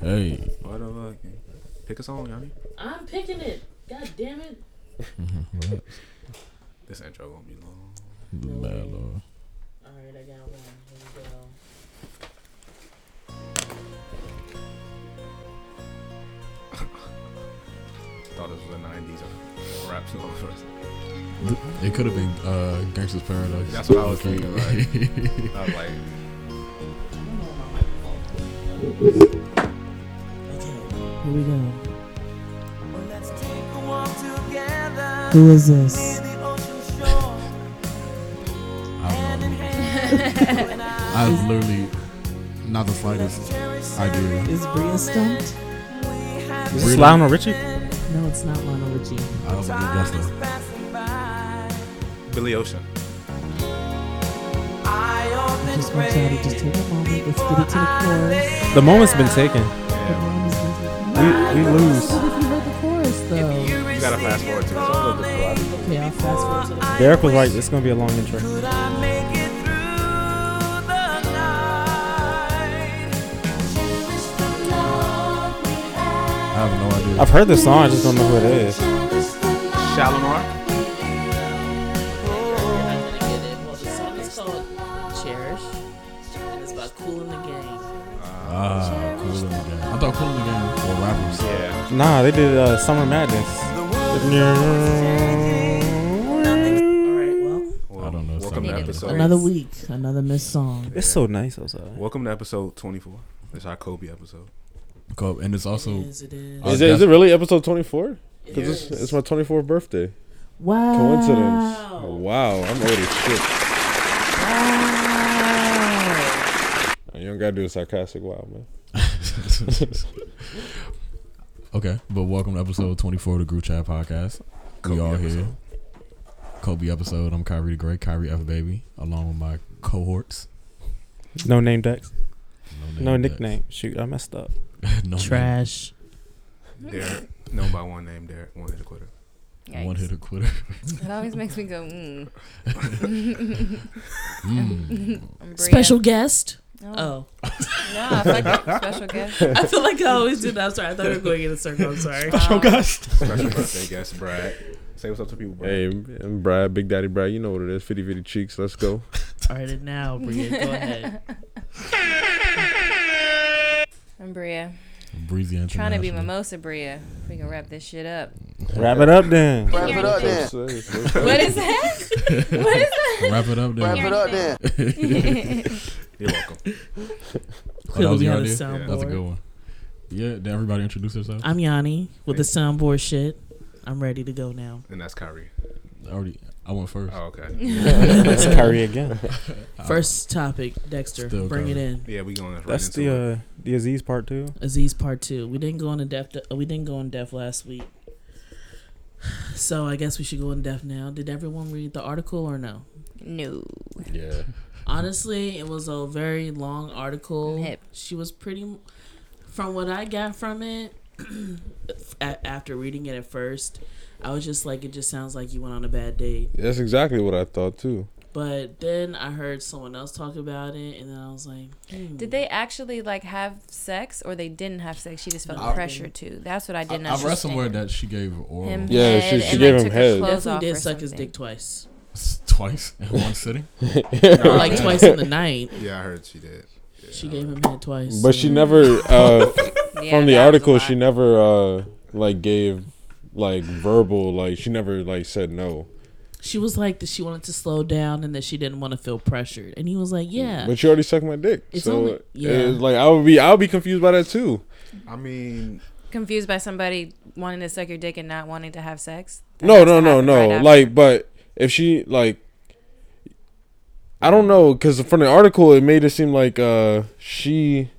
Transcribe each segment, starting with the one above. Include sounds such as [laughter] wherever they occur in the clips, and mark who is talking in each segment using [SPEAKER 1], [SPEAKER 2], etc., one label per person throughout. [SPEAKER 1] Hey.
[SPEAKER 2] What the fuck? Pick a song, Yanni.
[SPEAKER 3] I'm picking it. God damn it.
[SPEAKER 2] Mm-hmm. This intro gonna be long.
[SPEAKER 1] Bad lord.
[SPEAKER 3] All right, I got one. Here we go.
[SPEAKER 2] Thought this was a '90s rap song first.
[SPEAKER 1] It could have been uh, Gangsta's Paradise.
[SPEAKER 2] That's what I was thinking,
[SPEAKER 1] Like.
[SPEAKER 2] I was like,
[SPEAKER 3] I don't know where my microphone is. Here we go. Who is this?
[SPEAKER 1] [laughs] I don't know. I have literally not the slightest idea.
[SPEAKER 3] Is Bria stumped?
[SPEAKER 4] Is this Lionel Richie?
[SPEAKER 3] No, it's not Lionel Richie.
[SPEAKER 1] I was gonna guess that.
[SPEAKER 2] Billy Ocean.
[SPEAKER 3] Just want y'all to just take a moment. Let's get it to the chorus.
[SPEAKER 4] The moment's been taken.
[SPEAKER 2] Yeah,
[SPEAKER 4] We, we lose.
[SPEAKER 3] What Oh, if you heard
[SPEAKER 2] you
[SPEAKER 3] the chorus though?
[SPEAKER 2] gotta fast forward to this.
[SPEAKER 3] Okay, I'll fast forward to the
[SPEAKER 4] Derek was like, it's gonna be a long intro.
[SPEAKER 1] I have no idea.
[SPEAKER 4] I've heard this song, I just don't know who it is.
[SPEAKER 2] Shalimar.
[SPEAKER 3] You're not gonna get it. Well, the song is called Cherish, and it's by Cool in the Gang.
[SPEAKER 1] Ah, cool in the game. I thought cool in the game were rappers.
[SPEAKER 2] Yeah.
[SPEAKER 4] Nah, they did uh, Summer Madness.
[SPEAKER 3] All right, well,
[SPEAKER 2] Well,
[SPEAKER 1] I don't know,
[SPEAKER 2] Welcome to
[SPEAKER 1] something.
[SPEAKER 2] episode.
[SPEAKER 3] another week, another missed song.
[SPEAKER 4] It's so nice outside.
[SPEAKER 2] Welcome to episode 24. It's our Kobe episode.
[SPEAKER 1] Cool. And it's also [laughs]
[SPEAKER 3] it is. It is.
[SPEAKER 1] Uh,
[SPEAKER 5] Is it, is
[SPEAKER 1] that's-
[SPEAKER 5] it really episode 24?
[SPEAKER 3] It
[SPEAKER 5] Because
[SPEAKER 3] is.
[SPEAKER 5] it's, it's my 24th birthday.
[SPEAKER 3] wow.
[SPEAKER 5] Coincidence.
[SPEAKER 3] Wow.
[SPEAKER 5] Wow, I'm old as shit. You don't gotta do a sarcastic wow, man.
[SPEAKER 1] okay, but welcome to episode 24 of the Group Chat Podcast.
[SPEAKER 2] Kobe
[SPEAKER 1] we all here.
[SPEAKER 2] episode.
[SPEAKER 1] Kobe episode. I'm Kyrie the Great, Kyrie F. Baby, along with my cohorts.
[SPEAKER 4] No name Dex.
[SPEAKER 1] name
[SPEAKER 4] No
[SPEAKER 1] tags.
[SPEAKER 4] nickname. Shoot, I messed up.
[SPEAKER 1] [laughs] no
[SPEAKER 3] Trash.
[SPEAKER 2] Derek, known by one name, Derek, one hit quitter.
[SPEAKER 1] Name. One
[SPEAKER 6] Yikes.
[SPEAKER 1] hitter
[SPEAKER 6] [laughs]
[SPEAKER 1] quitter.
[SPEAKER 6] It always makes me go, mm.
[SPEAKER 1] [laughs] Mm.
[SPEAKER 6] I'm Bria.
[SPEAKER 3] Special guest.
[SPEAKER 6] No.
[SPEAKER 3] Oh,
[SPEAKER 6] No, I fuck it. special guest.
[SPEAKER 3] I feel like I always do that. I'm sorry. I thought we were going in a circle. I'm sorry.
[SPEAKER 6] Special guest.
[SPEAKER 5] [laughs]
[SPEAKER 2] Special birthday guest, Brad. Say what's up to people, Brad.
[SPEAKER 5] Hey, I'm Brad, Big Daddy Brad, you know what it is. 50 50 cheeks, let's go.
[SPEAKER 3] Started now, Bria. Go ahead.
[SPEAKER 1] Oh,
[SPEAKER 6] I'm Bria.
[SPEAKER 1] Breezy and
[SPEAKER 6] Trying to be Mimosa Bria. We can wrap this shit up.
[SPEAKER 4] Wrap it up
[SPEAKER 2] [laughs]
[SPEAKER 4] then.
[SPEAKER 7] Wrap it up then.
[SPEAKER 6] [laughs] What is that? What is that?
[SPEAKER 1] [laughs] Wrap it up
[SPEAKER 7] Wrap
[SPEAKER 1] there.
[SPEAKER 7] it up then.
[SPEAKER 1] [laughs]
[SPEAKER 2] You're welcome.
[SPEAKER 1] Oh, that was
[SPEAKER 3] Clearly
[SPEAKER 1] your
[SPEAKER 3] had a
[SPEAKER 1] idea?
[SPEAKER 3] soundboard.
[SPEAKER 1] That's a good one. Yeah, did everybody introduce themselves?
[SPEAKER 3] I'm Yanni with the soundboard shit. I'm ready to go now.
[SPEAKER 2] And that's Kyrie.
[SPEAKER 1] I already I went first.
[SPEAKER 2] Oh, okay.
[SPEAKER 4] That's Kyrie again.
[SPEAKER 3] First topic, Dexter.
[SPEAKER 1] Uh, Still
[SPEAKER 3] bring it
[SPEAKER 1] going.
[SPEAKER 3] in.
[SPEAKER 2] Yeah, we going right
[SPEAKER 4] That's
[SPEAKER 2] into
[SPEAKER 4] the
[SPEAKER 2] it.
[SPEAKER 4] uh, the Aziz part two.
[SPEAKER 3] Aziz part two. We didn't go into depth. uh, We didn't go in depth last week, [sighs] so I guess we should go in depth now. Did everyone read the article or no?
[SPEAKER 6] no.
[SPEAKER 5] yeah.
[SPEAKER 3] Honestly, it was a very long article.
[SPEAKER 6] Hip.
[SPEAKER 3] She was pretty, from what I got from it, [clears throat] a- after reading it at first, I was just like, it just sounds like you went on a bad date. [laughs]
[SPEAKER 5] That's exactly what I thought, too.
[SPEAKER 3] But then I heard someone else talk about it, and then I was like, hmm.
[SPEAKER 6] Did they actually like have sex or they didn't have sex? She just felt
[SPEAKER 3] I-
[SPEAKER 6] pressured to. That's what I
[SPEAKER 1] I,
[SPEAKER 6] didn't
[SPEAKER 1] I read somewhere
[SPEAKER 6] understand.
[SPEAKER 1] that she gave oral
[SPEAKER 6] Him
[SPEAKER 5] Yeah,
[SPEAKER 6] head
[SPEAKER 5] she- she
[SPEAKER 6] and,
[SPEAKER 5] gave
[SPEAKER 6] like,
[SPEAKER 5] him
[SPEAKER 6] took her
[SPEAKER 5] head.
[SPEAKER 6] clothes
[SPEAKER 3] Definitely
[SPEAKER 6] off
[SPEAKER 3] did
[SPEAKER 6] or
[SPEAKER 3] suck his
[SPEAKER 6] something.
[SPEAKER 3] dick
[SPEAKER 5] [laughs]
[SPEAKER 3] twice,
[SPEAKER 1] s- twice in one sitting.
[SPEAKER 3] like twice in the night.
[SPEAKER 2] Yeah, I heard she did.
[SPEAKER 3] She gave him head twice.
[SPEAKER 5] But
[SPEAKER 6] [laughs]
[SPEAKER 5] she never, uh,
[SPEAKER 6] Yeah,
[SPEAKER 5] from
[SPEAKER 6] that was
[SPEAKER 5] the
[SPEAKER 6] a
[SPEAKER 5] article,
[SPEAKER 6] lot.
[SPEAKER 5] she never, uh, like, gave, like, verbal, like, she never, like, said no.
[SPEAKER 3] She was like that she wanted to slow down and that she didn't want to feel pressured. And he was like, Yeah.
[SPEAKER 5] But you already sucked my dick.
[SPEAKER 3] It's
[SPEAKER 5] so, uh,
[SPEAKER 3] only- yeah.
[SPEAKER 5] it's like, I would be, I would be confused by that, too.
[SPEAKER 2] I mean,
[SPEAKER 6] confused by somebody wanting to suck your dick and not wanting to have sex. That
[SPEAKER 5] No,
[SPEAKER 6] has
[SPEAKER 5] no,
[SPEAKER 6] to
[SPEAKER 5] no,
[SPEAKER 6] happen
[SPEAKER 5] no.
[SPEAKER 6] right after.
[SPEAKER 5] like, but if she like, I don't know, because from the article, it made it seem like uh she,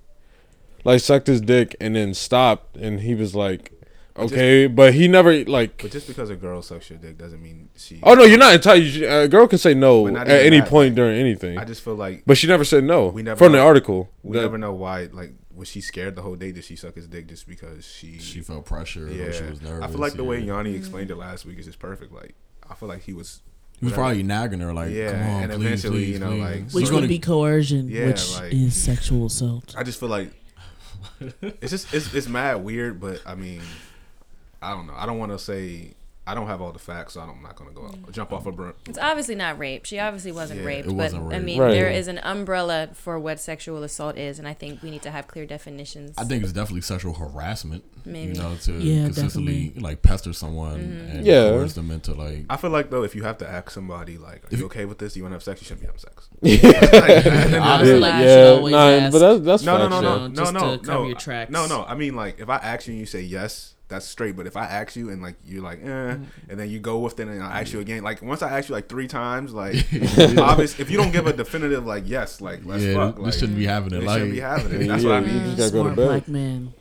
[SPEAKER 5] like, sucked his dick and then stopped, and he was like,
[SPEAKER 2] just-
[SPEAKER 5] okay, but he never like.
[SPEAKER 2] but just because a girl sucks your dick doesn't mean she.
[SPEAKER 5] Oh no, you're not entitled. You- A girl can say no
[SPEAKER 2] But not
[SPEAKER 5] at
[SPEAKER 2] even
[SPEAKER 5] any
[SPEAKER 2] that.
[SPEAKER 5] point during anything,
[SPEAKER 2] I just feel like
[SPEAKER 5] but she never said no.
[SPEAKER 2] We never
[SPEAKER 5] from the
[SPEAKER 2] know.
[SPEAKER 5] article.
[SPEAKER 2] we
[SPEAKER 5] that-
[SPEAKER 2] never know why. Like, was she scared the whole day? Did she suck his dick just because she?
[SPEAKER 1] She felt pressure.
[SPEAKER 2] yeah.
[SPEAKER 1] Or she was nervous.
[SPEAKER 2] I feel like the way
[SPEAKER 1] yeah.
[SPEAKER 2] Yanni explained it last week is just perfect. Like, I feel like he was.
[SPEAKER 1] he was
[SPEAKER 2] whatever.
[SPEAKER 1] probably nagging her like,
[SPEAKER 2] Yeah,
[SPEAKER 1] come on,
[SPEAKER 2] and
[SPEAKER 1] please,
[SPEAKER 2] eventually,
[SPEAKER 1] please,
[SPEAKER 2] you know,
[SPEAKER 1] please.
[SPEAKER 2] like,
[SPEAKER 1] So
[SPEAKER 3] which
[SPEAKER 1] you're
[SPEAKER 3] would
[SPEAKER 1] gonna-
[SPEAKER 3] be coercion,
[SPEAKER 2] Yeah,
[SPEAKER 3] which
[SPEAKER 2] like-
[SPEAKER 3] is sexual assault.
[SPEAKER 2] I just feel like It's just it's it's mad weird, but I mean, I don't know. I don't want to say I don't have all the facts, so I don't- I'm not gonna go out, jump off a br-
[SPEAKER 6] It's obviously not rape. She obviously wasn't
[SPEAKER 2] Yeah,
[SPEAKER 6] raped,
[SPEAKER 1] it wasn't
[SPEAKER 6] but I
[SPEAKER 1] rape.
[SPEAKER 6] mean,
[SPEAKER 5] Right.
[SPEAKER 6] there is an umbrella for what sexual assault is, and I think we need to have clear definitions.
[SPEAKER 1] I think it's definitely sexual harassment.
[SPEAKER 6] Maybe. Mm-hmm.
[SPEAKER 1] You know, to
[SPEAKER 3] Yeah,
[SPEAKER 1] consistently
[SPEAKER 3] definitely.
[SPEAKER 1] like pester someone and
[SPEAKER 5] Yeah.
[SPEAKER 1] coerce them into like
[SPEAKER 2] I feel like though, if you have to ask somebody like, "Are you okay with this? Do you want to have sex?" You shouldn't be having
[SPEAKER 3] [laughs]
[SPEAKER 2] sex.
[SPEAKER 3] Honestly,
[SPEAKER 5] yeah,
[SPEAKER 3] I should always
[SPEAKER 5] nah,
[SPEAKER 3] ask.
[SPEAKER 5] but that's that's
[SPEAKER 2] No, no,
[SPEAKER 5] facts,
[SPEAKER 2] no,
[SPEAKER 5] yeah.
[SPEAKER 2] no, no,
[SPEAKER 3] Just
[SPEAKER 2] no,
[SPEAKER 3] to cover
[SPEAKER 2] no.
[SPEAKER 3] your tracks.
[SPEAKER 2] No, no. I mean, like, if I ask you and you say yes, that's straight. But if I ask you and like you're like, eh,
[SPEAKER 3] Mm-hmm.
[SPEAKER 2] and then you go with it, and I ask you again, like once I ask you like three times,
[SPEAKER 3] [laughs]
[SPEAKER 2] like, obvious. If you don't give a definitive like yes, like let's
[SPEAKER 1] yeah,
[SPEAKER 2] fuck,
[SPEAKER 1] this
[SPEAKER 2] like,
[SPEAKER 1] shouldn't be happening.
[SPEAKER 2] it
[SPEAKER 1] Like
[SPEAKER 2] shouldn't be happening.
[SPEAKER 1] [laughs]
[SPEAKER 5] Yeah,
[SPEAKER 2] That's what I
[SPEAKER 5] you
[SPEAKER 2] mean.
[SPEAKER 6] Mm.
[SPEAKER 5] just
[SPEAKER 3] Mm-hmm. Smart
[SPEAKER 5] gotta go to bed.
[SPEAKER 3] black man.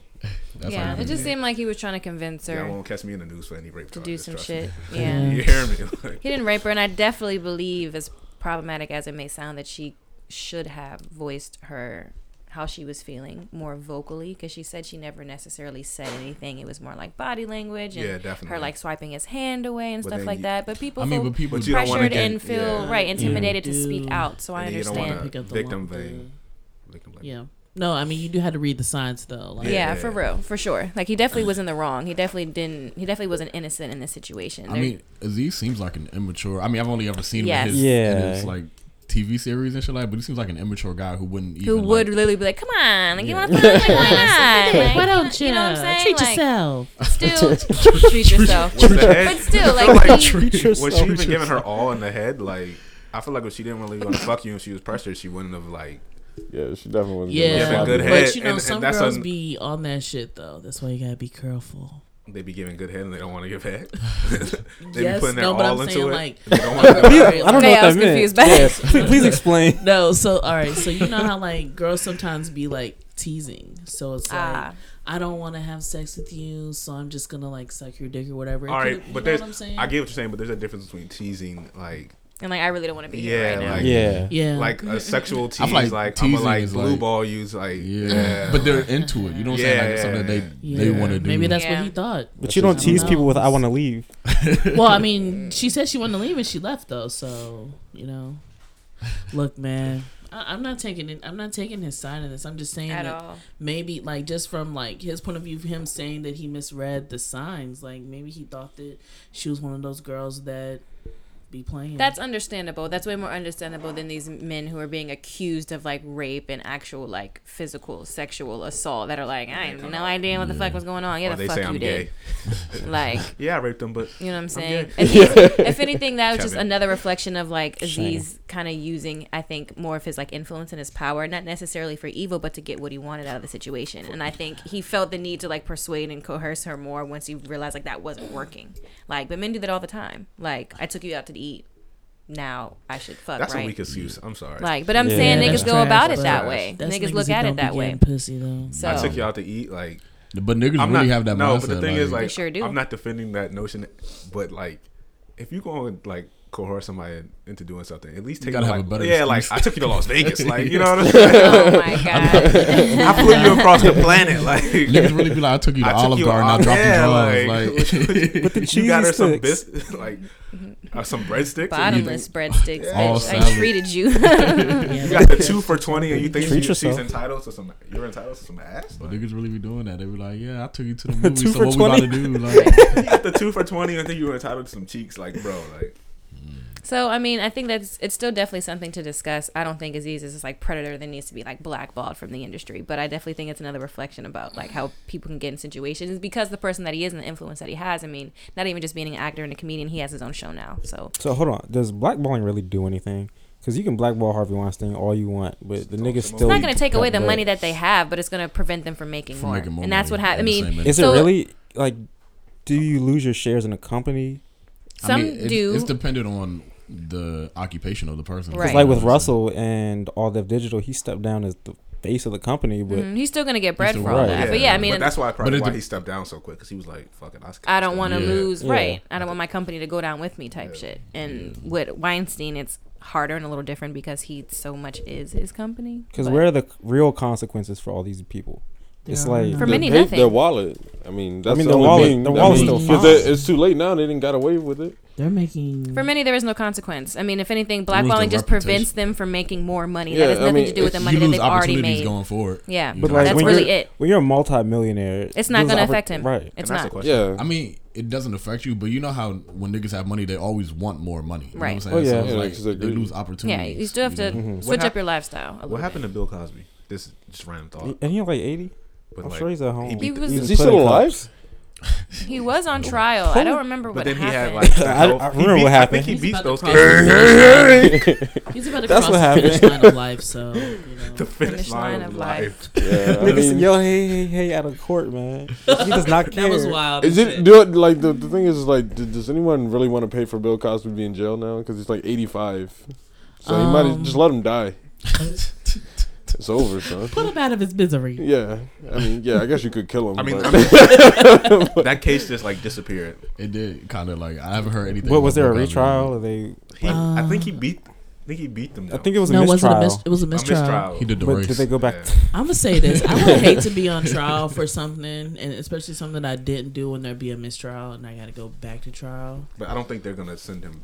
[SPEAKER 1] that's
[SPEAKER 6] yeah,
[SPEAKER 1] what
[SPEAKER 6] it
[SPEAKER 1] I
[SPEAKER 6] just
[SPEAKER 1] mean.
[SPEAKER 6] seemed like he was trying to convince
[SPEAKER 2] Y'all
[SPEAKER 6] her
[SPEAKER 2] won't catch me in the news for any rape
[SPEAKER 6] to
[SPEAKER 2] charges,
[SPEAKER 6] do some
[SPEAKER 2] trust
[SPEAKER 6] shit.
[SPEAKER 2] me. [laughs]
[SPEAKER 1] [laughs]
[SPEAKER 6] Yeah.
[SPEAKER 2] You hear
[SPEAKER 6] [laughs]
[SPEAKER 2] me? Like,
[SPEAKER 6] He didn't rape her, and I definitely believe, as problematic as it may sound, that she should have voiced her how she was feeling more vocally because she said she never necessarily said anything. It was more like body language and
[SPEAKER 2] Yeah, definitely.
[SPEAKER 6] her like swiping his hand away and
[SPEAKER 2] But
[SPEAKER 6] stuff
[SPEAKER 2] then
[SPEAKER 6] like
[SPEAKER 2] you-
[SPEAKER 6] that. But people
[SPEAKER 1] I mean,
[SPEAKER 6] feel
[SPEAKER 1] but people
[SPEAKER 2] But you don't wanna
[SPEAKER 6] pressured
[SPEAKER 2] get-
[SPEAKER 6] and feel
[SPEAKER 2] yeah.
[SPEAKER 6] right intimidated to
[SPEAKER 3] Yeah.
[SPEAKER 6] speak out. So I
[SPEAKER 2] And you don't
[SPEAKER 6] understand.
[SPEAKER 2] wanna-
[SPEAKER 3] Pick up the
[SPEAKER 2] Victim
[SPEAKER 3] lump,
[SPEAKER 2] vein. like, I'm like,
[SPEAKER 3] Yeah. No, I mean you do have to read the signs though. Like,
[SPEAKER 6] yeah,
[SPEAKER 2] Yeah.
[SPEAKER 6] for real, for sure. Like he definitely was in the wrong. He definitely didn't. He definitely wasn't innocent in this situation.
[SPEAKER 1] I
[SPEAKER 6] There-
[SPEAKER 1] mean, Aziz seems like an immature. I mean, I've only ever seen him
[SPEAKER 6] Yes.
[SPEAKER 1] in his, in
[SPEAKER 4] Yeah.
[SPEAKER 1] his like TV series and shit like. But he seems like an immature guy who wouldn't even
[SPEAKER 6] who would
[SPEAKER 1] like,
[SPEAKER 6] literally be like, "Come on, like you
[SPEAKER 1] Yeah.
[SPEAKER 6] want to like, why not? Like,
[SPEAKER 3] Why don't you?
[SPEAKER 6] You know what I'm saying?
[SPEAKER 3] Treat
[SPEAKER 6] like,
[SPEAKER 3] yourself.
[SPEAKER 6] Still treat yourself.
[SPEAKER 2] Was the head-
[SPEAKER 6] But
[SPEAKER 2] [laughs]
[SPEAKER 6] still,
[SPEAKER 2] I feel
[SPEAKER 6] like, he-
[SPEAKER 1] treat
[SPEAKER 2] was she
[SPEAKER 1] yourself.
[SPEAKER 2] even giving her all in the head? Like, I feel like if she didn't really want to fuck you and she was pressured, she wouldn't have like.
[SPEAKER 5] Yeah, she definitely wasn't.
[SPEAKER 3] Yeah.
[SPEAKER 5] getting no
[SPEAKER 3] Yeah,
[SPEAKER 2] but
[SPEAKER 5] sloppy.
[SPEAKER 2] good head.
[SPEAKER 3] But you know,
[SPEAKER 2] and- and
[SPEAKER 3] some
[SPEAKER 2] that's
[SPEAKER 3] girls
[SPEAKER 2] un-
[SPEAKER 3] be on that shit though. That's why you gotta be careful.
[SPEAKER 2] They be giving good head and they don't want to give head. [laughs] they
[SPEAKER 3] Yes,
[SPEAKER 2] be putting their
[SPEAKER 3] no, but I'm
[SPEAKER 2] all into
[SPEAKER 3] saying,
[SPEAKER 2] it.
[SPEAKER 3] like-
[SPEAKER 2] they
[SPEAKER 3] [laughs]
[SPEAKER 2] don't wanna give
[SPEAKER 4] What do you-
[SPEAKER 2] head.
[SPEAKER 3] Right.
[SPEAKER 4] I don't know
[SPEAKER 6] Okay,
[SPEAKER 4] what
[SPEAKER 6] I was
[SPEAKER 4] that
[SPEAKER 6] confused
[SPEAKER 4] meant.
[SPEAKER 6] by
[SPEAKER 4] Yeah,
[SPEAKER 6] that.
[SPEAKER 4] please, [laughs] please explain.
[SPEAKER 3] No, so all right, so you know how like girls sometimes be like teasing. So it's like
[SPEAKER 6] [laughs] Ah.
[SPEAKER 3] I don't want to have sex with you, so I'm just gonna like suck your dick or whatever. It
[SPEAKER 2] all
[SPEAKER 3] could-
[SPEAKER 2] right,
[SPEAKER 3] you
[SPEAKER 2] but
[SPEAKER 3] know
[SPEAKER 2] there's.
[SPEAKER 3] what I'm saying.
[SPEAKER 2] I get what you're saying, but there's a difference between teasing, like,
[SPEAKER 6] and like I really don't want to be
[SPEAKER 2] Yeah,
[SPEAKER 6] here right now.
[SPEAKER 2] like-
[SPEAKER 4] Yeah.
[SPEAKER 3] yeah,
[SPEAKER 2] like a sexual
[SPEAKER 1] [laughs] I
[SPEAKER 2] tease,
[SPEAKER 1] feel
[SPEAKER 2] like,
[SPEAKER 1] like
[SPEAKER 2] I'm gonna
[SPEAKER 1] teasing
[SPEAKER 2] like
[SPEAKER 1] is
[SPEAKER 2] blue
[SPEAKER 1] like-
[SPEAKER 2] ball use, like,
[SPEAKER 1] Yeah.
[SPEAKER 2] yeah.
[SPEAKER 1] but they're into it. You know what I'm saying? Like it's something
[SPEAKER 2] Yeah.
[SPEAKER 1] that they they want to do.
[SPEAKER 3] Maybe that's
[SPEAKER 6] Yeah.
[SPEAKER 3] what he thought.
[SPEAKER 4] But you don't
[SPEAKER 1] I don't
[SPEAKER 4] tease
[SPEAKER 3] know.
[SPEAKER 4] people with "I want to leave."
[SPEAKER 3] Well, I mean, she said she wanted to leave and she left though. So you know, look, man, I, I'm not taking it. I'm not taking his side of this. I'm just saying
[SPEAKER 6] At
[SPEAKER 3] that
[SPEAKER 6] all.
[SPEAKER 3] maybe like just from like his point of view, him saying that he misread the signs. Like maybe he thought that she was one of those girls that be playing.
[SPEAKER 6] That's understandable. That's way more understandable than these men who are being accused of like rape and actual like physical sexual assault that are like, I have no idea what the fuck was going on. Yeah,
[SPEAKER 2] Mm. Or
[SPEAKER 6] the
[SPEAKER 2] they
[SPEAKER 6] fuck
[SPEAKER 2] say
[SPEAKER 6] you
[SPEAKER 2] I'm
[SPEAKER 6] did.
[SPEAKER 2] gay.
[SPEAKER 6] Like,
[SPEAKER 2] Yeah, I raped them, but
[SPEAKER 6] You know what I'm saying?
[SPEAKER 2] gay. [laughs]
[SPEAKER 6] If, he's- if anything, that was just
[SPEAKER 2] Kevin.
[SPEAKER 6] another reflection of like
[SPEAKER 4] Shame.
[SPEAKER 6] Aziz kind of using, I think, more of his like influence and his power, not necessarily for evil, but to get what he wanted out of the situation. And I think he felt the need to like persuade and coerce her more once he realized like that wasn't working. Like, but men do that all the time. Like, I took you out to eat. Now I should fuck,
[SPEAKER 2] that's
[SPEAKER 6] right?
[SPEAKER 2] a weak excuse. I'm sorry.
[SPEAKER 6] like, but I'm
[SPEAKER 4] Yeah,
[SPEAKER 6] saying
[SPEAKER 3] that's
[SPEAKER 6] niggas go
[SPEAKER 3] trash,
[SPEAKER 6] about it
[SPEAKER 3] but
[SPEAKER 6] that
[SPEAKER 2] trash.
[SPEAKER 6] way.
[SPEAKER 3] That's
[SPEAKER 6] Niggas look
[SPEAKER 3] that
[SPEAKER 6] at
[SPEAKER 3] don't
[SPEAKER 6] it
[SPEAKER 3] be
[SPEAKER 6] that way.
[SPEAKER 3] getting [laughs] Pussy though.
[SPEAKER 6] [laughs] So
[SPEAKER 2] I took you out to eat, like,
[SPEAKER 1] But niggas
[SPEAKER 2] I'm not,
[SPEAKER 1] really have that
[SPEAKER 2] no,
[SPEAKER 1] mindset.
[SPEAKER 2] but the thing is, like,
[SPEAKER 6] sure do.
[SPEAKER 2] I'm not defending that notion, but like, if you go and like coerce somebody into doing something, at least take
[SPEAKER 1] gotta
[SPEAKER 2] them,
[SPEAKER 1] have a
[SPEAKER 2] like,
[SPEAKER 1] better
[SPEAKER 2] yeah, like
[SPEAKER 1] excuse.
[SPEAKER 2] I took you to Las
[SPEAKER 1] [laughs]
[SPEAKER 2] Vegas, like you know what I'm saying?
[SPEAKER 6] oh my god!
[SPEAKER 2] [laughs] I flew [laughs] you across the planet,
[SPEAKER 1] [laughs]
[SPEAKER 2] like
[SPEAKER 1] niggas really be like, I took you to
[SPEAKER 2] [laughs] I took
[SPEAKER 1] Olive
[SPEAKER 2] you
[SPEAKER 1] Garden, I
[SPEAKER 2] out-
[SPEAKER 1] dropped
[SPEAKER 2] yeah,
[SPEAKER 1] you drugs.
[SPEAKER 2] [laughs]
[SPEAKER 1] Like,
[SPEAKER 4] [laughs] With the
[SPEAKER 2] you
[SPEAKER 4] cheesy
[SPEAKER 2] got her some
[SPEAKER 4] sticks.
[SPEAKER 2] bis- like
[SPEAKER 6] Mm-hmm.
[SPEAKER 2] uh, some breadsticks, and [laughs] you,
[SPEAKER 6] Bottomless breadsticks.
[SPEAKER 1] All
[SPEAKER 6] bitch. I
[SPEAKER 1] salad.
[SPEAKER 6] treated you. [laughs]
[SPEAKER 3] Yeah,
[SPEAKER 2] you got the two for twenty, and you think
[SPEAKER 4] Treat
[SPEAKER 2] she, she's
[SPEAKER 4] yourself.
[SPEAKER 2] entitled to some? You're entitled to some ass.
[SPEAKER 1] but
[SPEAKER 2] Like,
[SPEAKER 1] niggas really be doing that. They be like, yeah, I took you to
[SPEAKER 6] [laughs]
[SPEAKER 1] the movie, so
[SPEAKER 4] for
[SPEAKER 1] what we
[SPEAKER 4] 20?
[SPEAKER 1] about to do? Like,
[SPEAKER 2] you got the two for twenty, and think you were entitled to some cheeks, like bro, like
[SPEAKER 6] So I mean, I think that's it's still definitely something to discuss. I don't think Aziz is this like predator that needs to be like blackballed from the industry, but I definitely think it's another reflection about like how people can get in situations because the person that he is and the influence that he has. I mean, not even just being an actor and a comedian, he has his own show now. So
[SPEAKER 4] So hold on, does blackballing really do anything? Because you can blackball Harvey Weinstein all you want, but the
[SPEAKER 2] It's
[SPEAKER 4] niggas
[SPEAKER 2] awesome.
[SPEAKER 4] still.
[SPEAKER 6] it's not going to take away the
[SPEAKER 4] got bread.
[SPEAKER 6] money that they have, but it's going to prevent them from making
[SPEAKER 1] for
[SPEAKER 6] more.
[SPEAKER 1] making more
[SPEAKER 6] and that's what
[SPEAKER 1] money
[SPEAKER 6] happened. I
[SPEAKER 1] in the
[SPEAKER 6] mean,
[SPEAKER 1] same
[SPEAKER 4] Is
[SPEAKER 1] industry.
[SPEAKER 6] So-
[SPEAKER 4] it really like? Do you lose your shares in a company?
[SPEAKER 1] I
[SPEAKER 6] some
[SPEAKER 1] mean, it's-
[SPEAKER 6] do.
[SPEAKER 1] It's dependent on the occupation of the person.
[SPEAKER 6] Right.
[SPEAKER 4] It's like with Russell and all that digital, he stepped down as the face of the company, but
[SPEAKER 6] Mhm, he's still going to get bread
[SPEAKER 1] still
[SPEAKER 6] for all
[SPEAKER 4] right.
[SPEAKER 6] that. But yeah, I mean,
[SPEAKER 2] but that's why probably
[SPEAKER 1] it
[SPEAKER 2] why
[SPEAKER 1] de-
[SPEAKER 2] he stepped down so quick because he was like, "Fucking, I,
[SPEAKER 6] I don't want to
[SPEAKER 1] Yeah.
[SPEAKER 6] lose.
[SPEAKER 4] Yeah.
[SPEAKER 6] Right. I don't want my company to go down with me type shit. And with Weinstein, it's harder and a little different because he so much is his company.
[SPEAKER 4] because
[SPEAKER 6] But
[SPEAKER 4] where are the real consequences for all these people? It's
[SPEAKER 3] There are
[SPEAKER 4] like
[SPEAKER 3] none.
[SPEAKER 6] For
[SPEAKER 5] They
[SPEAKER 6] many,
[SPEAKER 5] paid
[SPEAKER 6] nothing.
[SPEAKER 5] Their wallet. I I mean, that's
[SPEAKER 4] mean,
[SPEAKER 5] the,
[SPEAKER 4] the
[SPEAKER 5] only
[SPEAKER 4] wall-
[SPEAKER 5] thing.
[SPEAKER 4] the
[SPEAKER 5] that
[SPEAKER 4] wall
[SPEAKER 3] is
[SPEAKER 5] means-
[SPEAKER 3] still
[SPEAKER 5] 'cause it-
[SPEAKER 4] fine.
[SPEAKER 5] It's too late now. They didn't got away with it.
[SPEAKER 3] They're making.
[SPEAKER 6] For many, there is no consequence. I mean, if anything,
[SPEAKER 1] lose their
[SPEAKER 6] blackballing just prevents
[SPEAKER 1] reputation.
[SPEAKER 6] them from making more money.
[SPEAKER 5] Yeah,
[SPEAKER 6] that has
[SPEAKER 5] I
[SPEAKER 6] nothing
[SPEAKER 5] mean,
[SPEAKER 6] to do with the
[SPEAKER 5] it's-
[SPEAKER 1] you
[SPEAKER 6] money that
[SPEAKER 1] lose
[SPEAKER 6] they've already
[SPEAKER 1] opportunities
[SPEAKER 6] made.
[SPEAKER 1] going forward.
[SPEAKER 6] Yeah.
[SPEAKER 1] You
[SPEAKER 4] But
[SPEAKER 1] know?
[SPEAKER 4] like
[SPEAKER 6] That's
[SPEAKER 4] when
[SPEAKER 6] really
[SPEAKER 4] you're,
[SPEAKER 6] it.
[SPEAKER 4] When you're a multimillionaire,
[SPEAKER 6] It's not going
[SPEAKER 4] those
[SPEAKER 6] to
[SPEAKER 4] oppor-
[SPEAKER 6] affect him.
[SPEAKER 4] Right.
[SPEAKER 6] It's
[SPEAKER 2] And that's
[SPEAKER 6] not.
[SPEAKER 2] the question.
[SPEAKER 5] Yeah,
[SPEAKER 1] I mean, it doesn't affect you, but you know how when niggas have money, they always want more money. You
[SPEAKER 6] Right.
[SPEAKER 1] Know what I'm saying?
[SPEAKER 4] Oh, yeah.
[SPEAKER 1] So
[SPEAKER 5] Yeah,
[SPEAKER 1] it's
[SPEAKER 5] because they
[SPEAKER 1] like, they
[SPEAKER 5] greedy.
[SPEAKER 1] lose
[SPEAKER 6] Yeah,
[SPEAKER 1] opportunities.
[SPEAKER 6] you still have to
[SPEAKER 1] know?
[SPEAKER 6] switch
[SPEAKER 2] hap-
[SPEAKER 6] up your lifestyle. A little
[SPEAKER 2] What
[SPEAKER 6] bit.
[SPEAKER 2] happened to Bill Cosby? This is just random thought.
[SPEAKER 4] And you're like 80.
[SPEAKER 2] But
[SPEAKER 4] I'm
[SPEAKER 2] like,
[SPEAKER 4] sure he's at home.
[SPEAKER 2] he
[SPEAKER 6] He
[SPEAKER 2] beat the-
[SPEAKER 6] was.
[SPEAKER 5] is he still
[SPEAKER 4] Clinical.
[SPEAKER 5] alive?
[SPEAKER 6] He was on trial. I don't remember
[SPEAKER 2] but
[SPEAKER 6] what
[SPEAKER 2] then he had
[SPEAKER 6] happened.
[SPEAKER 2] like. the
[SPEAKER 4] I- I
[SPEAKER 2] health- he
[SPEAKER 4] remember
[SPEAKER 2] beat-
[SPEAKER 4] what
[SPEAKER 2] I
[SPEAKER 4] happened.
[SPEAKER 2] think
[SPEAKER 3] He's
[SPEAKER 2] he beats
[SPEAKER 3] about to
[SPEAKER 2] those
[SPEAKER 3] cross-
[SPEAKER 2] kids. [laughs]
[SPEAKER 3] He's about to
[SPEAKER 4] That's
[SPEAKER 3] cross
[SPEAKER 4] what
[SPEAKER 3] the finish line of life, so you know.
[SPEAKER 2] The finish line of life.
[SPEAKER 5] Yeah, I
[SPEAKER 4] Niggas,
[SPEAKER 5] mean,
[SPEAKER 4] yo, hey, hey, hey, out of court, man. [laughs] He does not care.
[SPEAKER 3] that was wild.
[SPEAKER 5] is
[SPEAKER 3] as
[SPEAKER 5] it
[SPEAKER 3] shit.
[SPEAKER 5] do it, like the, the thing is like d- does anyone really want to pay for Bill Cosby to be in jail now? Because he's like 85, so he might have
[SPEAKER 3] Um,
[SPEAKER 5] just let
[SPEAKER 3] [laughs]
[SPEAKER 5] him die. It's over, son.
[SPEAKER 3] Put him out of his misery.
[SPEAKER 5] Yeah, I mean, yeah, I guess you could kill him.
[SPEAKER 2] I mean,
[SPEAKER 5] but-
[SPEAKER 2] I [laughs] mean, that case just like disappeared.
[SPEAKER 1] It did kind of like I haven't heard anything.
[SPEAKER 4] What was
[SPEAKER 1] about
[SPEAKER 4] there a
[SPEAKER 1] Bill Cosby.
[SPEAKER 4] retrial? Or they?
[SPEAKER 2] He, I
[SPEAKER 6] Um,
[SPEAKER 2] think he beat. I think he beat them.
[SPEAKER 4] I
[SPEAKER 2] Though.
[SPEAKER 4] think it was a
[SPEAKER 3] No, it wasn't
[SPEAKER 4] mistrial.
[SPEAKER 3] a mis- it was a
[SPEAKER 2] A
[SPEAKER 3] mistrial.
[SPEAKER 1] He did the
[SPEAKER 4] but
[SPEAKER 1] race.
[SPEAKER 4] did they go back?
[SPEAKER 2] Yeah.
[SPEAKER 3] I'm gonna say this: I would hate to be on trial for something, and especially something that I didn't do, and there'd be a mistrial, and I gotta go back to trial.
[SPEAKER 2] But I don't think they're gonna send him.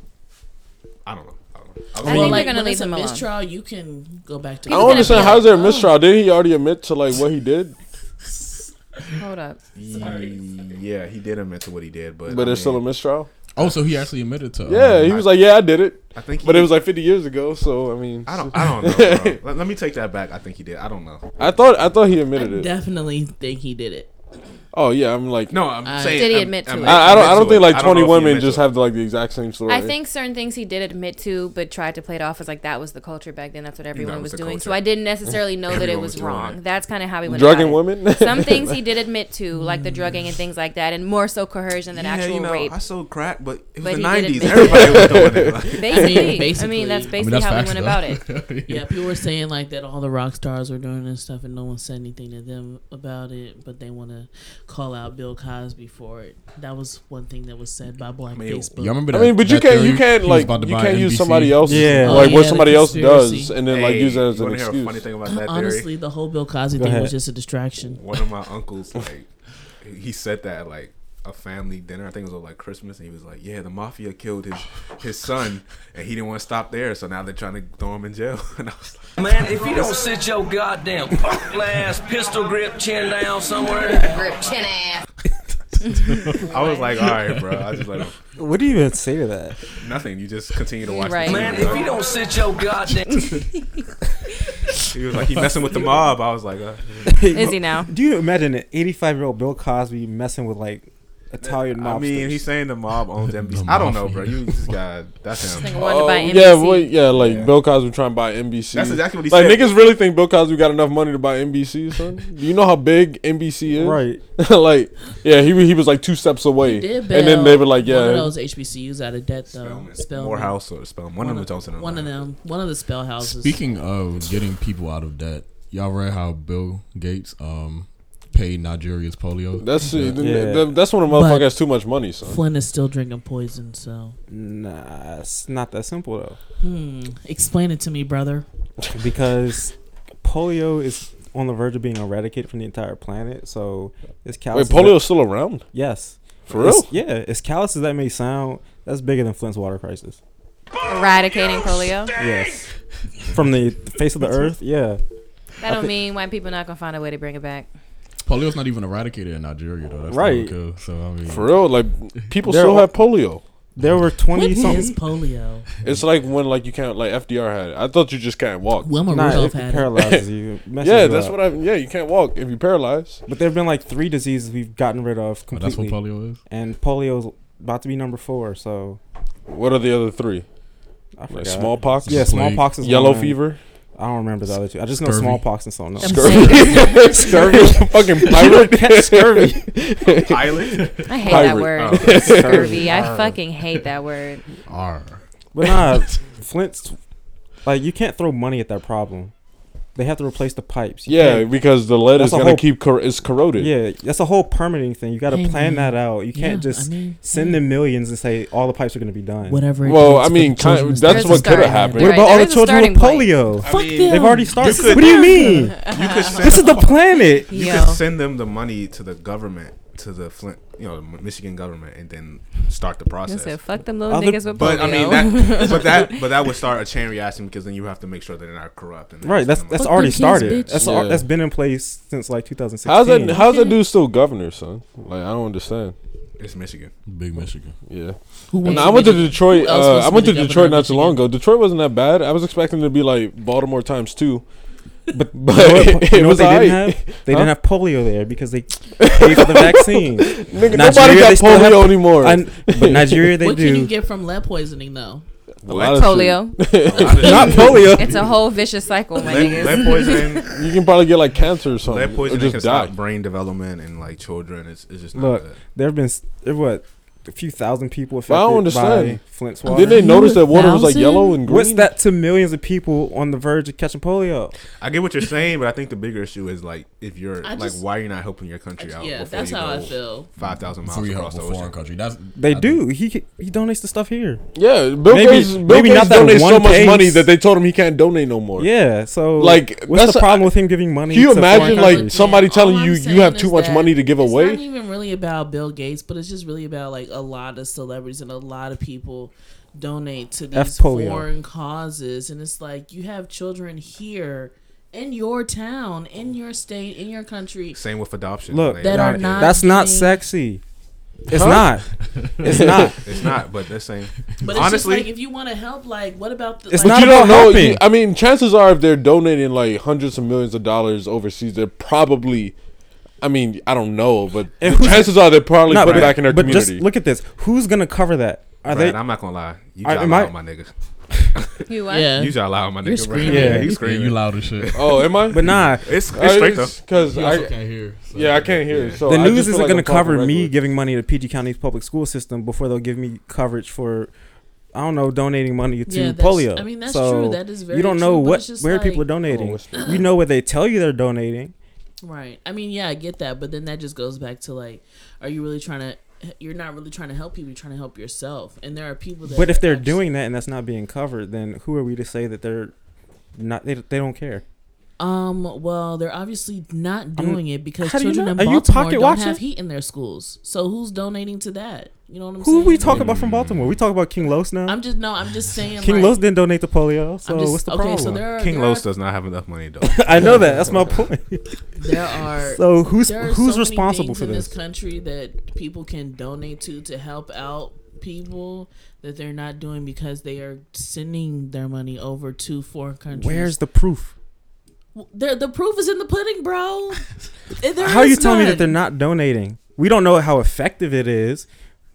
[SPEAKER 2] I don't know. I don't know. I was
[SPEAKER 6] I
[SPEAKER 2] like,
[SPEAKER 6] think they're gonna
[SPEAKER 3] when
[SPEAKER 6] leave
[SPEAKER 3] it's
[SPEAKER 6] him
[SPEAKER 3] a
[SPEAKER 6] alone.
[SPEAKER 3] mistrial, you can go back to.
[SPEAKER 5] I
[SPEAKER 6] He was
[SPEAKER 5] don't
[SPEAKER 6] gonna
[SPEAKER 5] understand.
[SPEAKER 6] be
[SPEAKER 5] How is there a
[SPEAKER 3] Oh.
[SPEAKER 5] mistrial? Did he already admit to like what he did?
[SPEAKER 6] Hold up.
[SPEAKER 2] Yeah, he did admit to what he did, but
[SPEAKER 5] But
[SPEAKER 2] I
[SPEAKER 5] it's still a
[SPEAKER 2] mean,
[SPEAKER 5] mistrial.
[SPEAKER 1] Oh, so he actually admitted to.
[SPEAKER 5] Yeah, he was like, yeah, I did it,
[SPEAKER 2] I think. He,
[SPEAKER 5] but it was like 50 years ago. So I mean,
[SPEAKER 2] I don't.
[SPEAKER 5] [laughs]
[SPEAKER 2] I don't know. Bro. let, let me take that back. I think he did. I don't know.
[SPEAKER 5] I thought I thought he
[SPEAKER 3] I
[SPEAKER 5] admitted it.
[SPEAKER 3] definitely think he did it.
[SPEAKER 5] Oh yeah, I'm like,
[SPEAKER 2] No, I'm
[SPEAKER 3] Uh,
[SPEAKER 2] saying.
[SPEAKER 6] Did he
[SPEAKER 2] I'm-
[SPEAKER 6] admit to
[SPEAKER 2] I'm-
[SPEAKER 6] it?
[SPEAKER 5] I, I don't. I
[SPEAKER 2] admit
[SPEAKER 5] don't
[SPEAKER 2] to
[SPEAKER 5] think
[SPEAKER 2] it.
[SPEAKER 5] like
[SPEAKER 2] I don't know
[SPEAKER 5] 20
[SPEAKER 2] if he
[SPEAKER 5] women
[SPEAKER 2] admits
[SPEAKER 5] just
[SPEAKER 2] to it.
[SPEAKER 5] have like the exact same story.
[SPEAKER 6] I think certain things he did admit to, but tried to play it off as like that was the culture back then. That's what everyone
[SPEAKER 2] was
[SPEAKER 6] was,
[SPEAKER 2] the
[SPEAKER 6] doing. So
[SPEAKER 2] culture.
[SPEAKER 6] I didn't necessarily know that it
[SPEAKER 2] Everyone
[SPEAKER 6] was,
[SPEAKER 2] was doing
[SPEAKER 6] wrong.
[SPEAKER 2] it.
[SPEAKER 6] That's kind of how we went. about
[SPEAKER 5] drugging
[SPEAKER 6] it.
[SPEAKER 5] women. [laughs]
[SPEAKER 2] [laughs]
[SPEAKER 6] Some things he did admit to, like the drugging and things like that, and more so coercion than
[SPEAKER 2] Yeah,
[SPEAKER 6] actual
[SPEAKER 2] you know,
[SPEAKER 6] rape.
[SPEAKER 2] I sold crack, but it was
[SPEAKER 6] But
[SPEAKER 2] the
[SPEAKER 6] he
[SPEAKER 2] '90s.
[SPEAKER 6] did admit-
[SPEAKER 2] Everybody was doing
[SPEAKER 5] [laughs]
[SPEAKER 2] it. Like,
[SPEAKER 6] Basically, I mean,
[SPEAKER 3] Basically.
[SPEAKER 6] that's
[SPEAKER 3] I mean,
[SPEAKER 1] I
[SPEAKER 6] basically
[SPEAKER 1] mean, that's
[SPEAKER 6] how we
[SPEAKER 1] facts,
[SPEAKER 6] went about
[SPEAKER 1] [laughs]
[SPEAKER 6] it.
[SPEAKER 1] though.
[SPEAKER 3] Yeah, people were saying like that all the rock stars were doing this stuff, and no one said anything to them about it, but they want to call out Bill Cosby for it. That was one thing that was said by Black
[SPEAKER 2] mean,
[SPEAKER 3] Facebook.
[SPEAKER 1] Y'all remember
[SPEAKER 5] I
[SPEAKER 1] that,
[SPEAKER 5] mean, but you
[SPEAKER 1] uh, that
[SPEAKER 5] can't.
[SPEAKER 1] theory?
[SPEAKER 5] You can't
[SPEAKER 1] He was
[SPEAKER 5] like.
[SPEAKER 1] about to
[SPEAKER 5] You
[SPEAKER 1] buy
[SPEAKER 5] can't use
[SPEAKER 1] NBC?
[SPEAKER 5] somebody else.
[SPEAKER 4] Yeah.
[SPEAKER 5] Like
[SPEAKER 3] Oh,
[SPEAKER 5] what
[SPEAKER 3] yeah,
[SPEAKER 5] somebody
[SPEAKER 3] the
[SPEAKER 5] else does,
[SPEAKER 3] conspiracy.
[SPEAKER 5] and then like
[SPEAKER 2] Hey,
[SPEAKER 5] use that as
[SPEAKER 2] you
[SPEAKER 5] an
[SPEAKER 2] wanna hear a funny
[SPEAKER 5] excuse.
[SPEAKER 2] thing about that theory?
[SPEAKER 3] Honestly, the whole Bill Cosby
[SPEAKER 4] Go
[SPEAKER 3] thing
[SPEAKER 4] ahead.
[SPEAKER 3] was just a distraction.
[SPEAKER 2] one of my uncles like he said that at, like a family dinner i think it was like christmas and he was like yeah the mafia killed his his son and he didn't want to stop there so now they're trying to throw him in jail [laughs] and i was like
[SPEAKER 7] Man, if you don't sit your goddamn punk ass pistol grip chin down somewhere,
[SPEAKER 2] i was like all right bro i was just like
[SPEAKER 4] [laughs] What do you even say to that?
[SPEAKER 2] nothing you just continue to watch
[SPEAKER 6] Right.
[SPEAKER 2] the
[SPEAKER 7] man,
[SPEAKER 2] TV.
[SPEAKER 7] if you don't sit your goddamn
[SPEAKER 2] he was like he messing with the mob i was like uh,
[SPEAKER 6] Is he now?
[SPEAKER 4] Do you imagine an 85 year old Bill Cosby messing with like Italian mobsters?
[SPEAKER 2] i mean he's saying the mob owns nbc i don't know bro you just got that's
[SPEAKER 6] Like
[SPEAKER 2] him
[SPEAKER 6] wanted to buy
[SPEAKER 5] Oh,
[SPEAKER 6] NBC.
[SPEAKER 5] yeah, well, yeah, like
[SPEAKER 2] Yeah.
[SPEAKER 5] Bill Cosby trying to buy NBC.
[SPEAKER 2] That's exactly what he
[SPEAKER 5] like,
[SPEAKER 2] said.
[SPEAKER 5] niggas really think Bill Cosby got enough money to buy NBC, son? Do you know how big NBC is?
[SPEAKER 4] right.
[SPEAKER 5] [laughs] like, yeah, he he was like two steps away,
[SPEAKER 3] Did
[SPEAKER 5] and then
[SPEAKER 3] bail
[SPEAKER 5] they were like,
[SPEAKER 3] one of
[SPEAKER 5] yeah,
[SPEAKER 3] those HBCUs out of debt though. Spellman.
[SPEAKER 2] morehouse or spell one, of them was Johnson
[SPEAKER 3] One of them. One of the spell houses.
[SPEAKER 1] Speaking of getting people out of debt, y'all read how Bill Gates um paid Nigeria's polio.
[SPEAKER 5] that's
[SPEAKER 4] Yeah.
[SPEAKER 5] that- that's when a motherfucker
[SPEAKER 3] But-
[SPEAKER 5] has too much money, son.
[SPEAKER 3] Flynn is still drinking poison, so
[SPEAKER 4] Nah, it's not that simple though.
[SPEAKER 3] hmm. explain it to me, brother.
[SPEAKER 4] Because polio is on the verge of being eradicated from the entire planet. So it's
[SPEAKER 5] Wait,
[SPEAKER 4] calluses.
[SPEAKER 5] polio's still around
[SPEAKER 4] yes.
[SPEAKER 5] for real?
[SPEAKER 4] It's- yeah, it's calluses that may sound. That's bigger than Flint's water crisis.
[SPEAKER 6] Eradicating polio.
[SPEAKER 4] Yes. From the face of the earth. Yeah.
[SPEAKER 6] That don't
[SPEAKER 4] thi-
[SPEAKER 6] mean white people not gonna find a way to bring it back.
[SPEAKER 1] Polio's not even eradicated in Nigeria though. That's
[SPEAKER 4] Right.
[SPEAKER 1] right. Kill, so I mean,
[SPEAKER 5] For real? Like, people
[SPEAKER 4] They're
[SPEAKER 5] still
[SPEAKER 4] all-
[SPEAKER 5] have polio.
[SPEAKER 4] There were 20
[SPEAKER 3] What is
[SPEAKER 4] something.
[SPEAKER 3] polio?
[SPEAKER 5] It's like when like you can't like FDR had it. I thought you just can't walk.
[SPEAKER 3] Wilma
[SPEAKER 4] Nah, it
[SPEAKER 3] Rudolph had it.
[SPEAKER 4] paralyzes you.
[SPEAKER 5] Yeah, that's what I. Yeah, you can't walk if you paralyzed.
[SPEAKER 4] But there have been like three diseases we've gotten rid
[SPEAKER 5] Oh,
[SPEAKER 4] of
[SPEAKER 1] but that's what
[SPEAKER 4] completely,
[SPEAKER 1] polio is.
[SPEAKER 4] and polio's about to be number four. So
[SPEAKER 5] What are the other three?
[SPEAKER 4] I
[SPEAKER 5] Like
[SPEAKER 4] forgot.
[SPEAKER 5] smallpox,
[SPEAKER 4] Yeah,
[SPEAKER 1] Plague.
[SPEAKER 4] smallpox is
[SPEAKER 5] yellow
[SPEAKER 4] one.
[SPEAKER 5] fever, [laughs]
[SPEAKER 4] I don't remember the other two. I just know
[SPEAKER 1] Scurvy.
[SPEAKER 4] smallpox and something else.
[SPEAKER 3] I'm
[SPEAKER 5] scurvy, scurvy, fucking
[SPEAKER 4] [laughs]
[SPEAKER 5] pirate, scurvy.
[SPEAKER 2] Island.
[SPEAKER 6] I hate that
[SPEAKER 5] Pirate.
[SPEAKER 6] word.
[SPEAKER 2] Oh.
[SPEAKER 6] Scurvy. I fucking hate that word.
[SPEAKER 1] R.
[SPEAKER 4] But nah, Flint's like you can't throw money at that problem. They have to replace the pipes. You
[SPEAKER 5] Yeah,
[SPEAKER 4] can't-
[SPEAKER 5] because the lead
[SPEAKER 4] That's
[SPEAKER 5] is
[SPEAKER 4] a
[SPEAKER 5] gonna
[SPEAKER 4] whole-
[SPEAKER 5] keep cor- it's corroded.
[SPEAKER 4] yeah. That's a whole permitting thing. You got to
[SPEAKER 3] Hey,
[SPEAKER 4] plan
[SPEAKER 3] man.
[SPEAKER 4] that out. You can't
[SPEAKER 3] Yeah,
[SPEAKER 4] just
[SPEAKER 3] I mean,
[SPEAKER 4] send them millions and say all the pipes are going to be done.
[SPEAKER 3] whatever. it takes
[SPEAKER 5] Well, I
[SPEAKER 3] for
[SPEAKER 5] mean,
[SPEAKER 3] the children
[SPEAKER 5] kind-
[SPEAKER 3] to
[SPEAKER 5] that's
[SPEAKER 3] stay
[SPEAKER 5] what could
[SPEAKER 6] starting
[SPEAKER 5] have
[SPEAKER 6] at it.
[SPEAKER 5] happened.
[SPEAKER 4] What
[SPEAKER 6] Right,
[SPEAKER 4] about
[SPEAKER 6] there
[SPEAKER 4] all the
[SPEAKER 6] is a
[SPEAKER 4] children with
[SPEAKER 6] starting
[SPEAKER 4] polio?
[SPEAKER 2] I
[SPEAKER 3] Fuck
[SPEAKER 2] mean,
[SPEAKER 3] them.
[SPEAKER 4] They've already started.
[SPEAKER 2] could-
[SPEAKER 4] What do you mean?
[SPEAKER 3] [laughs]
[SPEAKER 2] you could send
[SPEAKER 4] This is the planet.
[SPEAKER 2] You
[SPEAKER 6] Yo.
[SPEAKER 2] could send them the money to the government to the Flint, you know, the Michigan government, and then start the process.
[SPEAKER 6] So fuck them little
[SPEAKER 4] Other-
[SPEAKER 6] niggas with
[SPEAKER 2] But I mean,
[SPEAKER 6] polio.
[SPEAKER 3] [laughs]
[SPEAKER 6] [laughs]
[SPEAKER 2] that, but that, but that would start a chain reaction because then you have to make sure that they're not corrupt. And
[SPEAKER 4] Right, that's
[SPEAKER 2] and
[SPEAKER 4] that's
[SPEAKER 3] Fuck
[SPEAKER 4] already
[SPEAKER 3] them kids,
[SPEAKER 4] started.
[SPEAKER 3] bitch.
[SPEAKER 4] That's
[SPEAKER 5] Yeah.
[SPEAKER 4] al- that's been in place since like 2016.
[SPEAKER 5] How's that? [laughs] How's that dude still governor, son? Like I don't understand.
[SPEAKER 2] it's
[SPEAKER 4] [laughs]
[SPEAKER 2] Michigan.
[SPEAKER 1] Big Michigan.
[SPEAKER 5] Yeah.
[SPEAKER 3] Who
[SPEAKER 5] And
[SPEAKER 3] wants
[SPEAKER 5] I went to
[SPEAKER 3] be the-
[SPEAKER 5] Detroit.
[SPEAKER 3] who else
[SPEAKER 5] Uh,
[SPEAKER 3] wants
[SPEAKER 5] I
[SPEAKER 3] to be
[SPEAKER 5] went to
[SPEAKER 3] the governor
[SPEAKER 5] Detroit
[SPEAKER 3] of
[SPEAKER 5] not too long
[SPEAKER 3] Michigan?
[SPEAKER 5] ago. Detroit wasn't that bad. I was expecting it to be like Baltimore times two,
[SPEAKER 4] But
[SPEAKER 5] but
[SPEAKER 4] [laughs] you know what-
[SPEAKER 5] [laughs] it,
[SPEAKER 4] you know what
[SPEAKER 5] was
[SPEAKER 4] they
[SPEAKER 5] alright.
[SPEAKER 4] didn't have? They didn't have polio there because
[SPEAKER 5] [laughs]
[SPEAKER 4] they paid for the vaccine.
[SPEAKER 5] Nigga, nobody
[SPEAKER 4] Nigeria,
[SPEAKER 5] got
[SPEAKER 4] they still
[SPEAKER 5] polio
[SPEAKER 4] have-
[SPEAKER 5] anymore.
[SPEAKER 4] And-
[SPEAKER 5] [laughs]
[SPEAKER 4] but Nigeria, they
[SPEAKER 3] what can you
[SPEAKER 4] do.
[SPEAKER 3] get from lead poisoning though?
[SPEAKER 5] A lot of
[SPEAKER 6] polio.
[SPEAKER 5] shit. [laughs]
[SPEAKER 4] [laughs]
[SPEAKER 5] not polio.
[SPEAKER 6] It's a whole vicious cycle, my
[SPEAKER 2] Lead,
[SPEAKER 6] niggas.
[SPEAKER 2] lead poisoning,
[SPEAKER 5] You can probably get like cancer or something.
[SPEAKER 2] lead
[SPEAKER 5] or
[SPEAKER 2] poisoning
[SPEAKER 5] just
[SPEAKER 2] can
[SPEAKER 5] die.
[SPEAKER 2] stop brain development in like children. It's, it's just not
[SPEAKER 4] Look,
[SPEAKER 2] good.
[SPEAKER 4] there have been s- there were, what a few thousand people affected
[SPEAKER 5] But I don't
[SPEAKER 4] by
[SPEAKER 5] understand.
[SPEAKER 4] Flint's water.
[SPEAKER 5] Didn't they notice that water was like
[SPEAKER 3] Thousand?
[SPEAKER 5] yellow and green?
[SPEAKER 4] What's that to millions of people on the verge of catching polio?
[SPEAKER 2] I get what you're saying, but I think the bigger issue is like if you're
[SPEAKER 3] I
[SPEAKER 2] like,
[SPEAKER 3] just-
[SPEAKER 2] why are you not helping your country out?
[SPEAKER 3] yeah,
[SPEAKER 2] before
[SPEAKER 3] that's
[SPEAKER 2] you
[SPEAKER 3] how I
[SPEAKER 2] go
[SPEAKER 3] feel.
[SPEAKER 2] Five thousand
[SPEAKER 1] Before
[SPEAKER 2] miles
[SPEAKER 1] you
[SPEAKER 2] across
[SPEAKER 1] help
[SPEAKER 2] the
[SPEAKER 1] a foreign
[SPEAKER 2] ocean.
[SPEAKER 1] country. That's
[SPEAKER 4] They
[SPEAKER 1] I
[SPEAKER 4] do. He ca- he donates the stuff here.
[SPEAKER 5] Yeah, Bill
[SPEAKER 4] Maybe-
[SPEAKER 5] Gates. Bill
[SPEAKER 4] maybe
[SPEAKER 5] Gates
[SPEAKER 4] not that
[SPEAKER 5] donates so
[SPEAKER 4] one
[SPEAKER 5] much
[SPEAKER 4] case.
[SPEAKER 5] money that they told him he can't donate no more.
[SPEAKER 4] Yeah, so
[SPEAKER 5] Like,
[SPEAKER 4] what's
[SPEAKER 5] that's
[SPEAKER 4] the
[SPEAKER 5] a-
[SPEAKER 4] problem with him giving money?
[SPEAKER 5] Can you
[SPEAKER 4] to foreign
[SPEAKER 5] imagine,
[SPEAKER 4] countries?
[SPEAKER 5] like, somebody
[SPEAKER 3] All
[SPEAKER 5] telling
[SPEAKER 3] I'm
[SPEAKER 5] you
[SPEAKER 3] saying
[SPEAKER 5] you have too
[SPEAKER 3] is
[SPEAKER 5] much
[SPEAKER 3] that
[SPEAKER 5] money to give
[SPEAKER 3] It's not
[SPEAKER 5] away?
[SPEAKER 3] even really about Bill Gates, but it's just really about like a lot of celebrities and a lot of people donate to
[SPEAKER 4] F
[SPEAKER 3] these
[SPEAKER 4] polio.
[SPEAKER 3] foreign causes, and it's like you have children here in your town, in your state, in your country.
[SPEAKER 2] Same with adoption.
[SPEAKER 4] Look,
[SPEAKER 2] Like,
[SPEAKER 3] That are
[SPEAKER 2] it-
[SPEAKER 3] not-
[SPEAKER 4] that's not
[SPEAKER 3] being-
[SPEAKER 4] sexy. It's not. It's
[SPEAKER 5] [laughs]
[SPEAKER 4] not.
[SPEAKER 2] It's not, but that's
[SPEAKER 4] [laughs]
[SPEAKER 2] same.
[SPEAKER 3] But it's
[SPEAKER 2] Honestly,
[SPEAKER 3] just like if you want to help, like what about the?
[SPEAKER 4] It's
[SPEAKER 3] like,
[SPEAKER 4] not
[SPEAKER 5] you don't
[SPEAKER 4] about
[SPEAKER 5] know.
[SPEAKER 4] helping.
[SPEAKER 5] you- I mean, chances are, if they're donating like hundreds of millions of dollars overseas, they're probably. I mean, I don't know, but
[SPEAKER 4] And
[SPEAKER 5] the
[SPEAKER 4] who's-
[SPEAKER 5] chances are they're probably
[SPEAKER 4] No,
[SPEAKER 5] put
[SPEAKER 4] but,
[SPEAKER 5] back in their
[SPEAKER 4] but
[SPEAKER 5] community.
[SPEAKER 4] just look at this. Who's gonna cover that? Are
[SPEAKER 2] Brad,
[SPEAKER 4] they?
[SPEAKER 2] I'm not gonna lie. You
[SPEAKER 4] I-
[SPEAKER 2] y'all
[SPEAKER 4] am
[SPEAKER 2] loud,
[SPEAKER 4] I-
[SPEAKER 2] my nigga.
[SPEAKER 6] You what?
[SPEAKER 3] yeah,
[SPEAKER 2] You y'all loud, my nigga. Brad.
[SPEAKER 3] screaming.
[SPEAKER 2] Yeah,
[SPEAKER 4] Yeah,
[SPEAKER 2] he's
[SPEAKER 1] yeah,
[SPEAKER 2] screaming.
[SPEAKER 1] you loud as shit.
[SPEAKER 5] oh, am I?
[SPEAKER 4] But
[SPEAKER 5] [laughs]
[SPEAKER 4] nah,
[SPEAKER 2] It's, it's straight though.
[SPEAKER 5] because
[SPEAKER 1] You
[SPEAKER 5] Oh, I
[SPEAKER 1] also can't hear. so-
[SPEAKER 5] yeah I can't hear. So
[SPEAKER 4] the
[SPEAKER 5] I
[SPEAKER 4] news
[SPEAKER 5] just feel
[SPEAKER 4] isn't
[SPEAKER 5] like
[SPEAKER 4] gonna
[SPEAKER 5] I'm talking
[SPEAKER 4] cover me
[SPEAKER 5] regularly.
[SPEAKER 4] giving money to PG County's public school system before they'll give me coverage for, I don't know, donating money to
[SPEAKER 3] yeah, that's,
[SPEAKER 4] polio.
[SPEAKER 3] I mean, that's
[SPEAKER 4] So,
[SPEAKER 3] true. That is very.
[SPEAKER 4] you don't know
[SPEAKER 3] true, but
[SPEAKER 4] what
[SPEAKER 3] it's just
[SPEAKER 4] where people are
[SPEAKER 3] like-
[SPEAKER 5] Oh,
[SPEAKER 3] [laughs]
[SPEAKER 4] donating.
[SPEAKER 5] it's-
[SPEAKER 4] You know where they tell you they're donating.
[SPEAKER 3] Right. I mean, yeah, I get that, but then that just goes back to like, are you really trying to? You're not really trying to help people. You're trying to help yourself. And there are people that.
[SPEAKER 4] But if
[SPEAKER 3] are
[SPEAKER 4] they're
[SPEAKER 3] abs-
[SPEAKER 4] doing that and that's not being covered, then who are we to say that they're not? They, they don't care.
[SPEAKER 3] um, well, they're obviously not
[SPEAKER 4] I'm-
[SPEAKER 3] doing it because
[SPEAKER 4] how do you
[SPEAKER 3] children
[SPEAKER 4] know?
[SPEAKER 3] in
[SPEAKER 4] Are you
[SPEAKER 3] Baltimore
[SPEAKER 4] pocket
[SPEAKER 3] don't have
[SPEAKER 4] watching?
[SPEAKER 3] heat in their schools. So who's donating to that? You know what I'm
[SPEAKER 4] Who
[SPEAKER 3] saying?
[SPEAKER 4] are we
[SPEAKER 5] Mm.
[SPEAKER 4] talking about from Baltimore? We talk about King Los now.
[SPEAKER 3] I'm just no. I'm
[SPEAKER 4] [laughs]
[SPEAKER 3] just saying.
[SPEAKER 4] King
[SPEAKER 3] like,
[SPEAKER 4] Los didn't donate to polio, so
[SPEAKER 3] I'm just,
[SPEAKER 4] what's the
[SPEAKER 3] okay,
[SPEAKER 4] problem?
[SPEAKER 3] So there are
[SPEAKER 2] King
[SPEAKER 3] there
[SPEAKER 2] Los
[SPEAKER 3] Are,
[SPEAKER 2] does not have enough money
[SPEAKER 3] [laughs]
[SPEAKER 2] though.
[SPEAKER 4] I know that. That's my point.
[SPEAKER 3] there are
[SPEAKER 4] [laughs] So who's
[SPEAKER 3] there are
[SPEAKER 4] who's
[SPEAKER 3] so many
[SPEAKER 4] responsible
[SPEAKER 3] things
[SPEAKER 4] for
[SPEAKER 3] in
[SPEAKER 4] this?
[SPEAKER 3] this country that people can donate to to help out people that they're not doing because they are sending their money over to foreign countries.
[SPEAKER 4] Where's the proof?
[SPEAKER 3] There- the proof is in the pudding, bro? There
[SPEAKER 4] How are you
[SPEAKER 3] is
[SPEAKER 4] telling me
[SPEAKER 3] none.
[SPEAKER 4] that they're not donating? We don't know how effective it is.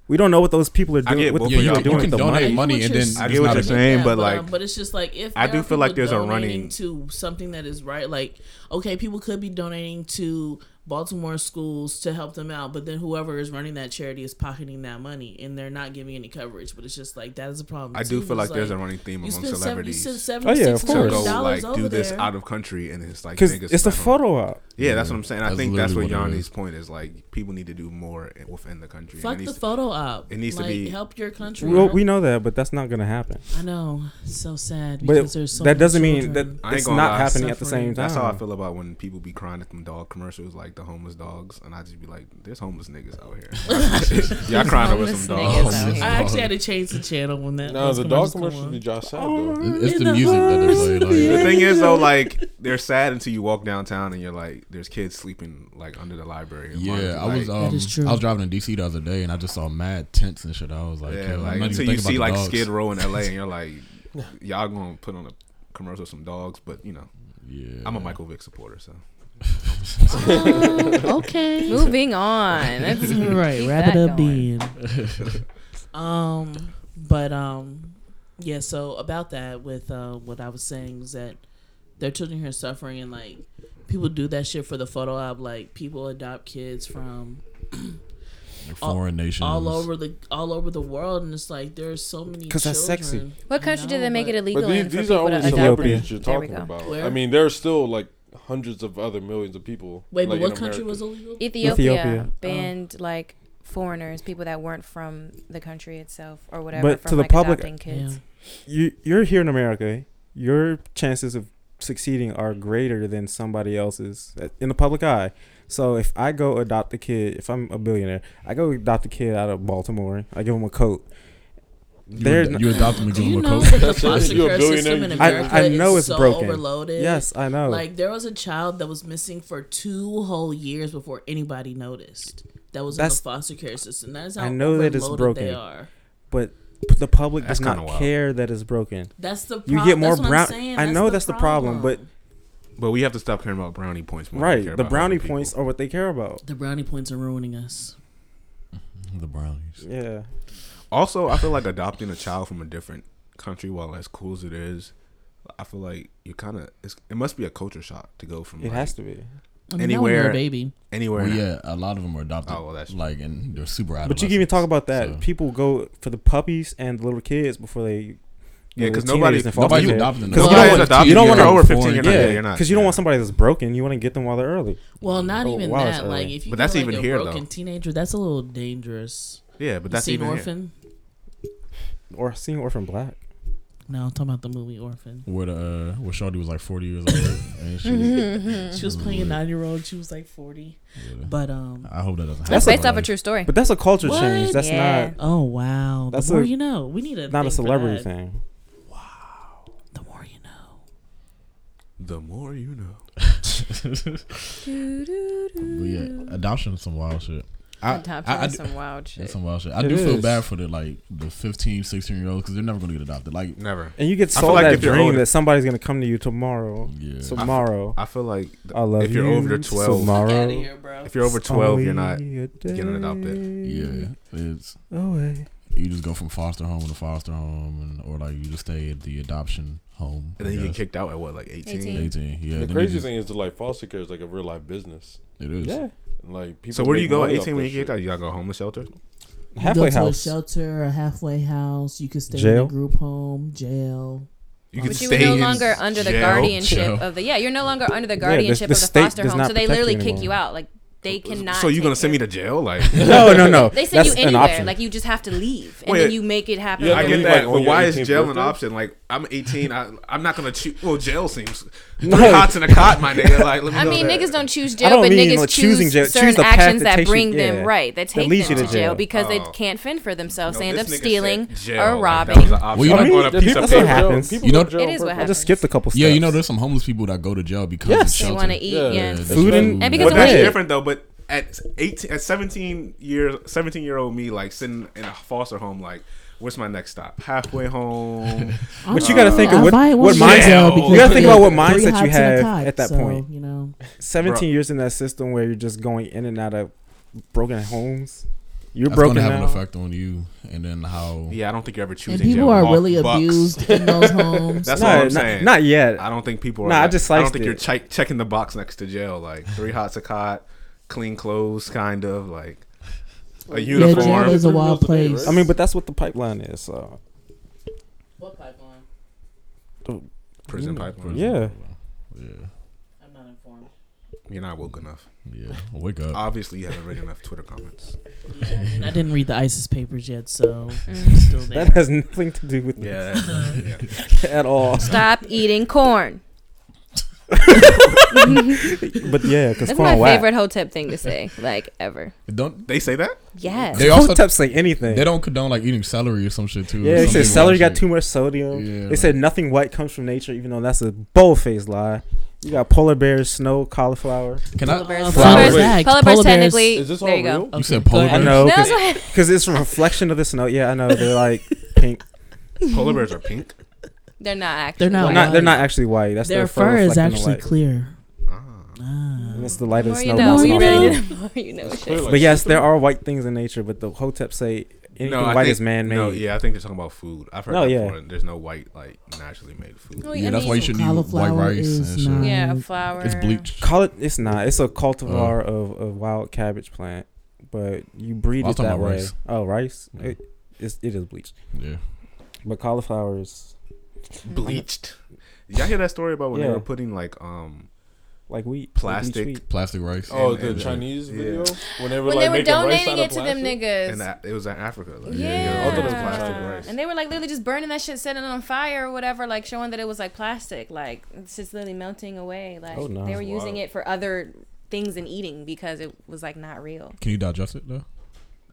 [SPEAKER 4] We don't know what those people are
[SPEAKER 2] I
[SPEAKER 4] doing.
[SPEAKER 2] get
[SPEAKER 4] What
[SPEAKER 2] both
[SPEAKER 4] the
[SPEAKER 1] Yeah,
[SPEAKER 2] of
[SPEAKER 1] you,
[SPEAKER 4] people
[SPEAKER 2] y'all
[SPEAKER 4] are
[SPEAKER 1] you can
[SPEAKER 4] doing with the
[SPEAKER 1] donate
[SPEAKER 4] money.
[SPEAKER 1] money,
[SPEAKER 3] What
[SPEAKER 1] and
[SPEAKER 3] you're
[SPEAKER 1] then
[SPEAKER 2] I
[SPEAKER 1] it's
[SPEAKER 2] get what
[SPEAKER 1] not
[SPEAKER 2] you're
[SPEAKER 1] a-
[SPEAKER 2] saying, but,
[SPEAKER 3] um,
[SPEAKER 2] like,
[SPEAKER 3] but it's just like if
[SPEAKER 2] I
[SPEAKER 3] there
[SPEAKER 2] do
[SPEAKER 3] are
[SPEAKER 2] feel like
[SPEAKER 3] people
[SPEAKER 2] there's a
[SPEAKER 3] donating
[SPEAKER 2] running-
[SPEAKER 3] to something that is right. Like okay, people could be donating to Baltimore schools to help them out, but then whoever is running that charity is pocketing that money and they're not giving any coverage. But it's just like that is a problem.
[SPEAKER 2] I do
[SPEAKER 3] too,
[SPEAKER 2] feel like
[SPEAKER 3] because,
[SPEAKER 2] there's a running theme
[SPEAKER 3] you
[SPEAKER 2] among
[SPEAKER 3] spend seven- you
[SPEAKER 2] celebrities
[SPEAKER 3] spend
[SPEAKER 2] to
[SPEAKER 4] Oh, yeah,
[SPEAKER 3] seventy six
[SPEAKER 4] of course.
[SPEAKER 3] million
[SPEAKER 2] go
[SPEAKER 4] $7,000
[SPEAKER 3] dollars
[SPEAKER 2] like do
[SPEAKER 3] over
[SPEAKER 2] this
[SPEAKER 3] there.
[SPEAKER 2] out of country, and it's like
[SPEAKER 4] Because
[SPEAKER 2] niggas
[SPEAKER 4] it's a
[SPEAKER 2] not gonna-
[SPEAKER 4] photo op.
[SPEAKER 2] Yeah, that's what I'm saying. I
[SPEAKER 1] That's
[SPEAKER 2] think that's what
[SPEAKER 1] literally what it
[SPEAKER 2] Yanni's
[SPEAKER 1] is.
[SPEAKER 2] point is. Like, people need to do more i- within the country. And
[SPEAKER 3] Fuck
[SPEAKER 2] it
[SPEAKER 3] the
[SPEAKER 2] needs to-
[SPEAKER 3] photo op.
[SPEAKER 2] it needs to
[SPEAKER 3] like,
[SPEAKER 2] be-
[SPEAKER 3] help your country.
[SPEAKER 4] Well, we know that, but that's not going to happen.
[SPEAKER 3] I know, it's so sad
[SPEAKER 4] But
[SPEAKER 3] because there's so
[SPEAKER 4] that
[SPEAKER 3] many
[SPEAKER 4] doesn't mean
[SPEAKER 3] children.
[SPEAKER 4] that
[SPEAKER 2] I ain't
[SPEAKER 4] it's
[SPEAKER 2] gonna
[SPEAKER 4] not
[SPEAKER 2] lie.
[SPEAKER 4] happening at the
[SPEAKER 3] Suffering.
[SPEAKER 4] same time.
[SPEAKER 2] That's how I feel about when people be crying at them dog commercials, like the homeless dogs, and I just be like, "There's homeless niggas out
[SPEAKER 6] [laughs]
[SPEAKER 2] here. Y'all crying over
[SPEAKER 6] Homeless
[SPEAKER 2] some
[SPEAKER 6] niggas
[SPEAKER 2] dogs."
[SPEAKER 6] out
[SPEAKER 1] here.
[SPEAKER 3] I actually had to change the channel when that.
[SPEAKER 5] No,
[SPEAKER 3] those
[SPEAKER 5] the
[SPEAKER 3] commercials
[SPEAKER 5] dog
[SPEAKER 3] come
[SPEAKER 5] commercial
[SPEAKER 3] on.
[SPEAKER 5] be Josh Sad though.
[SPEAKER 1] It's the
[SPEAKER 3] In the
[SPEAKER 1] music that they
[SPEAKER 2] The
[SPEAKER 1] play. Like,
[SPEAKER 2] thing is
[SPEAKER 3] [laughs]
[SPEAKER 2] though, [laughs] like they're sad until you walk downtown and you're like, "There's kids sleeping like under the library." and mine is,
[SPEAKER 1] yeah, I was
[SPEAKER 2] like-
[SPEAKER 1] um,
[SPEAKER 3] is true.
[SPEAKER 1] I was driving in DC the other day, and I just saw mad tents and shit. I was like,
[SPEAKER 2] yeah,
[SPEAKER 1] yo,
[SPEAKER 2] like
[SPEAKER 1] I'm not even
[SPEAKER 2] until
[SPEAKER 1] thinking
[SPEAKER 2] you
[SPEAKER 1] about
[SPEAKER 2] see
[SPEAKER 1] the
[SPEAKER 2] like
[SPEAKER 1] dogs.
[SPEAKER 2] Skid Row and LA, and you're
[SPEAKER 1] [laughs]
[SPEAKER 2] like, "Y'all gonna put on a commercial some dogs?" But you know,
[SPEAKER 1] Yeah,
[SPEAKER 2] I'm a Michael Vick supporter, so
[SPEAKER 3] Oh, okay.
[SPEAKER 6] Moving
[SPEAKER 3] [laughs]
[SPEAKER 6] on. That's
[SPEAKER 3] right,
[SPEAKER 5] [laughs]
[SPEAKER 6] Keep
[SPEAKER 3] wrap it
[SPEAKER 6] that
[SPEAKER 3] up
[SPEAKER 6] going.
[SPEAKER 3] then. um, but um, yeah. So about that, with uh, what I was saying was that their children here are suffering, and like people do that shit for the photo op. Like people adopt kids from
[SPEAKER 1] Like, foreign nations
[SPEAKER 3] all over the all over the world, and it's like there are so many.
[SPEAKER 4] 'Cause that's sexy.
[SPEAKER 3] children.
[SPEAKER 6] What country
[SPEAKER 3] No,
[SPEAKER 6] did they make
[SPEAKER 3] but-
[SPEAKER 6] it illegal
[SPEAKER 5] But
[SPEAKER 6] in
[SPEAKER 5] these,
[SPEAKER 6] for
[SPEAKER 5] these are
[SPEAKER 6] people to
[SPEAKER 5] only
[SPEAKER 6] adopt
[SPEAKER 4] Ethiopia.
[SPEAKER 5] celebrities you're
[SPEAKER 6] There we
[SPEAKER 5] talking
[SPEAKER 6] go.
[SPEAKER 5] about.
[SPEAKER 3] Where?
[SPEAKER 5] I mean, there are still like hundreds of other millions of people.
[SPEAKER 3] Wait,
[SPEAKER 5] like,
[SPEAKER 3] but
[SPEAKER 5] in
[SPEAKER 3] what country
[SPEAKER 5] America.
[SPEAKER 3] was illegal?
[SPEAKER 6] Ethiopia,
[SPEAKER 4] Ethiopia.
[SPEAKER 6] banned like foreigners, people that weren't from the country itself or whatever.
[SPEAKER 4] But
[SPEAKER 6] from,
[SPEAKER 4] to the
[SPEAKER 6] like,
[SPEAKER 4] public-
[SPEAKER 6] adopting kids.
[SPEAKER 4] you you're here in America, your chances of succeeding are greater than somebody else's uh, in the public eye. So if I go adopt a kid, if I'm a billionaire, I go adopt a kid out of Baltimore. I give him a coat.
[SPEAKER 1] You,
[SPEAKER 4] There's
[SPEAKER 1] ad- you adopt them and
[SPEAKER 3] Do
[SPEAKER 1] give
[SPEAKER 3] you
[SPEAKER 1] them a [laughs]
[SPEAKER 3] know
[SPEAKER 1] coat.
[SPEAKER 3] that the foster
[SPEAKER 5] You're a
[SPEAKER 3] care system
[SPEAKER 5] billionaire.
[SPEAKER 3] in
[SPEAKER 4] I-
[SPEAKER 3] America
[SPEAKER 4] I know
[SPEAKER 3] is
[SPEAKER 4] it's
[SPEAKER 3] so
[SPEAKER 4] broken.
[SPEAKER 3] overloaded?
[SPEAKER 4] yes, I know.
[SPEAKER 3] Like there was a child that was missing for two whole years before anybody noticed. That was
[SPEAKER 4] That's-
[SPEAKER 3] in the foster care system. That is how
[SPEAKER 4] I know that it's
[SPEAKER 3] overloaded They
[SPEAKER 4] broken.
[SPEAKER 3] are.
[SPEAKER 4] but the public
[SPEAKER 2] That's
[SPEAKER 4] does
[SPEAKER 2] kinda
[SPEAKER 4] not
[SPEAKER 2] wild.
[SPEAKER 4] care that it's broken.
[SPEAKER 3] That's the. Pro-
[SPEAKER 4] You get more
[SPEAKER 3] that's what I'm
[SPEAKER 4] brown-
[SPEAKER 3] saying.
[SPEAKER 4] I know that's the problem,
[SPEAKER 2] But we have to stop caring about brownie points. More than we care
[SPEAKER 4] Right. The
[SPEAKER 2] about
[SPEAKER 4] brownie
[SPEAKER 2] helping people.
[SPEAKER 4] points are what they care about.
[SPEAKER 3] the brownie points are ruining us.
[SPEAKER 1] The brownies.
[SPEAKER 4] Yeah.
[SPEAKER 2] Also, I feel like adopting a child from a different country, while as cool as it is, I feel like you kind of it must be a culture shock to go from
[SPEAKER 4] It
[SPEAKER 2] like,
[SPEAKER 4] has to be.
[SPEAKER 3] I mean, that one little
[SPEAKER 2] Anywhere-
[SPEAKER 3] baby.
[SPEAKER 2] anywhere.
[SPEAKER 1] Well,
[SPEAKER 2] in-
[SPEAKER 1] Oh, yeah, a lot of them are adopted.
[SPEAKER 2] Oh, well, that's-
[SPEAKER 1] like, and they're super out.
[SPEAKER 4] But you can even talk about that.
[SPEAKER 1] So-
[SPEAKER 4] People go for the puppies and the little kids before they.
[SPEAKER 2] Yeah,
[SPEAKER 4] you know,
[SPEAKER 2] 'cause
[SPEAKER 4] the
[SPEAKER 2] nobody-
[SPEAKER 4] teenagers and foster
[SPEAKER 1] Nobody's
[SPEAKER 4] care.
[SPEAKER 1] adopting them.
[SPEAKER 4] 'Cause
[SPEAKER 3] Nobody's
[SPEAKER 4] you don't want,
[SPEAKER 2] adopting
[SPEAKER 4] you don't
[SPEAKER 2] them.
[SPEAKER 4] want to
[SPEAKER 2] You're over 15, you're
[SPEAKER 1] not-
[SPEAKER 4] yeah,
[SPEAKER 1] yeah,
[SPEAKER 2] you're not.
[SPEAKER 4] because you don't
[SPEAKER 2] Yeah.
[SPEAKER 4] want somebody that's broken. You want to get them while they're early.
[SPEAKER 3] Well, not
[SPEAKER 4] Oh,
[SPEAKER 3] even
[SPEAKER 4] wow, that's
[SPEAKER 3] that. Like,
[SPEAKER 4] early.
[SPEAKER 3] if you
[SPEAKER 2] But
[SPEAKER 3] get,
[SPEAKER 2] that's
[SPEAKER 3] like,
[SPEAKER 2] even
[SPEAKER 3] a
[SPEAKER 2] here,
[SPEAKER 3] broken
[SPEAKER 2] though.
[SPEAKER 3] teenager, that's a little dangerous.
[SPEAKER 2] yeah, but
[SPEAKER 3] You
[SPEAKER 2] that's
[SPEAKER 3] seen
[SPEAKER 2] even here.
[SPEAKER 3] orphan.
[SPEAKER 4] Or seeing Orphan Black.
[SPEAKER 3] No, I'm talking about the movie Orphan.
[SPEAKER 1] where the uh, where Shawty was like forty years
[SPEAKER 4] [laughs]
[SPEAKER 1] old. and she was,
[SPEAKER 3] [laughs] She was playing a nine year old. She was like 40. But um.
[SPEAKER 1] I hope that doesn't.
[SPEAKER 6] That's
[SPEAKER 1] happen.
[SPEAKER 6] based off a true story.
[SPEAKER 4] But that's a culture
[SPEAKER 3] What?
[SPEAKER 4] change. That's
[SPEAKER 6] Yeah.
[SPEAKER 3] Oh wow.
[SPEAKER 4] That's
[SPEAKER 3] the more
[SPEAKER 4] a-
[SPEAKER 3] you know. We need a
[SPEAKER 4] not not
[SPEAKER 3] thing
[SPEAKER 4] a
[SPEAKER 3] for
[SPEAKER 4] celebrity
[SPEAKER 3] that.
[SPEAKER 4] thing.
[SPEAKER 3] The more you know.
[SPEAKER 2] The more you know.
[SPEAKER 1] [laughs] But yeah, adoption is some wild shit. I,
[SPEAKER 6] Adoption
[SPEAKER 1] I- I
[SPEAKER 6] is
[SPEAKER 1] do-
[SPEAKER 6] some wild
[SPEAKER 1] it's
[SPEAKER 6] shit.
[SPEAKER 1] some wild shit. I
[SPEAKER 4] It
[SPEAKER 1] do feel
[SPEAKER 4] is.
[SPEAKER 1] bad for the like the 15, 16 year olds because they're never gonna get adopted. Like,
[SPEAKER 2] Never.
[SPEAKER 4] And you get
[SPEAKER 2] I feel
[SPEAKER 4] sold
[SPEAKER 2] like
[SPEAKER 4] that
[SPEAKER 2] if you're
[SPEAKER 4] dream
[SPEAKER 2] older-
[SPEAKER 4] that somebody's gonna come to you tomorrow.
[SPEAKER 1] yeah,
[SPEAKER 4] Tomorrow.
[SPEAKER 2] I feel like
[SPEAKER 4] I, love
[SPEAKER 2] if you're
[SPEAKER 4] you
[SPEAKER 2] over 12,
[SPEAKER 4] Tomorrow.
[SPEAKER 3] Outta here, bro.
[SPEAKER 2] if you're over twelve, you're not.
[SPEAKER 4] getting
[SPEAKER 2] adopted.
[SPEAKER 1] yeah, it's
[SPEAKER 4] Away.
[SPEAKER 1] you just go from foster home to foster home, and or like you just stay at the adoption home.
[SPEAKER 2] And then
[SPEAKER 1] I
[SPEAKER 2] you get
[SPEAKER 1] guess.
[SPEAKER 2] kicked out at what, like eighteen?
[SPEAKER 6] Eighteen.
[SPEAKER 1] eighteen. Yeah,
[SPEAKER 5] The
[SPEAKER 1] then you
[SPEAKER 5] crazy
[SPEAKER 1] just-
[SPEAKER 5] thing is, that, like foster care is like a real life business.
[SPEAKER 1] it is.
[SPEAKER 4] Yeah.
[SPEAKER 5] And, like people.
[SPEAKER 2] So where do
[SPEAKER 5] make
[SPEAKER 2] you go at
[SPEAKER 5] money off
[SPEAKER 2] eighteen when you
[SPEAKER 5] that
[SPEAKER 2] get kicked out? You gotta go homeless shelter.
[SPEAKER 4] Halfway
[SPEAKER 3] you go
[SPEAKER 4] house.
[SPEAKER 3] to a shelter, a halfway house. You could stay in
[SPEAKER 4] Jail?
[SPEAKER 3] a group home, jail.
[SPEAKER 2] You
[SPEAKER 6] But you were no
[SPEAKER 2] in
[SPEAKER 6] longer under the
[SPEAKER 2] jail.
[SPEAKER 6] guardianship
[SPEAKER 1] Jail.
[SPEAKER 6] of the yeah. You're no longer under the
[SPEAKER 4] the-
[SPEAKER 6] guardianship
[SPEAKER 4] the
[SPEAKER 6] of the
[SPEAKER 4] state
[SPEAKER 6] foster
[SPEAKER 4] does
[SPEAKER 6] home,
[SPEAKER 4] not
[SPEAKER 6] so they
[SPEAKER 4] protect you
[SPEAKER 6] literally kick
[SPEAKER 4] anymore.
[SPEAKER 6] you out. Like they cannot.
[SPEAKER 2] So you
[SPEAKER 6] take
[SPEAKER 2] gonna send me
[SPEAKER 6] care-
[SPEAKER 2] to jail? Like [laughs]
[SPEAKER 4] [laughs] [laughs] No, no, no.
[SPEAKER 6] They send
[SPEAKER 4] That's
[SPEAKER 6] you
[SPEAKER 4] an
[SPEAKER 6] anywhere.
[SPEAKER 4] option.
[SPEAKER 6] Like you just have to leave, and
[SPEAKER 2] Wait.
[SPEAKER 6] then you make it happen.
[SPEAKER 5] Yeah,
[SPEAKER 2] I
[SPEAKER 5] I
[SPEAKER 2] get
[SPEAKER 5] mean,
[SPEAKER 2] that,
[SPEAKER 5] like, on
[SPEAKER 2] but
[SPEAKER 5] your
[SPEAKER 2] why is
[SPEAKER 5] 18th
[SPEAKER 2] jail an
[SPEAKER 5] birthday?
[SPEAKER 2] option? Like, I'm 18. I, I'm not gonna choose. Well, jail
[SPEAKER 5] [laughs]
[SPEAKER 2] seems three
[SPEAKER 4] No.
[SPEAKER 2] hots and a cot, my nigga. Like, let me
[SPEAKER 6] I
[SPEAKER 2] know
[SPEAKER 6] mean,
[SPEAKER 2] that.
[SPEAKER 6] niggas don't choose
[SPEAKER 4] I
[SPEAKER 6] jail,
[SPEAKER 4] don't
[SPEAKER 6] but
[SPEAKER 4] mean,
[SPEAKER 6] niggas
[SPEAKER 4] like,
[SPEAKER 6] choose
[SPEAKER 4] choosing jail.
[SPEAKER 6] certain
[SPEAKER 4] Choose the path
[SPEAKER 6] actions
[SPEAKER 4] that
[SPEAKER 6] that,
[SPEAKER 4] takes you-
[SPEAKER 6] bring them
[SPEAKER 4] yeah,
[SPEAKER 6] right that
[SPEAKER 4] that
[SPEAKER 6] take
[SPEAKER 4] leads
[SPEAKER 6] them
[SPEAKER 4] you
[SPEAKER 6] to
[SPEAKER 4] to
[SPEAKER 6] jail,
[SPEAKER 4] jail.
[SPEAKER 6] because they
[SPEAKER 2] Oh.
[SPEAKER 6] can't fend for themselves.
[SPEAKER 2] No,
[SPEAKER 6] they
[SPEAKER 2] this
[SPEAKER 6] end up
[SPEAKER 2] nigga said
[SPEAKER 6] stealing
[SPEAKER 2] jail,
[SPEAKER 6] or
[SPEAKER 2] like,
[SPEAKER 6] robbing.
[SPEAKER 2] That was an option.
[SPEAKER 1] Well, you
[SPEAKER 2] Like,
[SPEAKER 1] know-
[SPEAKER 2] on a
[SPEAKER 4] Yeah,
[SPEAKER 2] piece of
[SPEAKER 4] that's what
[SPEAKER 2] paper.
[SPEAKER 4] happens.
[SPEAKER 5] People
[SPEAKER 1] You know-
[SPEAKER 5] go to jail
[SPEAKER 6] It is
[SPEAKER 5] on
[SPEAKER 6] what
[SPEAKER 4] I
[SPEAKER 5] purpose.
[SPEAKER 4] just skipped a couple steps.
[SPEAKER 1] Yeah, you know, there's some homeless people that go to jail because
[SPEAKER 4] Yes.
[SPEAKER 1] of
[SPEAKER 4] They
[SPEAKER 1] shelter.
[SPEAKER 6] They want to eat.
[SPEAKER 5] Yeah.
[SPEAKER 6] Yeah,
[SPEAKER 1] that's
[SPEAKER 4] Food
[SPEAKER 1] true.
[SPEAKER 4] and-
[SPEAKER 6] and
[SPEAKER 2] Well,
[SPEAKER 6] because
[SPEAKER 2] that's
[SPEAKER 6] of what
[SPEAKER 2] different though. But at 18, at 17 years, 17 year old me, like sitting in a foster home, like, where's my next stop? Halfway
[SPEAKER 5] [laughs]
[SPEAKER 2] home.
[SPEAKER 4] But you gotta think of
[SPEAKER 3] Um, I
[SPEAKER 4] what-
[SPEAKER 3] might
[SPEAKER 4] what
[SPEAKER 3] want
[SPEAKER 2] mindset-
[SPEAKER 3] jail
[SPEAKER 2] you
[SPEAKER 3] because
[SPEAKER 2] gotta
[SPEAKER 4] think
[SPEAKER 3] we
[SPEAKER 4] about
[SPEAKER 3] have
[SPEAKER 4] what
[SPEAKER 3] three
[SPEAKER 4] mindset you
[SPEAKER 3] hots and a
[SPEAKER 4] have
[SPEAKER 3] cot,
[SPEAKER 4] at that
[SPEAKER 3] so,
[SPEAKER 4] point.
[SPEAKER 3] You know,
[SPEAKER 4] 17
[SPEAKER 2] Bruh.
[SPEAKER 4] years in that system where you're just going in and out of broken homes. You're
[SPEAKER 1] That's
[SPEAKER 4] broken
[SPEAKER 1] gonna have an
[SPEAKER 4] now.
[SPEAKER 1] effect on you, and then how.
[SPEAKER 2] yeah, I don't think you're ever choosing.
[SPEAKER 3] and people
[SPEAKER 2] jail.
[SPEAKER 3] are
[SPEAKER 2] Buck-
[SPEAKER 3] really
[SPEAKER 2] bucks.
[SPEAKER 3] abused in those homes.
[SPEAKER 2] That's
[SPEAKER 4] No,
[SPEAKER 2] all I'm
[SPEAKER 4] not,
[SPEAKER 2] saying.
[SPEAKER 4] not yet.
[SPEAKER 2] I don't think people are.
[SPEAKER 4] Nah, I
[SPEAKER 2] like-
[SPEAKER 4] just
[SPEAKER 2] I don't
[SPEAKER 4] sliced
[SPEAKER 2] think
[SPEAKER 4] it.
[SPEAKER 2] you're check, checking the box next to jail. Like three hots a cot, clean clothes, kind of like a
[SPEAKER 3] yeah,
[SPEAKER 2] uniform.
[SPEAKER 3] jail is a wild
[SPEAKER 5] Three meals a day,
[SPEAKER 3] place.
[SPEAKER 5] right?
[SPEAKER 4] I mean, but that's what the pipeline is. So
[SPEAKER 3] [laughs] what pipeline?
[SPEAKER 2] prison pipeline.
[SPEAKER 4] Yeah.
[SPEAKER 1] Yeah,
[SPEAKER 3] I'm not informed.
[SPEAKER 2] You're not woke enough.
[SPEAKER 1] yeah. Wake up.
[SPEAKER 2] Obviously, you haven't read enough Twitter comments.
[SPEAKER 3] Yeah, I, mean, I didn't read the ISIS papers yet, so I'm still there.
[SPEAKER 4] Mm. [laughs] that has nothing to do with it
[SPEAKER 2] Yeah. yeah.
[SPEAKER 1] [laughs]
[SPEAKER 4] at all.
[SPEAKER 6] Stop eating corn.
[SPEAKER 4] But yeah, because
[SPEAKER 6] That's
[SPEAKER 4] corn
[SPEAKER 6] my
[SPEAKER 4] whack.
[SPEAKER 6] favorite Hotep thing to say, like ever.
[SPEAKER 1] Don't
[SPEAKER 2] They say that.
[SPEAKER 6] Yes.
[SPEAKER 1] they
[SPEAKER 4] Corn
[SPEAKER 1] also
[SPEAKER 4] types say anything.
[SPEAKER 1] they don't condone like eating celery or some shit too?
[SPEAKER 4] yeah, they
[SPEAKER 1] Some
[SPEAKER 4] said
[SPEAKER 1] people
[SPEAKER 4] celery got
[SPEAKER 1] actually-
[SPEAKER 4] too much sodium.
[SPEAKER 1] Yeah,
[SPEAKER 4] they
[SPEAKER 1] like-
[SPEAKER 4] said nothing white comes from nature, even though that's a bold faced lie. You got polar bears, snow, cauliflower.
[SPEAKER 1] Can
[SPEAKER 3] Polar
[SPEAKER 1] I?
[SPEAKER 3] bears-
[SPEAKER 6] Flowers.
[SPEAKER 3] polar bears
[SPEAKER 5] Wait.
[SPEAKER 3] back,
[SPEAKER 6] Polar bears technically.
[SPEAKER 5] Is this all
[SPEAKER 6] there you go.
[SPEAKER 5] real?
[SPEAKER 1] You said
[SPEAKER 3] go
[SPEAKER 1] polar
[SPEAKER 3] ahead.
[SPEAKER 4] I
[SPEAKER 1] bears?
[SPEAKER 4] know,
[SPEAKER 6] No, that's
[SPEAKER 4] cause,
[SPEAKER 6] what-
[SPEAKER 4] 'cause it's a reflection of the snow. Yeah, I know
[SPEAKER 6] [laughs]
[SPEAKER 4] they're like pink.
[SPEAKER 2] Polar bears are pink.
[SPEAKER 6] They're not actually.
[SPEAKER 3] They're not
[SPEAKER 4] They're
[SPEAKER 6] white.
[SPEAKER 4] not, they're
[SPEAKER 3] white.
[SPEAKER 4] not actually white. That's their,
[SPEAKER 3] Their fur is
[SPEAKER 4] reflecting the
[SPEAKER 3] actually
[SPEAKER 4] light.
[SPEAKER 3] clear.
[SPEAKER 2] Ah.
[SPEAKER 3] Ah.
[SPEAKER 4] And it's the light
[SPEAKER 6] The
[SPEAKER 4] of
[SPEAKER 6] more
[SPEAKER 4] the
[SPEAKER 6] you
[SPEAKER 4] snow.
[SPEAKER 6] know,
[SPEAKER 4] bounces
[SPEAKER 3] you
[SPEAKER 6] you
[SPEAKER 4] off
[SPEAKER 3] know.
[SPEAKER 4] it.
[SPEAKER 6] really- the more you know shit.
[SPEAKER 5] Clear, like,
[SPEAKER 4] But yes, there are white things in nature, but the Hotep say anything white
[SPEAKER 2] think-
[SPEAKER 4] is man made.
[SPEAKER 2] No, yeah, I think they're talking about food. I've heard
[SPEAKER 4] No,
[SPEAKER 2] that
[SPEAKER 4] yeah.
[SPEAKER 2] before. There's no white like naturally made food.
[SPEAKER 6] Oh,
[SPEAKER 1] Yeah, that's why you shouldn't eat white
[SPEAKER 3] Cauliflower
[SPEAKER 1] rice
[SPEAKER 3] is
[SPEAKER 1] and shit.
[SPEAKER 3] not-
[SPEAKER 6] Yeah,
[SPEAKER 3] Um,
[SPEAKER 6] a flower.
[SPEAKER 1] It's bleach.
[SPEAKER 4] Call it it's not. It's a cultivar
[SPEAKER 1] Uh.
[SPEAKER 4] of a wild cabbage plant, but you breed
[SPEAKER 1] I was
[SPEAKER 4] it
[SPEAKER 1] talking
[SPEAKER 4] that
[SPEAKER 1] about
[SPEAKER 4] way.
[SPEAKER 1] rice.
[SPEAKER 4] Oh, rice.
[SPEAKER 1] Yeah.
[SPEAKER 4] It, it's, it is bleached,
[SPEAKER 1] Yeah.
[SPEAKER 4] but cauliflower is
[SPEAKER 2] Bleached. Y'all hear that story about when they
[SPEAKER 4] Yeah.
[SPEAKER 2] were putting like um
[SPEAKER 4] like wheat.
[SPEAKER 2] Plastic.
[SPEAKER 4] Like bleached
[SPEAKER 1] Plastic rice.
[SPEAKER 5] Oh,
[SPEAKER 2] And-
[SPEAKER 5] the
[SPEAKER 2] and-
[SPEAKER 5] Chinese
[SPEAKER 2] yeah.
[SPEAKER 5] video when they were
[SPEAKER 6] When
[SPEAKER 5] like
[SPEAKER 6] they were
[SPEAKER 5] making rice
[SPEAKER 6] donating
[SPEAKER 5] out
[SPEAKER 6] it
[SPEAKER 5] of
[SPEAKER 6] to them
[SPEAKER 5] plastic?
[SPEAKER 2] and
[SPEAKER 6] niggas.
[SPEAKER 2] that, it was in Africa. Like,
[SPEAKER 6] Yeah.
[SPEAKER 5] I thought it was plastic rice.
[SPEAKER 6] And they were like literally just burning that shit, setting it on fire or whatever, like showing that it was like plastic. Like it's just literally melting away. Like
[SPEAKER 4] Oh, no.
[SPEAKER 6] they were using
[SPEAKER 5] Wow.
[SPEAKER 6] it for other things and eating because it was like not real.
[SPEAKER 1] Can you digest it though?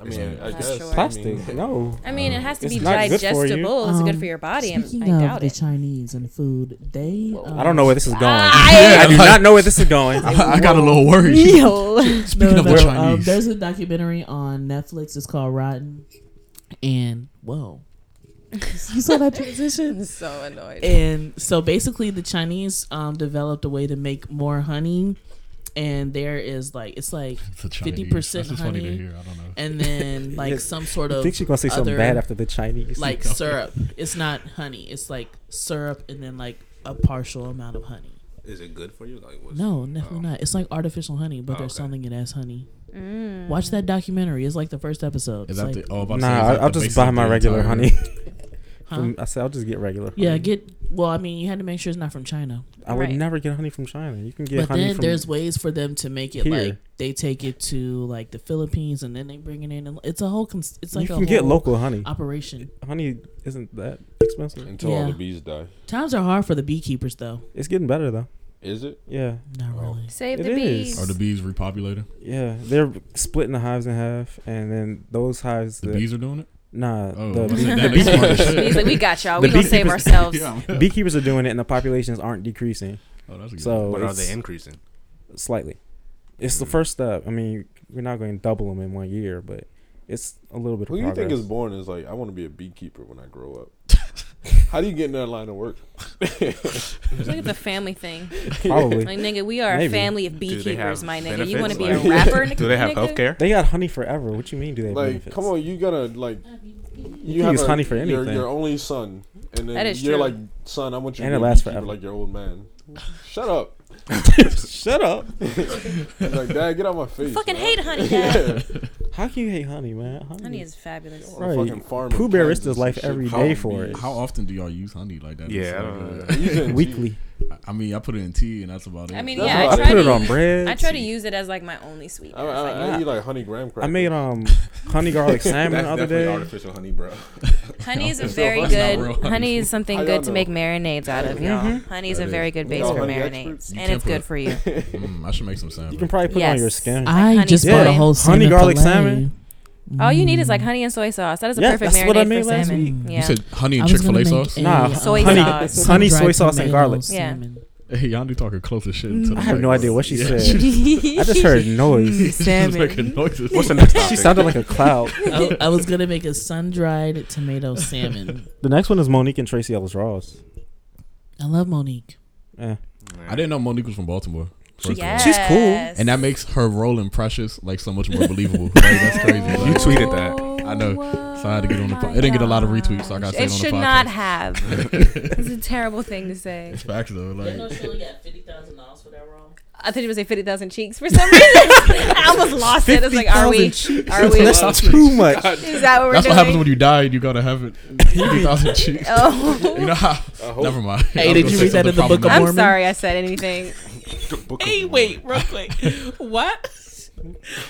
[SPEAKER 8] I mean, I
[SPEAKER 6] Not
[SPEAKER 8] guess.
[SPEAKER 6] sure.
[SPEAKER 8] I mean,
[SPEAKER 4] Plastic?
[SPEAKER 5] [laughs]
[SPEAKER 4] No.
[SPEAKER 6] I mean, it has to
[SPEAKER 4] Um, It's
[SPEAKER 6] be
[SPEAKER 4] not good for you.
[SPEAKER 6] digestible. It's good
[SPEAKER 3] Um,
[SPEAKER 6] for your body. and
[SPEAKER 3] Speaking
[SPEAKER 6] I
[SPEAKER 3] of
[SPEAKER 6] doubt
[SPEAKER 3] the
[SPEAKER 6] it.
[SPEAKER 3] Chinese and food, they. um,
[SPEAKER 4] I don't know
[SPEAKER 3] [laughs]
[SPEAKER 4] where this is going.
[SPEAKER 3] ah,
[SPEAKER 6] I-
[SPEAKER 4] [laughs] I do not know where this is going.
[SPEAKER 1] I, I got a little
[SPEAKER 4] [laughs]
[SPEAKER 1] worried.
[SPEAKER 6] Yo.
[SPEAKER 1] Speaking of the
[SPEAKER 3] Um,
[SPEAKER 1] Chinese,
[SPEAKER 4] uh,
[SPEAKER 3] there's a documentary on Netflix. It's called Rotten, and whoa, you saw
[SPEAKER 6] [laughs]
[SPEAKER 3] that transition.
[SPEAKER 6] I'm so annoyed.
[SPEAKER 3] And so basically, the Chinese um, developed a way to make more honey, and there is like it's like
[SPEAKER 1] It's the Chinese.
[SPEAKER 3] 50%
[SPEAKER 1] That's just funny to
[SPEAKER 3] honey.
[SPEAKER 1] hear. I don't know.
[SPEAKER 3] and
[SPEAKER 4] [laughs]
[SPEAKER 3] then like
[SPEAKER 4] Yes.
[SPEAKER 3] some sort
[SPEAKER 4] I
[SPEAKER 3] of
[SPEAKER 4] think she's gonna say something
[SPEAKER 3] other,
[SPEAKER 4] bad after the Chinese.
[SPEAKER 3] like syrup. It's not honey. It's like syrup and then like a partial amount of honey.
[SPEAKER 2] Is it good for you? Like, what's
[SPEAKER 3] No, definitely not. It's like artificial honey, but
[SPEAKER 2] Oh,
[SPEAKER 3] they're
[SPEAKER 2] okay.
[SPEAKER 3] selling it as honey.
[SPEAKER 6] Mm.
[SPEAKER 3] Watch that documentary. It's like the first
[SPEAKER 1] Is
[SPEAKER 3] episode. It's
[SPEAKER 1] that
[SPEAKER 3] like-
[SPEAKER 1] the, oh, about to
[SPEAKER 4] nah,
[SPEAKER 1] say, is
[SPEAKER 4] I-
[SPEAKER 1] that the
[SPEAKER 4] I'll just
[SPEAKER 1] base
[SPEAKER 4] buy
[SPEAKER 1] of
[SPEAKER 4] my
[SPEAKER 1] the
[SPEAKER 4] regular
[SPEAKER 1] entire-
[SPEAKER 4] honey.
[SPEAKER 3] huh?
[SPEAKER 4] [laughs] I said I'll just get regular.
[SPEAKER 3] Yeah,
[SPEAKER 4] honey.
[SPEAKER 3] get well. I mean, you had to make sure it's not from China.
[SPEAKER 4] I would
[SPEAKER 6] Right.
[SPEAKER 4] never get honey from China. You can get
[SPEAKER 3] but
[SPEAKER 4] honey
[SPEAKER 3] then
[SPEAKER 4] from
[SPEAKER 3] there's ways for them to make it
[SPEAKER 4] here.
[SPEAKER 3] like they take it to like the Philippines and then they bring it in. And it's a whole. Cons- it's like
[SPEAKER 4] you
[SPEAKER 3] a
[SPEAKER 4] can get
[SPEAKER 3] whole
[SPEAKER 4] local honey.
[SPEAKER 3] operation.
[SPEAKER 4] honey isn't that expensive.
[SPEAKER 5] Until all
[SPEAKER 3] Yeah.
[SPEAKER 5] the bees die.
[SPEAKER 3] Times are hard for the beekeepers though.
[SPEAKER 4] It's getting better though.
[SPEAKER 5] Is it?
[SPEAKER 4] Yeah,
[SPEAKER 3] Not
[SPEAKER 5] Oh.
[SPEAKER 3] really.
[SPEAKER 6] Save
[SPEAKER 4] It
[SPEAKER 6] the
[SPEAKER 4] is. Oh,
[SPEAKER 6] bees.
[SPEAKER 1] Are the
[SPEAKER 6] [laughs]
[SPEAKER 1] bees repopulating?
[SPEAKER 4] yeah. They're splitting the hives in half, and then those hives.
[SPEAKER 1] The
[SPEAKER 4] that,
[SPEAKER 1] bees are doing it.
[SPEAKER 4] Nah,
[SPEAKER 1] Oh,
[SPEAKER 4] the,
[SPEAKER 1] I said
[SPEAKER 6] [laughs]
[SPEAKER 4] bee-
[SPEAKER 1] that
[SPEAKER 4] the
[SPEAKER 1] makes more
[SPEAKER 4] beekeepers,
[SPEAKER 1] sense.
[SPEAKER 6] He's
[SPEAKER 4] [laughs]
[SPEAKER 6] like, we got y'all.
[SPEAKER 4] The
[SPEAKER 6] We gonna
[SPEAKER 4] [laughs]
[SPEAKER 6] save
[SPEAKER 4] beekeepers-
[SPEAKER 6] ourselves.
[SPEAKER 4] beekeepers are doing it, and the populations aren't decreasing.
[SPEAKER 1] Oh, that's a good.
[SPEAKER 4] So
[SPEAKER 2] But are
[SPEAKER 4] it's
[SPEAKER 2] they increasing?
[SPEAKER 4] slightly. It's the
[SPEAKER 2] Mm.
[SPEAKER 4] first step. I mean, we're not going to double them in one year, but it's a little bit.
[SPEAKER 5] Who
[SPEAKER 4] of
[SPEAKER 5] do you think is
[SPEAKER 4] progress.
[SPEAKER 5] born is like, I want to be a beekeeper when I grow up? How do you get in that line of work?
[SPEAKER 6] It's like it's a family thing.
[SPEAKER 5] [laughs]
[SPEAKER 4] probably?
[SPEAKER 6] Like nigga, we are a
[SPEAKER 4] Maybe.
[SPEAKER 6] family of
[SPEAKER 2] they
[SPEAKER 6] beekeepers,
[SPEAKER 2] have
[SPEAKER 6] my nigga. You want to be
[SPEAKER 2] benefits?
[SPEAKER 1] [laughs]
[SPEAKER 6] a
[SPEAKER 5] Like-
[SPEAKER 6] rapper?
[SPEAKER 2] [laughs]
[SPEAKER 6] nigga?
[SPEAKER 2] Do they have
[SPEAKER 6] nigga?
[SPEAKER 2] healthcare?
[SPEAKER 4] They got honey forever. What you mean? Do they have
[SPEAKER 5] like,
[SPEAKER 4] benefits?
[SPEAKER 5] come on, you gotta like, you,
[SPEAKER 4] can
[SPEAKER 5] have
[SPEAKER 4] use
[SPEAKER 5] a-
[SPEAKER 4] honey for
[SPEAKER 5] your-
[SPEAKER 4] anything.
[SPEAKER 5] Your, only son, and then
[SPEAKER 6] That is
[SPEAKER 5] you're
[SPEAKER 6] true.
[SPEAKER 5] like, son, I want you
[SPEAKER 4] And
[SPEAKER 5] to
[SPEAKER 4] it
[SPEAKER 5] be a
[SPEAKER 4] lasts
[SPEAKER 5] beekeeper
[SPEAKER 4] forever.
[SPEAKER 5] like your old man.
[SPEAKER 6] [laughs]
[SPEAKER 5] Shut up!
[SPEAKER 4] Shut up.
[SPEAKER 5] He's like, dad, get out my face.
[SPEAKER 6] Fucking
[SPEAKER 5] man."
[SPEAKER 6] hate honey.
[SPEAKER 5] [laughs] Yeah,
[SPEAKER 6] Dad.
[SPEAKER 4] How can you hate honey, man? Honey,
[SPEAKER 6] Honey is fabulous.
[SPEAKER 5] on a
[SPEAKER 4] Right.
[SPEAKER 5] fucking farm.
[SPEAKER 4] Pooh
[SPEAKER 5] in
[SPEAKER 4] Bear
[SPEAKER 5] Kansas
[SPEAKER 4] risked his
[SPEAKER 5] and
[SPEAKER 4] life
[SPEAKER 5] shit.
[SPEAKER 4] every
[SPEAKER 5] How
[SPEAKER 4] day
[SPEAKER 5] do
[SPEAKER 4] for
[SPEAKER 5] you-
[SPEAKER 4] it.
[SPEAKER 1] How
[SPEAKER 5] [laughs]
[SPEAKER 1] often do y'all use honey like that?
[SPEAKER 2] Yeah,
[SPEAKER 1] It's
[SPEAKER 2] I don't
[SPEAKER 1] like,
[SPEAKER 2] know.
[SPEAKER 5] You can-
[SPEAKER 4] Weekly.
[SPEAKER 1] uh, I mean, I put it in tea, and that's about it.
[SPEAKER 6] I mean,
[SPEAKER 5] That's
[SPEAKER 6] yeah, I
[SPEAKER 5] what
[SPEAKER 4] I
[SPEAKER 5] I
[SPEAKER 6] try
[SPEAKER 4] put
[SPEAKER 6] to
[SPEAKER 4] it on
[SPEAKER 6] use-
[SPEAKER 4] bread.
[SPEAKER 6] I try to use it as like my only sweet.
[SPEAKER 1] Oh,
[SPEAKER 5] I, I, I eat like honey graham crackers.
[SPEAKER 4] I made um honey garlic salmon
[SPEAKER 2] That's
[SPEAKER 4] the other
[SPEAKER 2] definitely
[SPEAKER 4] day.
[SPEAKER 2] artificial honey, bro.
[SPEAKER 6] Honey is a
[SPEAKER 1] oh. [laughs] It's
[SPEAKER 6] very
[SPEAKER 1] not real
[SPEAKER 6] good.
[SPEAKER 1] honey.
[SPEAKER 6] Honey is
[SPEAKER 5] How
[SPEAKER 6] something
[SPEAKER 5] y'all
[SPEAKER 6] good to
[SPEAKER 5] know?
[SPEAKER 6] make marinades out of, y'all. Honey is
[SPEAKER 1] That
[SPEAKER 6] a
[SPEAKER 1] is.
[SPEAKER 6] very good base
[SPEAKER 5] Y'all
[SPEAKER 6] for
[SPEAKER 5] honey
[SPEAKER 6] marinades,
[SPEAKER 5] experts?
[SPEAKER 1] You
[SPEAKER 6] and
[SPEAKER 1] can't
[SPEAKER 6] it's
[SPEAKER 1] put
[SPEAKER 6] good
[SPEAKER 1] it- [laughs]
[SPEAKER 6] for
[SPEAKER 4] [laughs]
[SPEAKER 6] you.
[SPEAKER 1] Mm, I should make some salmon.
[SPEAKER 4] You can probably put it on your
[SPEAKER 6] Yes. Uh,
[SPEAKER 4] skin.
[SPEAKER 6] Like
[SPEAKER 3] I
[SPEAKER 6] honey
[SPEAKER 3] just
[SPEAKER 4] spray.
[SPEAKER 3] bought a whole Mm.
[SPEAKER 4] Yeah. Honey
[SPEAKER 3] salmon
[SPEAKER 4] garlic
[SPEAKER 3] fillet.
[SPEAKER 4] salmon.
[SPEAKER 6] All you need is like honey and soy sauce. That is a
[SPEAKER 4] Yeah,
[SPEAKER 6] perfect
[SPEAKER 4] that's
[SPEAKER 6] marinade
[SPEAKER 4] what I made
[SPEAKER 6] for
[SPEAKER 4] last
[SPEAKER 6] salmon.
[SPEAKER 3] week.
[SPEAKER 6] Yeah.
[SPEAKER 1] You said honey
[SPEAKER 3] I
[SPEAKER 1] and
[SPEAKER 3] was
[SPEAKER 1] Chick Fil
[SPEAKER 3] gonna
[SPEAKER 1] A
[SPEAKER 3] make
[SPEAKER 1] sauce.
[SPEAKER 3] a,
[SPEAKER 4] Nah,
[SPEAKER 3] um,
[SPEAKER 6] soy
[SPEAKER 4] honey,
[SPEAKER 6] sauce.
[SPEAKER 4] honey, soy
[SPEAKER 3] sun-dried
[SPEAKER 4] sauce, and
[SPEAKER 3] tomato
[SPEAKER 4] garlic.
[SPEAKER 6] Yeah.
[SPEAKER 3] salmon.
[SPEAKER 1] Hey, y'all be talking close as
[SPEAKER 3] Mm.
[SPEAKER 1] shit.
[SPEAKER 6] [laughs]
[SPEAKER 1] To the
[SPEAKER 4] I have
[SPEAKER 1] mic,
[SPEAKER 4] no
[SPEAKER 1] bro.
[SPEAKER 4] idea what she
[SPEAKER 1] Yeah.
[SPEAKER 4] said. [laughs] I just
[SPEAKER 6] [laughs]
[SPEAKER 4] heard
[SPEAKER 1] [laughs]
[SPEAKER 4] noise.
[SPEAKER 1] She was making noises.
[SPEAKER 2] What's the next topic?
[SPEAKER 4] [laughs] She sounded like a cloud.
[SPEAKER 3] I, I was gonna make a sun-dried tomato salmon.
[SPEAKER 4] The next one is Monique and Tracy Ellis Ross.
[SPEAKER 3] I love Monique.
[SPEAKER 4] Eh.
[SPEAKER 1] I didn't know Monique was from Baltimore. first of all.
[SPEAKER 6] Yes.
[SPEAKER 4] She's cool.
[SPEAKER 1] And that makes her role in Precious like so much more believable. [laughs] like, that's crazy. Like,
[SPEAKER 2] You tweeted that.
[SPEAKER 1] I know. So I had to get on the. Po- it didn't get a lot of retweets, so I got to say it
[SPEAKER 6] It
[SPEAKER 1] on the
[SPEAKER 6] should
[SPEAKER 1] podcast.
[SPEAKER 6] not have. It's a terrible thing to say.
[SPEAKER 1] [laughs] It's facts though. Like
[SPEAKER 3] she only got fifty thousand dollars for that role.
[SPEAKER 6] I thought you were say fifty thousand cheeks for some [laughs] reason. I almost lost it. It's like, are we?
[SPEAKER 4] 50,000 cheeks.
[SPEAKER 6] Are we?
[SPEAKER 4] That's too much.
[SPEAKER 6] Is that what we're
[SPEAKER 1] that's
[SPEAKER 6] doing?
[SPEAKER 1] what happens when you die. and You gotta have
[SPEAKER 6] [laughs]
[SPEAKER 1] it. Fifty thousand cheeks. You [laughs]
[SPEAKER 6] oh,
[SPEAKER 1] know how? Never mind. I was
[SPEAKER 3] did
[SPEAKER 1] gonna
[SPEAKER 3] you
[SPEAKER 1] say
[SPEAKER 3] read that
[SPEAKER 1] something
[SPEAKER 3] in the Book
[SPEAKER 1] problematic.
[SPEAKER 3] of
[SPEAKER 6] I'm
[SPEAKER 3] Mormon?
[SPEAKER 6] sorry I said anything.
[SPEAKER 2] Book of
[SPEAKER 3] Hey, wait, real quick. [laughs] what?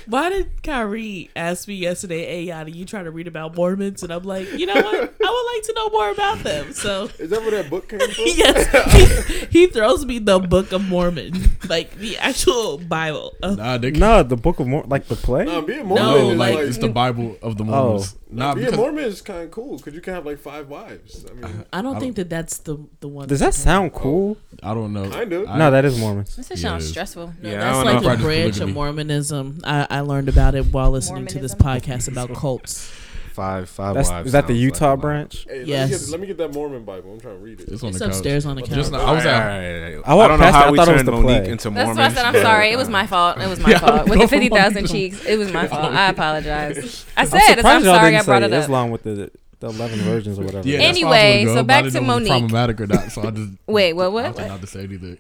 [SPEAKER 3] Why did Kyrie ask me yesterday, hey, Yada, you trying to read about Mormons? And I'm like, you know what? I would like to know more about them. So,
[SPEAKER 5] Is that where that book came [laughs] from?
[SPEAKER 3] [laughs] yes, he, he throws me the Book of Mormon, like the actual Bible. Uh,
[SPEAKER 1] Nah, they can't.
[SPEAKER 4] No, the Book of Mor like the play.
[SPEAKER 5] Nah, being
[SPEAKER 1] No,
[SPEAKER 5] Mormon is
[SPEAKER 1] like,
[SPEAKER 5] like,
[SPEAKER 1] it's the Bible of the Mormons. nah,
[SPEAKER 5] being
[SPEAKER 1] because
[SPEAKER 5] Mormon is kind of cool because you can have like five wives. [laughs] I mean,
[SPEAKER 3] I don't
[SPEAKER 1] I
[SPEAKER 3] think that that's the, the one.
[SPEAKER 4] Does that sound cool?
[SPEAKER 1] I don't know.
[SPEAKER 5] Kind of.
[SPEAKER 1] I-
[SPEAKER 4] no, Oh, that is
[SPEAKER 6] [laughs]
[SPEAKER 4] Mormons.
[SPEAKER 6] This is
[SPEAKER 1] Yeah, it
[SPEAKER 6] sounds
[SPEAKER 1] is.
[SPEAKER 6] stressful.
[SPEAKER 2] Yeah, I don't
[SPEAKER 3] that's
[SPEAKER 2] know
[SPEAKER 3] like
[SPEAKER 2] if I
[SPEAKER 3] a
[SPEAKER 1] just
[SPEAKER 3] branch
[SPEAKER 1] polygamy.
[SPEAKER 3] of Mormonism. I, I learned about it while listening to this podcast about cults.
[SPEAKER 2] Five, five
[SPEAKER 4] That's
[SPEAKER 2] wives.
[SPEAKER 4] is that the
[SPEAKER 2] sounds
[SPEAKER 4] Utah
[SPEAKER 2] like a lot.
[SPEAKER 4] branch?
[SPEAKER 5] hey, let, me
[SPEAKER 3] Yes.
[SPEAKER 5] get, let me get that Mormon Bible. I'm trying to read it.
[SPEAKER 1] It's on
[SPEAKER 3] It's
[SPEAKER 1] the couch.
[SPEAKER 3] upstairs on the couch.
[SPEAKER 1] Just now, I was
[SPEAKER 2] All right, all
[SPEAKER 1] at.
[SPEAKER 2] right, all right.
[SPEAKER 4] I walked
[SPEAKER 2] don't know
[SPEAKER 4] past it,
[SPEAKER 2] how
[SPEAKER 4] I
[SPEAKER 2] we
[SPEAKER 4] thought it was
[SPEAKER 2] turned
[SPEAKER 4] the
[SPEAKER 2] Monique
[SPEAKER 4] play.
[SPEAKER 2] into
[SPEAKER 6] That's
[SPEAKER 2] Mormons.
[SPEAKER 6] why I said I'm
[SPEAKER 2] but,
[SPEAKER 6] sorry. It was
[SPEAKER 2] uh,
[SPEAKER 6] my fault. It was my fault. With the fifty thousand cheeks, it was my fault. I apologize. I
[SPEAKER 4] I'm
[SPEAKER 6] said it. I'm
[SPEAKER 4] surprised y'all
[SPEAKER 6] sorry. I
[SPEAKER 4] didn't
[SPEAKER 6] brought
[SPEAKER 4] say
[SPEAKER 6] it up.
[SPEAKER 4] Islam with the the [laughs] eleven virgins or whatever.
[SPEAKER 1] Yeah,
[SPEAKER 6] And-
[SPEAKER 1] that's where I was gonna
[SPEAKER 6] Anyway,
[SPEAKER 1] go,
[SPEAKER 6] so
[SPEAKER 1] but I
[SPEAKER 6] back
[SPEAKER 1] didn't know
[SPEAKER 6] to
[SPEAKER 1] if it was
[SPEAKER 6] Monique.
[SPEAKER 1] Problematic or not? So I just
[SPEAKER 6] [laughs] Wait, what?
[SPEAKER 1] I
[SPEAKER 6] What?
[SPEAKER 1] opted not to say anything.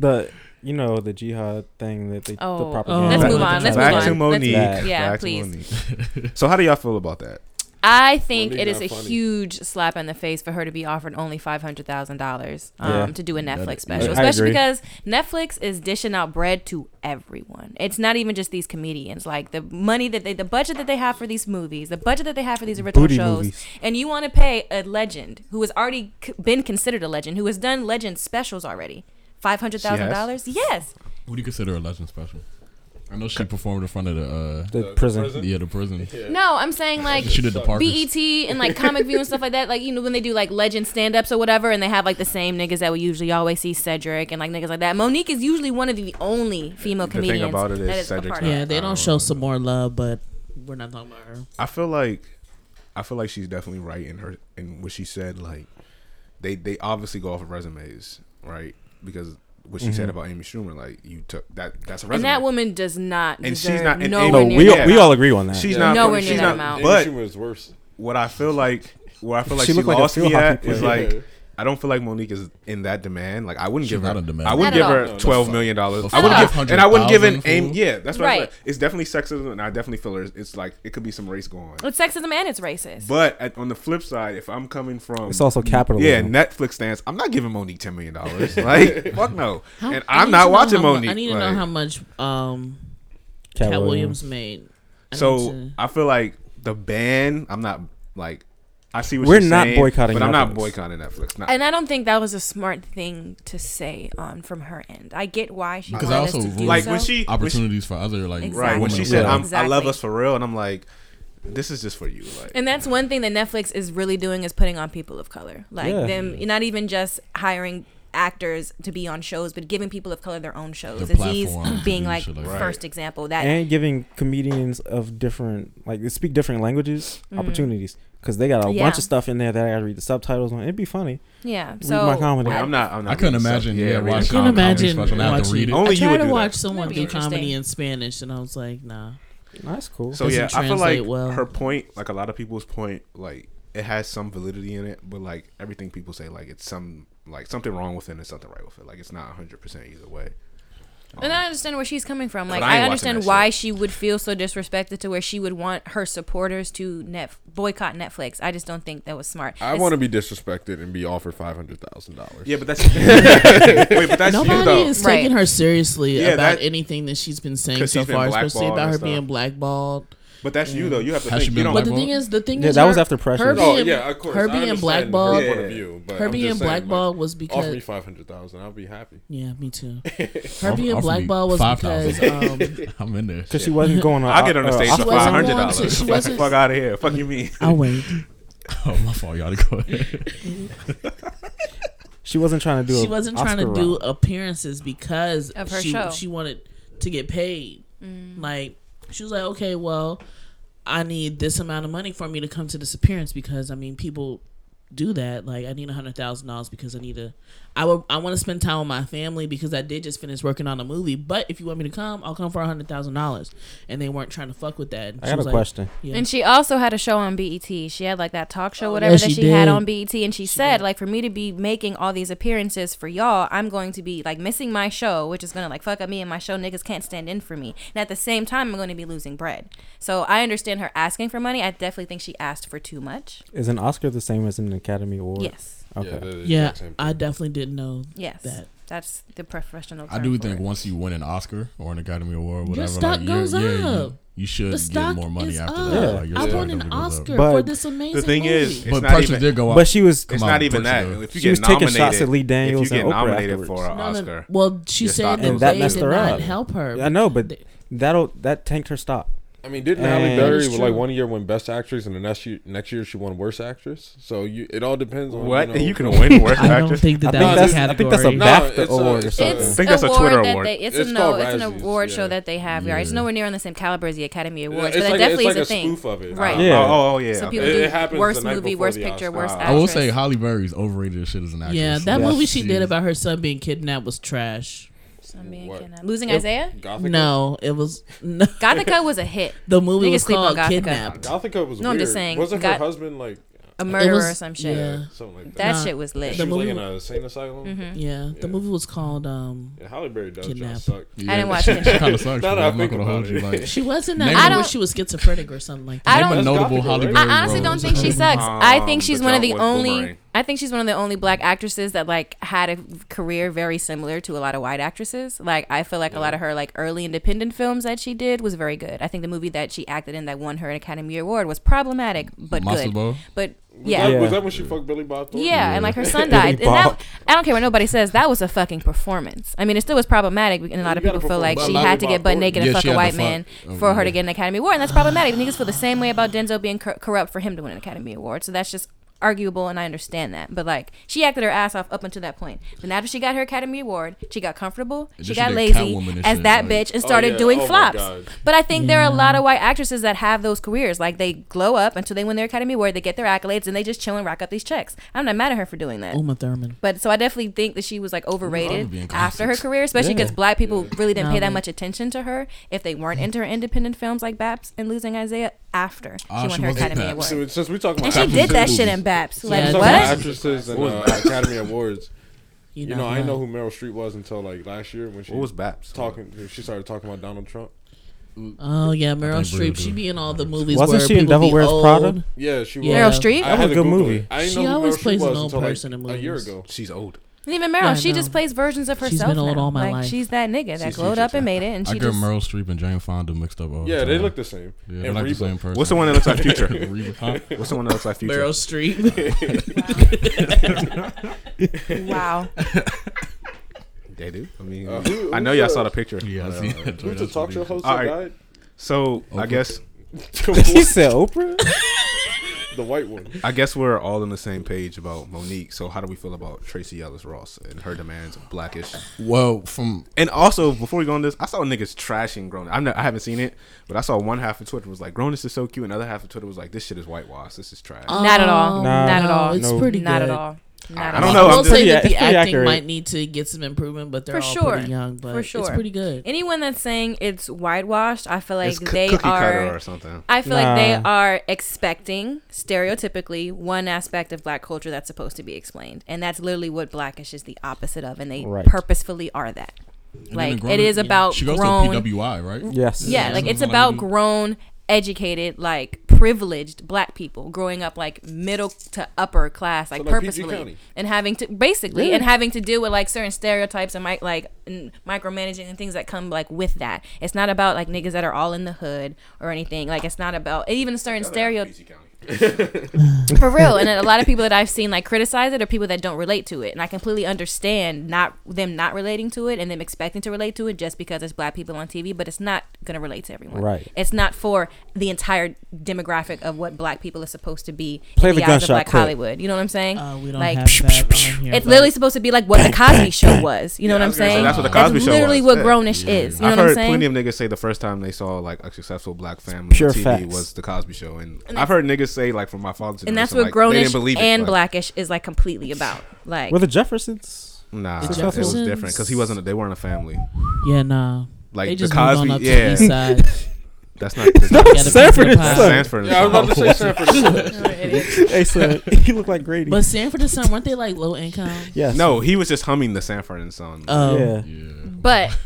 [SPEAKER 1] [laughs]
[SPEAKER 4] the you know the jihad thing that they the
[SPEAKER 6] Oh,
[SPEAKER 4] propaganda.
[SPEAKER 3] let's
[SPEAKER 4] that
[SPEAKER 3] move
[SPEAKER 4] they
[SPEAKER 3] on,
[SPEAKER 4] try
[SPEAKER 3] let's
[SPEAKER 4] to-
[SPEAKER 3] move
[SPEAKER 2] Back to
[SPEAKER 6] on. Let's-
[SPEAKER 2] Monique.
[SPEAKER 6] yeah,
[SPEAKER 2] back to
[SPEAKER 6] please. [laughs]
[SPEAKER 2] Monique. so how do y'all feel about that?
[SPEAKER 6] I think
[SPEAKER 5] Monique
[SPEAKER 6] it is a
[SPEAKER 5] not funny.
[SPEAKER 6] huge slap in the face for her to be offered only five hundred thousand dollars um,
[SPEAKER 4] Yeah.
[SPEAKER 6] to do a Netflix
[SPEAKER 1] That-
[SPEAKER 6] special,
[SPEAKER 4] I
[SPEAKER 6] especially
[SPEAKER 4] agree.
[SPEAKER 6] because Netflix is dishing out bread to everyone. It's not even just these comedians. Like the money that they, the budget that they have for these movies, the budget that they have for these original
[SPEAKER 4] Booty
[SPEAKER 6] shows,
[SPEAKER 4] movies.
[SPEAKER 6] and you want to pay a legend who has already c- been considered a legend, who has done legend specials already, five hundred thousand dollars. Yes,
[SPEAKER 1] What do you consider a legend special? I know she performed in front of the,
[SPEAKER 4] The prison.
[SPEAKER 1] uh, yeah, the prison.
[SPEAKER 6] No, I'm saying like
[SPEAKER 1] She did the Parkers.
[SPEAKER 6] BET and like Comic View and stuff like that. Like you know when they do like legend stand ups or whatever, and they have like the same niggas that we usually always see Cedric and like niggas like that. Monique is usually one of the only female
[SPEAKER 2] The thing
[SPEAKER 6] comedians
[SPEAKER 2] about it is
[SPEAKER 6] that is a
[SPEAKER 2] Cedric's
[SPEAKER 6] part of.
[SPEAKER 3] Yeah,
[SPEAKER 6] it.
[SPEAKER 3] they don't show some more love, but we're not talking about her.
[SPEAKER 2] I feel like I feel like she's definitely right in her in what she said. Like they they obviously go off of resumes, right? Because what she
[SPEAKER 4] Mm-hmm.
[SPEAKER 2] said about Amy Schumer, like you took that that's a resume.
[SPEAKER 6] And that woman does not.
[SPEAKER 2] And she's
[SPEAKER 6] deserve
[SPEAKER 2] not an
[SPEAKER 6] nowhere
[SPEAKER 2] able-
[SPEAKER 4] No,
[SPEAKER 6] near
[SPEAKER 4] we,
[SPEAKER 6] that.
[SPEAKER 4] we all agree on that.
[SPEAKER 2] she's
[SPEAKER 6] Yeah.
[SPEAKER 2] not
[SPEAKER 6] Nowhere
[SPEAKER 2] she's
[SPEAKER 6] near that
[SPEAKER 2] not,
[SPEAKER 6] amount.
[SPEAKER 2] But
[SPEAKER 5] Amy Schumer is worse.
[SPEAKER 2] what I feel like where I feel like
[SPEAKER 4] She
[SPEAKER 2] she,
[SPEAKER 4] looked like a
[SPEAKER 2] lost
[SPEAKER 4] field
[SPEAKER 2] me
[SPEAKER 4] hockey
[SPEAKER 2] at
[SPEAKER 4] player.
[SPEAKER 2] is like I don't feel like Monique is in that demand. Like I wouldn't
[SPEAKER 1] She's
[SPEAKER 2] give her.
[SPEAKER 1] not in demand.
[SPEAKER 2] I wouldn't
[SPEAKER 6] Not
[SPEAKER 2] give
[SPEAKER 6] at all.
[SPEAKER 2] her twelve million dollars. I
[SPEAKER 1] Not
[SPEAKER 2] wouldn't
[SPEAKER 6] at
[SPEAKER 2] give,
[SPEAKER 1] all.
[SPEAKER 2] and I wouldn't give an
[SPEAKER 1] 100,000
[SPEAKER 2] aim.
[SPEAKER 1] fool.
[SPEAKER 2] Yeah, that's what I'm
[SPEAKER 6] Right.
[SPEAKER 2] saying. It's definitely sexism, and I definitely feel it's, it's like it could be some race going.
[SPEAKER 6] It's sexism and it's racist.
[SPEAKER 2] But at, on the flip side, if I'm coming from,
[SPEAKER 4] It's also
[SPEAKER 2] yeah,
[SPEAKER 4] capitalism.
[SPEAKER 2] Netflix stands. I'm not giving Monique ten million dollars. [laughs] Like fuck no,
[SPEAKER 3] How-
[SPEAKER 2] and
[SPEAKER 3] I
[SPEAKER 2] I'm
[SPEAKER 3] need to
[SPEAKER 2] not
[SPEAKER 3] know
[SPEAKER 2] watching
[SPEAKER 3] how mu-
[SPEAKER 2] Monique.
[SPEAKER 3] I need to
[SPEAKER 2] like,
[SPEAKER 3] know how much um,
[SPEAKER 4] Cat
[SPEAKER 3] Cat Williams
[SPEAKER 4] Williams.
[SPEAKER 3] made. I need
[SPEAKER 2] So
[SPEAKER 3] to-
[SPEAKER 2] I feel like the ban. I'm not like I see what
[SPEAKER 4] We're
[SPEAKER 2] she's
[SPEAKER 4] not
[SPEAKER 2] saying,
[SPEAKER 4] boycotting
[SPEAKER 2] but I'm
[SPEAKER 4] Netflix.
[SPEAKER 2] not boycotting Netflix. Not,
[SPEAKER 6] and I don't think that was a smart thing to say on from her end. I get why she
[SPEAKER 1] Because
[SPEAKER 6] wanted
[SPEAKER 1] I
[SPEAKER 6] us
[SPEAKER 1] also
[SPEAKER 6] to do
[SPEAKER 1] really-
[SPEAKER 2] like
[SPEAKER 6] so.
[SPEAKER 2] when she when she-
[SPEAKER 1] Opportunities for other like
[SPEAKER 6] Exactly.
[SPEAKER 2] right when
[SPEAKER 1] women
[SPEAKER 2] she
[SPEAKER 1] of
[SPEAKER 2] said
[SPEAKER 1] color.
[SPEAKER 2] I'm, I love
[SPEAKER 6] Exactly.
[SPEAKER 2] us for real, and I'm like, this is just for you. Like
[SPEAKER 6] And that's one thing that Netflix is really doing is putting on people of color. Like
[SPEAKER 4] Yeah.
[SPEAKER 6] them not even just hiring actors to be on shows, but giving people of color their own shows.
[SPEAKER 1] Their
[SPEAKER 6] It's these
[SPEAKER 1] platform to
[SPEAKER 6] being
[SPEAKER 1] do
[SPEAKER 6] like
[SPEAKER 1] shit like that.
[SPEAKER 6] first example that
[SPEAKER 4] and giving comedians of different like they speak different languages
[SPEAKER 3] Mm-hmm.
[SPEAKER 4] opportunities because they got a
[SPEAKER 6] Yeah.
[SPEAKER 4] bunch of stuff in there that I gotta read the subtitles on. It'd be funny.
[SPEAKER 6] yeah.
[SPEAKER 4] Read
[SPEAKER 6] So
[SPEAKER 4] my comedy.
[SPEAKER 2] I'm not. I'm not
[SPEAKER 1] I couldn't
[SPEAKER 2] reading
[SPEAKER 1] imagine,
[SPEAKER 2] sub-
[SPEAKER 1] yeah,
[SPEAKER 2] reading
[SPEAKER 1] watching-
[SPEAKER 3] I can't
[SPEAKER 2] comedy
[SPEAKER 3] imagine
[SPEAKER 1] special, I have to
[SPEAKER 3] watching-
[SPEAKER 1] read it.
[SPEAKER 2] Only
[SPEAKER 3] I
[SPEAKER 2] you
[SPEAKER 3] tried
[SPEAKER 2] would
[SPEAKER 3] to
[SPEAKER 2] do that.
[SPEAKER 3] watch someone
[SPEAKER 6] That'd
[SPEAKER 3] do
[SPEAKER 6] be
[SPEAKER 3] comedy
[SPEAKER 6] interesting.
[SPEAKER 3] in Spanish, and I was like, nah.
[SPEAKER 4] That's cool.
[SPEAKER 2] So
[SPEAKER 3] Doesn't
[SPEAKER 2] yeah, I feel like
[SPEAKER 3] translate well.
[SPEAKER 2] her point, like a lot of people's point, like it has some validity in it, but like everything people say, like it's some like something wrong with it and something right with it. Like it's not 100 percent either way.
[SPEAKER 6] And I understand where she's coming from. Like
[SPEAKER 2] I ain't
[SPEAKER 6] I,
[SPEAKER 2] watching
[SPEAKER 6] understand
[SPEAKER 2] that
[SPEAKER 6] why
[SPEAKER 2] shit.
[SPEAKER 6] she would feel so disrespected to where she would want her supporters to net boycott Netflix. I just don't think that was smart.
[SPEAKER 5] I
[SPEAKER 6] It's-
[SPEAKER 5] want to be disrespected and be offered five hundred thousand dollars.
[SPEAKER 2] Yeah, but that's wait, but that's you
[SPEAKER 3] Nobody
[SPEAKER 2] though.
[SPEAKER 3] is
[SPEAKER 6] Right.
[SPEAKER 3] taking her seriously
[SPEAKER 2] Yeah,
[SPEAKER 3] about
[SPEAKER 2] that-
[SPEAKER 3] anything that she's been saying
[SPEAKER 2] 'Cause
[SPEAKER 3] so
[SPEAKER 2] she's been
[SPEAKER 3] far, especially
[SPEAKER 2] blackballed
[SPEAKER 3] about
[SPEAKER 2] and
[SPEAKER 3] her
[SPEAKER 2] stuff.
[SPEAKER 3] being blackballed.
[SPEAKER 2] But that's you though. You have to
[SPEAKER 1] Has she
[SPEAKER 2] think. You
[SPEAKER 1] been
[SPEAKER 2] don't,
[SPEAKER 1] black-
[SPEAKER 3] But the thing
[SPEAKER 1] Blackballed?
[SPEAKER 3] is, the thing
[SPEAKER 4] Yeah,
[SPEAKER 3] is,
[SPEAKER 4] that
[SPEAKER 3] her,
[SPEAKER 4] was after Precious.
[SPEAKER 3] Her being,
[SPEAKER 5] Oh yeah, of course.
[SPEAKER 3] her
[SPEAKER 5] I
[SPEAKER 3] being
[SPEAKER 5] understand
[SPEAKER 3] blackballed,
[SPEAKER 5] Her, point of
[SPEAKER 2] Yeah.
[SPEAKER 5] view, but
[SPEAKER 3] her
[SPEAKER 5] I'm
[SPEAKER 3] being
[SPEAKER 5] just saying,
[SPEAKER 3] blackballed
[SPEAKER 5] like,
[SPEAKER 3] was
[SPEAKER 5] offer me
[SPEAKER 3] because.
[SPEAKER 5] five hundred thousand. I'll be happy.
[SPEAKER 3] Yeah, me too.
[SPEAKER 5] [laughs]
[SPEAKER 3] Her
[SPEAKER 1] I'll-
[SPEAKER 3] being
[SPEAKER 1] I'll be
[SPEAKER 3] blackballed was
[SPEAKER 1] 5,000.
[SPEAKER 3] because um,
[SPEAKER 1] I'm in there.
[SPEAKER 4] Because she
[SPEAKER 2] [laughs]
[SPEAKER 4] wasn't going on.
[SPEAKER 2] I'll get on the stage
[SPEAKER 4] uh,
[SPEAKER 2] for
[SPEAKER 3] she wasn't
[SPEAKER 2] five hundred
[SPEAKER 3] warm, so
[SPEAKER 2] dollars.
[SPEAKER 3] she
[SPEAKER 2] Fuck the
[SPEAKER 3] wasn't-
[SPEAKER 2] fuck out of here. Fuck you mean?
[SPEAKER 3] [laughs] I'll wait.
[SPEAKER 1] Oh, my fault, y'all. To go ahead.
[SPEAKER 4] she wasn't trying to do.
[SPEAKER 3] She
[SPEAKER 4] a
[SPEAKER 3] wasn't trying to
[SPEAKER 4] Oscar
[SPEAKER 3] do
[SPEAKER 4] round.
[SPEAKER 3] appearances because
[SPEAKER 6] Of her
[SPEAKER 3] she,
[SPEAKER 6] show.
[SPEAKER 3] she wanted to get paid.
[SPEAKER 6] Mm.
[SPEAKER 3] Like she was like, okay, well, I need this amount of money for me to come to this appearance because I mean, people do that. Like I need a hundred thousand dollars because I need to. I would. I want to spend time with my family because I did just finish working on a movie. But if you want me to come, I'll come for a hundred thousand dollars. And they weren't trying to fuck with that. And
[SPEAKER 4] I
[SPEAKER 3] she
[SPEAKER 4] got a
[SPEAKER 3] was like,
[SPEAKER 4] question.
[SPEAKER 3] Yeah. Oh,
[SPEAKER 6] And she also had a show on BET. She had like that talk show, whatever
[SPEAKER 3] yeah,
[SPEAKER 6] that
[SPEAKER 3] she
[SPEAKER 6] she, had
[SPEAKER 3] did.
[SPEAKER 6] on BET, and she, said, like, for me to be making all these appearances for y'all, I'm going to be like missing my show, which is gonna like fuck up me and my show. Niggas can't stand in for me, and at the same time, I'm going to be losing bread. So I understand her asking for money. I definitely think she asked for too much.
[SPEAKER 4] Is an Oscar the same as an Academy Award?
[SPEAKER 6] Yes,
[SPEAKER 4] Okay.
[SPEAKER 5] they're the
[SPEAKER 3] yeah,
[SPEAKER 5] exact same
[SPEAKER 3] I
[SPEAKER 5] thing.
[SPEAKER 3] definitely didn't know
[SPEAKER 6] yes,
[SPEAKER 3] that.
[SPEAKER 6] that's the professional.
[SPEAKER 1] I
[SPEAKER 6] term
[SPEAKER 1] do
[SPEAKER 6] for
[SPEAKER 1] think
[SPEAKER 6] it.
[SPEAKER 1] once you win an Oscar or an Academy Award, whatever,
[SPEAKER 3] stock
[SPEAKER 1] like,
[SPEAKER 3] goes
[SPEAKER 1] you're, yeah,
[SPEAKER 3] up.
[SPEAKER 1] you, you should
[SPEAKER 3] The
[SPEAKER 1] get
[SPEAKER 3] stock
[SPEAKER 1] more
[SPEAKER 3] is
[SPEAKER 1] money after
[SPEAKER 3] up.
[SPEAKER 1] that.
[SPEAKER 4] Yeah.
[SPEAKER 1] Like, your
[SPEAKER 3] I
[SPEAKER 1] stock
[SPEAKER 3] won an
[SPEAKER 1] definitely goes up.
[SPEAKER 3] Oscar
[SPEAKER 4] But-
[SPEAKER 3] for this amazing
[SPEAKER 2] The thing
[SPEAKER 3] movie.
[SPEAKER 2] is, it's
[SPEAKER 1] But
[SPEAKER 2] not
[SPEAKER 1] Perks
[SPEAKER 2] even.
[SPEAKER 1] did go out.
[SPEAKER 4] But she was.
[SPEAKER 2] It's
[SPEAKER 1] Come
[SPEAKER 2] not
[SPEAKER 1] on,
[SPEAKER 2] even that.
[SPEAKER 1] Perks did.
[SPEAKER 2] If you
[SPEAKER 4] She
[SPEAKER 2] get
[SPEAKER 4] was taking
[SPEAKER 2] nominated,
[SPEAKER 4] shots at Lee Daniels
[SPEAKER 2] if you
[SPEAKER 4] and
[SPEAKER 2] get
[SPEAKER 4] Oprah
[SPEAKER 2] nominated for an
[SPEAKER 4] afterwards.
[SPEAKER 3] None of-
[SPEAKER 2] Oscar,
[SPEAKER 3] well, she
[SPEAKER 2] your
[SPEAKER 3] said
[SPEAKER 2] stock
[SPEAKER 3] that
[SPEAKER 4] goes up.
[SPEAKER 3] they
[SPEAKER 4] And that messed
[SPEAKER 3] did
[SPEAKER 4] her
[SPEAKER 3] not
[SPEAKER 4] up.
[SPEAKER 3] help her.
[SPEAKER 4] I know, but
[SPEAKER 3] They-
[SPEAKER 4] that'll that tanked her stock.
[SPEAKER 5] I mean, didn't
[SPEAKER 4] And-
[SPEAKER 5] Halle
[SPEAKER 4] That
[SPEAKER 5] Berry
[SPEAKER 3] is
[SPEAKER 5] like
[SPEAKER 3] true.
[SPEAKER 5] one year win Best Actress, and the next year, next year she won Worst Actress? So you, it all depends on
[SPEAKER 2] what
[SPEAKER 5] You, know,
[SPEAKER 2] you can
[SPEAKER 5] [laughs]
[SPEAKER 2] win worst
[SPEAKER 3] I don't
[SPEAKER 2] actress.
[SPEAKER 3] think that that
[SPEAKER 4] I think
[SPEAKER 3] was a
[SPEAKER 4] that's- I think
[SPEAKER 3] category.
[SPEAKER 4] that's a
[SPEAKER 5] No,
[SPEAKER 4] BAFTA
[SPEAKER 5] it's a-
[SPEAKER 4] award or
[SPEAKER 5] it's-
[SPEAKER 4] something.
[SPEAKER 2] [laughs]
[SPEAKER 6] It's
[SPEAKER 2] think that's a
[SPEAKER 6] award
[SPEAKER 2] Twitter
[SPEAKER 6] that
[SPEAKER 2] award.
[SPEAKER 6] They, it's,
[SPEAKER 5] It's
[SPEAKER 6] a no,
[SPEAKER 5] called
[SPEAKER 6] it's an
[SPEAKER 5] Razzies,
[SPEAKER 6] award show
[SPEAKER 5] yeah.
[SPEAKER 6] that they have. Yeah. It's nowhere near on the same caliber as the Academy
[SPEAKER 5] Yeah,
[SPEAKER 6] Awards,
[SPEAKER 5] it's
[SPEAKER 6] but
[SPEAKER 5] like-
[SPEAKER 6] it definitely
[SPEAKER 5] it's
[SPEAKER 6] is
[SPEAKER 5] like
[SPEAKER 6] a thing.
[SPEAKER 5] spoof of it.
[SPEAKER 6] Right.
[SPEAKER 4] Yeah.
[SPEAKER 2] Oh, oh yeah.
[SPEAKER 6] So
[SPEAKER 2] okay.
[SPEAKER 6] people
[SPEAKER 5] It-
[SPEAKER 6] do
[SPEAKER 5] it happens
[SPEAKER 6] worst
[SPEAKER 5] the night
[SPEAKER 6] movie,
[SPEAKER 5] before
[SPEAKER 6] worst
[SPEAKER 5] the
[SPEAKER 6] picture,
[SPEAKER 5] Oscars.
[SPEAKER 6] worst actress.
[SPEAKER 1] I will say Holly Berry's overrated as shit as an actress.
[SPEAKER 3] yeah, that
[SPEAKER 4] Yeah.
[SPEAKER 3] movie she did
[SPEAKER 1] She's-
[SPEAKER 3] about her son being kidnapped was trash.
[SPEAKER 6] So I'm being
[SPEAKER 5] What?
[SPEAKER 6] kidnapped. Losing
[SPEAKER 3] It-
[SPEAKER 6] Isaiah?
[SPEAKER 5] Gothica?
[SPEAKER 3] No, it was no,
[SPEAKER 6] Gothica was a hit.
[SPEAKER 3] the movie
[SPEAKER 6] Niggas
[SPEAKER 3] was
[SPEAKER 6] sleep on
[SPEAKER 3] called
[SPEAKER 6] Gothica.
[SPEAKER 3] Kidnapped.
[SPEAKER 5] Gothica was
[SPEAKER 6] No, I'm
[SPEAKER 5] weird.
[SPEAKER 6] just saying,
[SPEAKER 5] Wasn't
[SPEAKER 6] got-
[SPEAKER 5] her husband like
[SPEAKER 6] A murderer or
[SPEAKER 3] was-
[SPEAKER 6] some shit.
[SPEAKER 3] yeah.
[SPEAKER 5] something like that?
[SPEAKER 6] That
[SPEAKER 3] Nah.
[SPEAKER 6] shit was lit.
[SPEAKER 5] she
[SPEAKER 3] The
[SPEAKER 5] was like
[SPEAKER 3] movie-
[SPEAKER 5] in a sane asylum.
[SPEAKER 6] Mm-hmm.
[SPEAKER 3] Yeah, the movie was called. um
[SPEAKER 5] Yeah, Halle Berry does
[SPEAKER 3] Kidnap.
[SPEAKER 5] just suck.
[SPEAKER 1] Yeah,
[SPEAKER 6] didn't watch
[SPEAKER 1] she,
[SPEAKER 6] it.
[SPEAKER 1] She kind of sucks.
[SPEAKER 5] Now
[SPEAKER 1] but
[SPEAKER 5] that I
[SPEAKER 1] I'm not
[SPEAKER 5] think
[SPEAKER 1] gonna
[SPEAKER 5] about
[SPEAKER 1] hold you.
[SPEAKER 5] it.
[SPEAKER 1] Like,
[SPEAKER 3] She wasn't
[SPEAKER 1] Name
[SPEAKER 3] that.
[SPEAKER 1] I
[SPEAKER 3] I
[SPEAKER 6] don't-
[SPEAKER 3] she was schizophrenic or something like that.
[SPEAKER 6] I
[SPEAKER 1] name a
[SPEAKER 6] don't-
[SPEAKER 1] notable
[SPEAKER 5] That's
[SPEAKER 1] Holly Berry.
[SPEAKER 5] Gothica, right?
[SPEAKER 6] I honestly
[SPEAKER 1] role.
[SPEAKER 6] don't think
[SPEAKER 5] [laughs]
[SPEAKER 6] she sucks. I
[SPEAKER 2] Um,
[SPEAKER 6] think she's
[SPEAKER 2] but
[SPEAKER 6] one of
[SPEAKER 2] that
[SPEAKER 6] the
[SPEAKER 2] was
[SPEAKER 6] only.
[SPEAKER 2] Boomerang.
[SPEAKER 6] I think she's one of the only black actresses that like had a career very similar to a lot of white actresses. Like I feel like a lot of her like early independent films that she did was very good. I think the movie that she acted in that won her an Academy Award was problematic but
[SPEAKER 1] Monster
[SPEAKER 6] good.
[SPEAKER 1] Ball?
[SPEAKER 6] But Yeah.
[SPEAKER 5] That,
[SPEAKER 4] Yeah.
[SPEAKER 5] was that when she fucked Billy Bob Thornton?
[SPEAKER 6] Yeah, and like her
[SPEAKER 5] [laughs]
[SPEAKER 6] son died. And
[SPEAKER 4] Bob.
[SPEAKER 6] that, I don't care what nobody says. That was a fucking performance. I mean, it still was problematic, and a lot of
[SPEAKER 5] You gotta
[SPEAKER 6] people feel like
[SPEAKER 5] perform-
[SPEAKER 6] she
[SPEAKER 5] a lot
[SPEAKER 6] had
[SPEAKER 5] of
[SPEAKER 6] to
[SPEAKER 5] people
[SPEAKER 6] get butt
[SPEAKER 5] are
[SPEAKER 6] naked and
[SPEAKER 1] Yeah,
[SPEAKER 6] fuck
[SPEAKER 1] she
[SPEAKER 6] a
[SPEAKER 1] had to
[SPEAKER 6] white
[SPEAKER 1] fuck-
[SPEAKER 6] man
[SPEAKER 1] oh,
[SPEAKER 6] for her
[SPEAKER 1] yeah.
[SPEAKER 6] to get an Academy Award, and that's problematic. Niggas feel the same way about Denzel being cor- corrupt for him to win an Academy Award. So that's just arguable, and I understand that. But like, she acted her ass off up until that point. Then after she got her Academy Award, she got comfortable,
[SPEAKER 1] And then
[SPEAKER 6] she
[SPEAKER 1] she
[SPEAKER 6] got
[SPEAKER 1] did
[SPEAKER 6] lazy
[SPEAKER 1] Catwoman and
[SPEAKER 6] as
[SPEAKER 1] shit,
[SPEAKER 6] that
[SPEAKER 1] like-
[SPEAKER 6] bitch, and started
[SPEAKER 5] yeah.
[SPEAKER 6] doing
[SPEAKER 5] Oh my
[SPEAKER 6] flops.
[SPEAKER 5] God.
[SPEAKER 6] But I think there are a lot of white actresses that have those careers. Like they glow up until they win their Academy Award, they get their accolades, and they just chill and rack up these checks. I'm not mad at her for doing that.
[SPEAKER 3] Uma Thurman.
[SPEAKER 6] But so I definitely think that she was like
[SPEAKER 1] Oh Ooh, I'd
[SPEAKER 6] overrated
[SPEAKER 1] be in
[SPEAKER 6] after her
[SPEAKER 1] classics.
[SPEAKER 6] career, especially because black people really didn't
[SPEAKER 3] No,
[SPEAKER 6] pay that
[SPEAKER 3] but-
[SPEAKER 6] much attention to her if they weren't into her independent films like Baps and Losing Isaiah after
[SPEAKER 1] Ah, she
[SPEAKER 6] she won her
[SPEAKER 1] was in
[SPEAKER 6] Academy
[SPEAKER 1] Baps.
[SPEAKER 6] Award.
[SPEAKER 1] [laughs]
[SPEAKER 5] So, since we talking
[SPEAKER 6] And
[SPEAKER 5] about
[SPEAKER 6] she
[SPEAKER 1] Baps
[SPEAKER 6] did
[SPEAKER 1] was in
[SPEAKER 6] that
[SPEAKER 1] the
[SPEAKER 6] shit
[SPEAKER 1] movie.
[SPEAKER 6] in Baps.
[SPEAKER 5] we
[SPEAKER 6] Like
[SPEAKER 5] talking
[SPEAKER 3] Yeah,
[SPEAKER 5] about
[SPEAKER 3] Baps.
[SPEAKER 6] what?
[SPEAKER 5] actresses and uh, Academy Awards.
[SPEAKER 3] You,
[SPEAKER 5] You know, I didn't know who Meryl Streep was until like last year when she
[SPEAKER 2] What was
[SPEAKER 6] [laughs]
[SPEAKER 2] Baps?
[SPEAKER 5] talking. She started talking about Donald Trump.
[SPEAKER 3] Oh yeah, Meryl
[SPEAKER 1] think Brie
[SPEAKER 3] Streep. She
[SPEAKER 1] did.
[SPEAKER 3] be in all the movies.
[SPEAKER 4] Wasn't
[SPEAKER 3] where
[SPEAKER 4] she in
[SPEAKER 3] people
[SPEAKER 4] Devil
[SPEAKER 3] be
[SPEAKER 4] Wears
[SPEAKER 3] old.
[SPEAKER 4] Prada?
[SPEAKER 5] Yeah, she was.
[SPEAKER 3] Yeah.
[SPEAKER 6] Meryl Streep?
[SPEAKER 5] I
[SPEAKER 4] That was
[SPEAKER 5] had to
[SPEAKER 4] a good
[SPEAKER 5] Google
[SPEAKER 4] movie.
[SPEAKER 5] it. I didn't
[SPEAKER 3] She
[SPEAKER 5] know who
[SPEAKER 3] always
[SPEAKER 5] Meryl Streep
[SPEAKER 3] plays an
[SPEAKER 5] was
[SPEAKER 3] old
[SPEAKER 5] until, like,
[SPEAKER 3] person in
[SPEAKER 5] A year
[SPEAKER 3] movies.
[SPEAKER 5] ago.
[SPEAKER 2] She's old.
[SPEAKER 6] And even Meryl,
[SPEAKER 3] I
[SPEAKER 6] she just
[SPEAKER 3] know.
[SPEAKER 6] plays versions of
[SPEAKER 3] She's
[SPEAKER 6] herself.
[SPEAKER 3] been old
[SPEAKER 6] now.
[SPEAKER 3] all my
[SPEAKER 6] like,
[SPEAKER 3] life.
[SPEAKER 6] She's that nigga that
[SPEAKER 2] She's
[SPEAKER 6] glowed
[SPEAKER 2] future
[SPEAKER 6] up and made it, and
[SPEAKER 1] I
[SPEAKER 6] she
[SPEAKER 1] get
[SPEAKER 6] just
[SPEAKER 1] Meryl Streep and Jane Fonda mixed up all the
[SPEAKER 5] Yeah,
[SPEAKER 1] time.
[SPEAKER 5] they look the same.
[SPEAKER 1] Yeah,
[SPEAKER 5] And
[SPEAKER 1] they're like the
[SPEAKER 5] Reba.
[SPEAKER 1] same person.
[SPEAKER 2] What's the one that looks like Future?
[SPEAKER 1] Reba, huh?
[SPEAKER 2] What's the one that looks like Future?
[SPEAKER 3] Meryl Streep.
[SPEAKER 6] wow.
[SPEAKER 2] They do. I mean,
[SPEAKER 5] Uh, who-
[SPEAKER 2] I know
[SPEAKER 5] who's
[SPEAKER 2] y'all
[SPEAKER 5] the-
[SPEAKER 2] saw the picture.
[SPEAKER 1] Yeah, I
[SPEAKER 2] But,
[SPEAKER 1] see.
[SPEAKER 2] uh,
[SPEAKER 5] Who's the talk show host
[SPEAKER 2] All right.
[SPEAKER 1] [laughs]
[SPEAKER 5] that died?
[SPEAKER 2] So I
[SPEAKER 1] Oprah.
[SPEAKER 2] guess
[SPEAKER 4] she said Oprah.
[SPEAKER 3] [laughs]
[SPEAKER 5] the white one.
[SPEAKER 2] I guess we're all on the same page about Monique. So how do we feel about Tracy Ellis Ross and her demands of blackish?
[SPEAKER 1] Well, from
[SPEAKER 2] And also, before we go on this, I saw niggas trashing grown. I'm not, I haven't seen it, but I saw one half of Twitter was like, "Grownness is so cute," and the other half of Twitter was like, "This shit is whitewash. This is trash."
[SPEAKER 6] Not at all.
[SPEAKER 3] Um,
[SPEAKER 4] Nah,
[SPEAKER 6] Not at all.
[SPEAKER 3] It's
[SPEAKER 4] no.
[SPEAKER 3] pretty
[SPEAKER 6] Not
[SPEAKER 3] good.
[SPEAKER 6] at all. Not
[SPEAKER 2] I
[SPEAKER 6] at
[SPEAKER 2] don't
[SPEAKER 6] all.
[SPEAKER 2] know.
[SPEAKER 3] I will
[SPEAKER 2] I'm
[SPEAKER 3] say
[SPEAKER 4] just-
[SPEAKER 3] that
[SPEAKER 4] Yeah,
[SPEAKER 3] the
[SPEAKER 4] it's pretty
[SPEAKER 3] acting
[SPEAKER 4] accurate.
[SPEAKER 3] might need to get some improvement, but they're
[SPEAKER 6] For
[SPEAKER 3] all
[SPEAKER 6] sure.
[SPEAKER 3] pretty young. But
[SPEAKER 6] For
[SPEAKER 3] it's
[SPEAKER 6] sure.
[SPEAKER 3] pretty good.
[SPEAKER 6] Anyone that's saying it's whitewashed, I feel like
[SPEAKER 2] it's coo-
[SPEAKER 6] they
[SPEAKER 2] cookie
[SPEAKER 6] are.
[SPEAKER 2] cutter or something.
[SPEAKER 6] I feel like they
[SPEAKER 4] Nah.
[SPEAKER 6] are expecting stereotypically one aspect of black culture that's supposed to be explained, and that's literally what blackish is the opposite of, and they
[SPEAKER 4] Right.
[SPEAKER 6] purposefully are that.
[SPEAKER 1] and then
[SPEAKER 6] Like
[SPEAKER 1] Grown-
[SPEAKER 6] it is
[SPEAKER 1] yeah.
[SPEAKER 6] about
[SPEAKER 1] she goes
[SPEAKER 6] grown.
[SPEAKER 1] to PWI, right?
[SPEAKER 4] Yes.
[SPEAKER 6] yeah,
[SPEAKER 1] Yeah,
[SPEAKER 6] like it's
[SPEAKER 1] something like
[SPEAKER 6] about
[SPEAKER 1] that.
[SPEAKER 6] grown, educated, like privileged black people growing up like middle to upper class, like,
[SPEAKER 5] like PG
[SPEAKER 6] purposefully,
[SPEAKER 5] County.
[SPEAKER 6] and having to basically and having to deal with like certain stereotypes and mic- like n- micromanaging and things that come like with that. It's not about like niggas that are all in the hood or anything. Like it's not about even certain stereo for real. And then a lot of people that I've seen like criticize it are people that don't relate to it, and I completely understand not them not relating to it and them expecting to relate to it just because it's black people on TV, but it's not gonna relate to everyone.
[SPEAKER 4] Right.
[SPEAKER 6] It's not for the entire demographic of what black people are supposed to be
[SPEAKER 4] Play
[SPEAKER 6] in
[SPEAKER 4] the
[SPEAKER 6] the, eyes of
[SPEAKER 4] gunshot
[SPEAKER 6] black
[SPEAKER 4] clip.
[SPEAKER 6] Hollywood. You know what I'm saying?
[SPEAKER 3] Uh, we don't
[SPEAKER 6] like
[SPEAKER 3] have that on here.
[SPEAKER 6] it's
[SPEAKER 3] but-
[SPEAKER 6] literally supposed to be like what the Cosby Show was. You know what I'm
[SPEAKER 2] gonna say,
[SPEAKER 6] saying?
[SPEAKER 2] that's what The Cosby Show
[SPEAKER 6] literally
[SPEAKER 2] was.
[SPEAKER 6] what
[SPEAKER 2] Yeah.
[SPEAKER 6] grownish is. You know
[SPEAKER 2] I've
[SPEAKER 6] what I'm
[SPEAKER 2] heard
[SPEAKER 6] saying?
[SPEAKER 2] plenty of niggas say the first time they saw like a successful black family
[SPEAKER 4] Pure
[SPEAKER 2] on TV
[SPEAKER 4] facts.
[SPEAKER 2] was the Cosby Show, and, I've heard niggas say like from my father's
[SPEAKER 6] and that's
[SPEAKER 2] generation,
[SPEAKER 6] what
[SPEAKER 2] like, they didn't
[SPEAKER 6] grownish
[SPEAKER 2] believe it,
[SPEAKER 6] and
[SPEAKER 2] like,
[SPEAKER 6] blackish is like completely about. Like [laughs]
[SPEAKER 4] Were the Jeffersons?
[SPEAKER 2] Nah,
[SPEAKER 3] The
[SPEAKER 2] it was
[SPEAKER 3] Jeffersons.
[SPEAKER 2] different because he wasn't. A, they weren't a family.
[SPEAKER 3] yeah, nah.
[SPEAKER 2] Like
[SPEAKER 3] they
[SPEAKER 2] the
[SPEAKER 3] just moved on
[SPEAKER 2] Cosby.
[SPEAKER 3] up to the
[SPEAKER 2] Yeah, [laughs]
[SPEAKER 3] east side.
[SPEAKER 2] that's
[SPEAKER 6] [laughs]
[SPEAKER 2] not. That's
[SPEAKER 4] [laughs] That
[SPEAKER 2] not-
[SPEAKER 3] a
[SPEAKER 4] was
[SPEAKER 3] piece of
[SPEAKER 4] Sanford and
[SPEAKER 3] pie.
[SPEAKER 2] that's
[SPEAKER 4] Son.
[SPEAKER 2] Sanford.
[SPEAKER 5] Yeah, I was about
[SPEAKER 4] [laughs]
[SPEAKER 5] to say Sanford.
[SPEAKER 4] Hey, son, you look like Grady.
[SPEAKER 3] But Sanford and Son weren't they like low income?
[SPEAKER 4] yes.
[SPEAKER 2] No, he was just humming the Sanford and Son.
[SPEAKER 6] Uh,
[SPEAKER 3] Oh,
[SPEAKER 4] Yeah.
[SPEAKER 1] Yeah.
[SPEAKER 6] But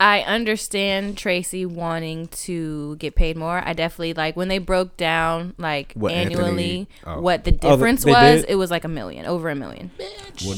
[SPEAKER 6] I understand Tracy wanting to get paid more. I definitely like when they broke down like
[SPEAKER 2] What,
[SPEAKER 6] annually
[SPEAKER 2] Anthony- oh.
[SPEAKER 6] what the
[SPEAKER 4] Oh, they-
[SPEAKER 6] difference
[SPEAKER 4] they
[SPEAKER 6] was.
[SPEAKER 4] did?
[SPEAKER 6] It was like a million, over a million.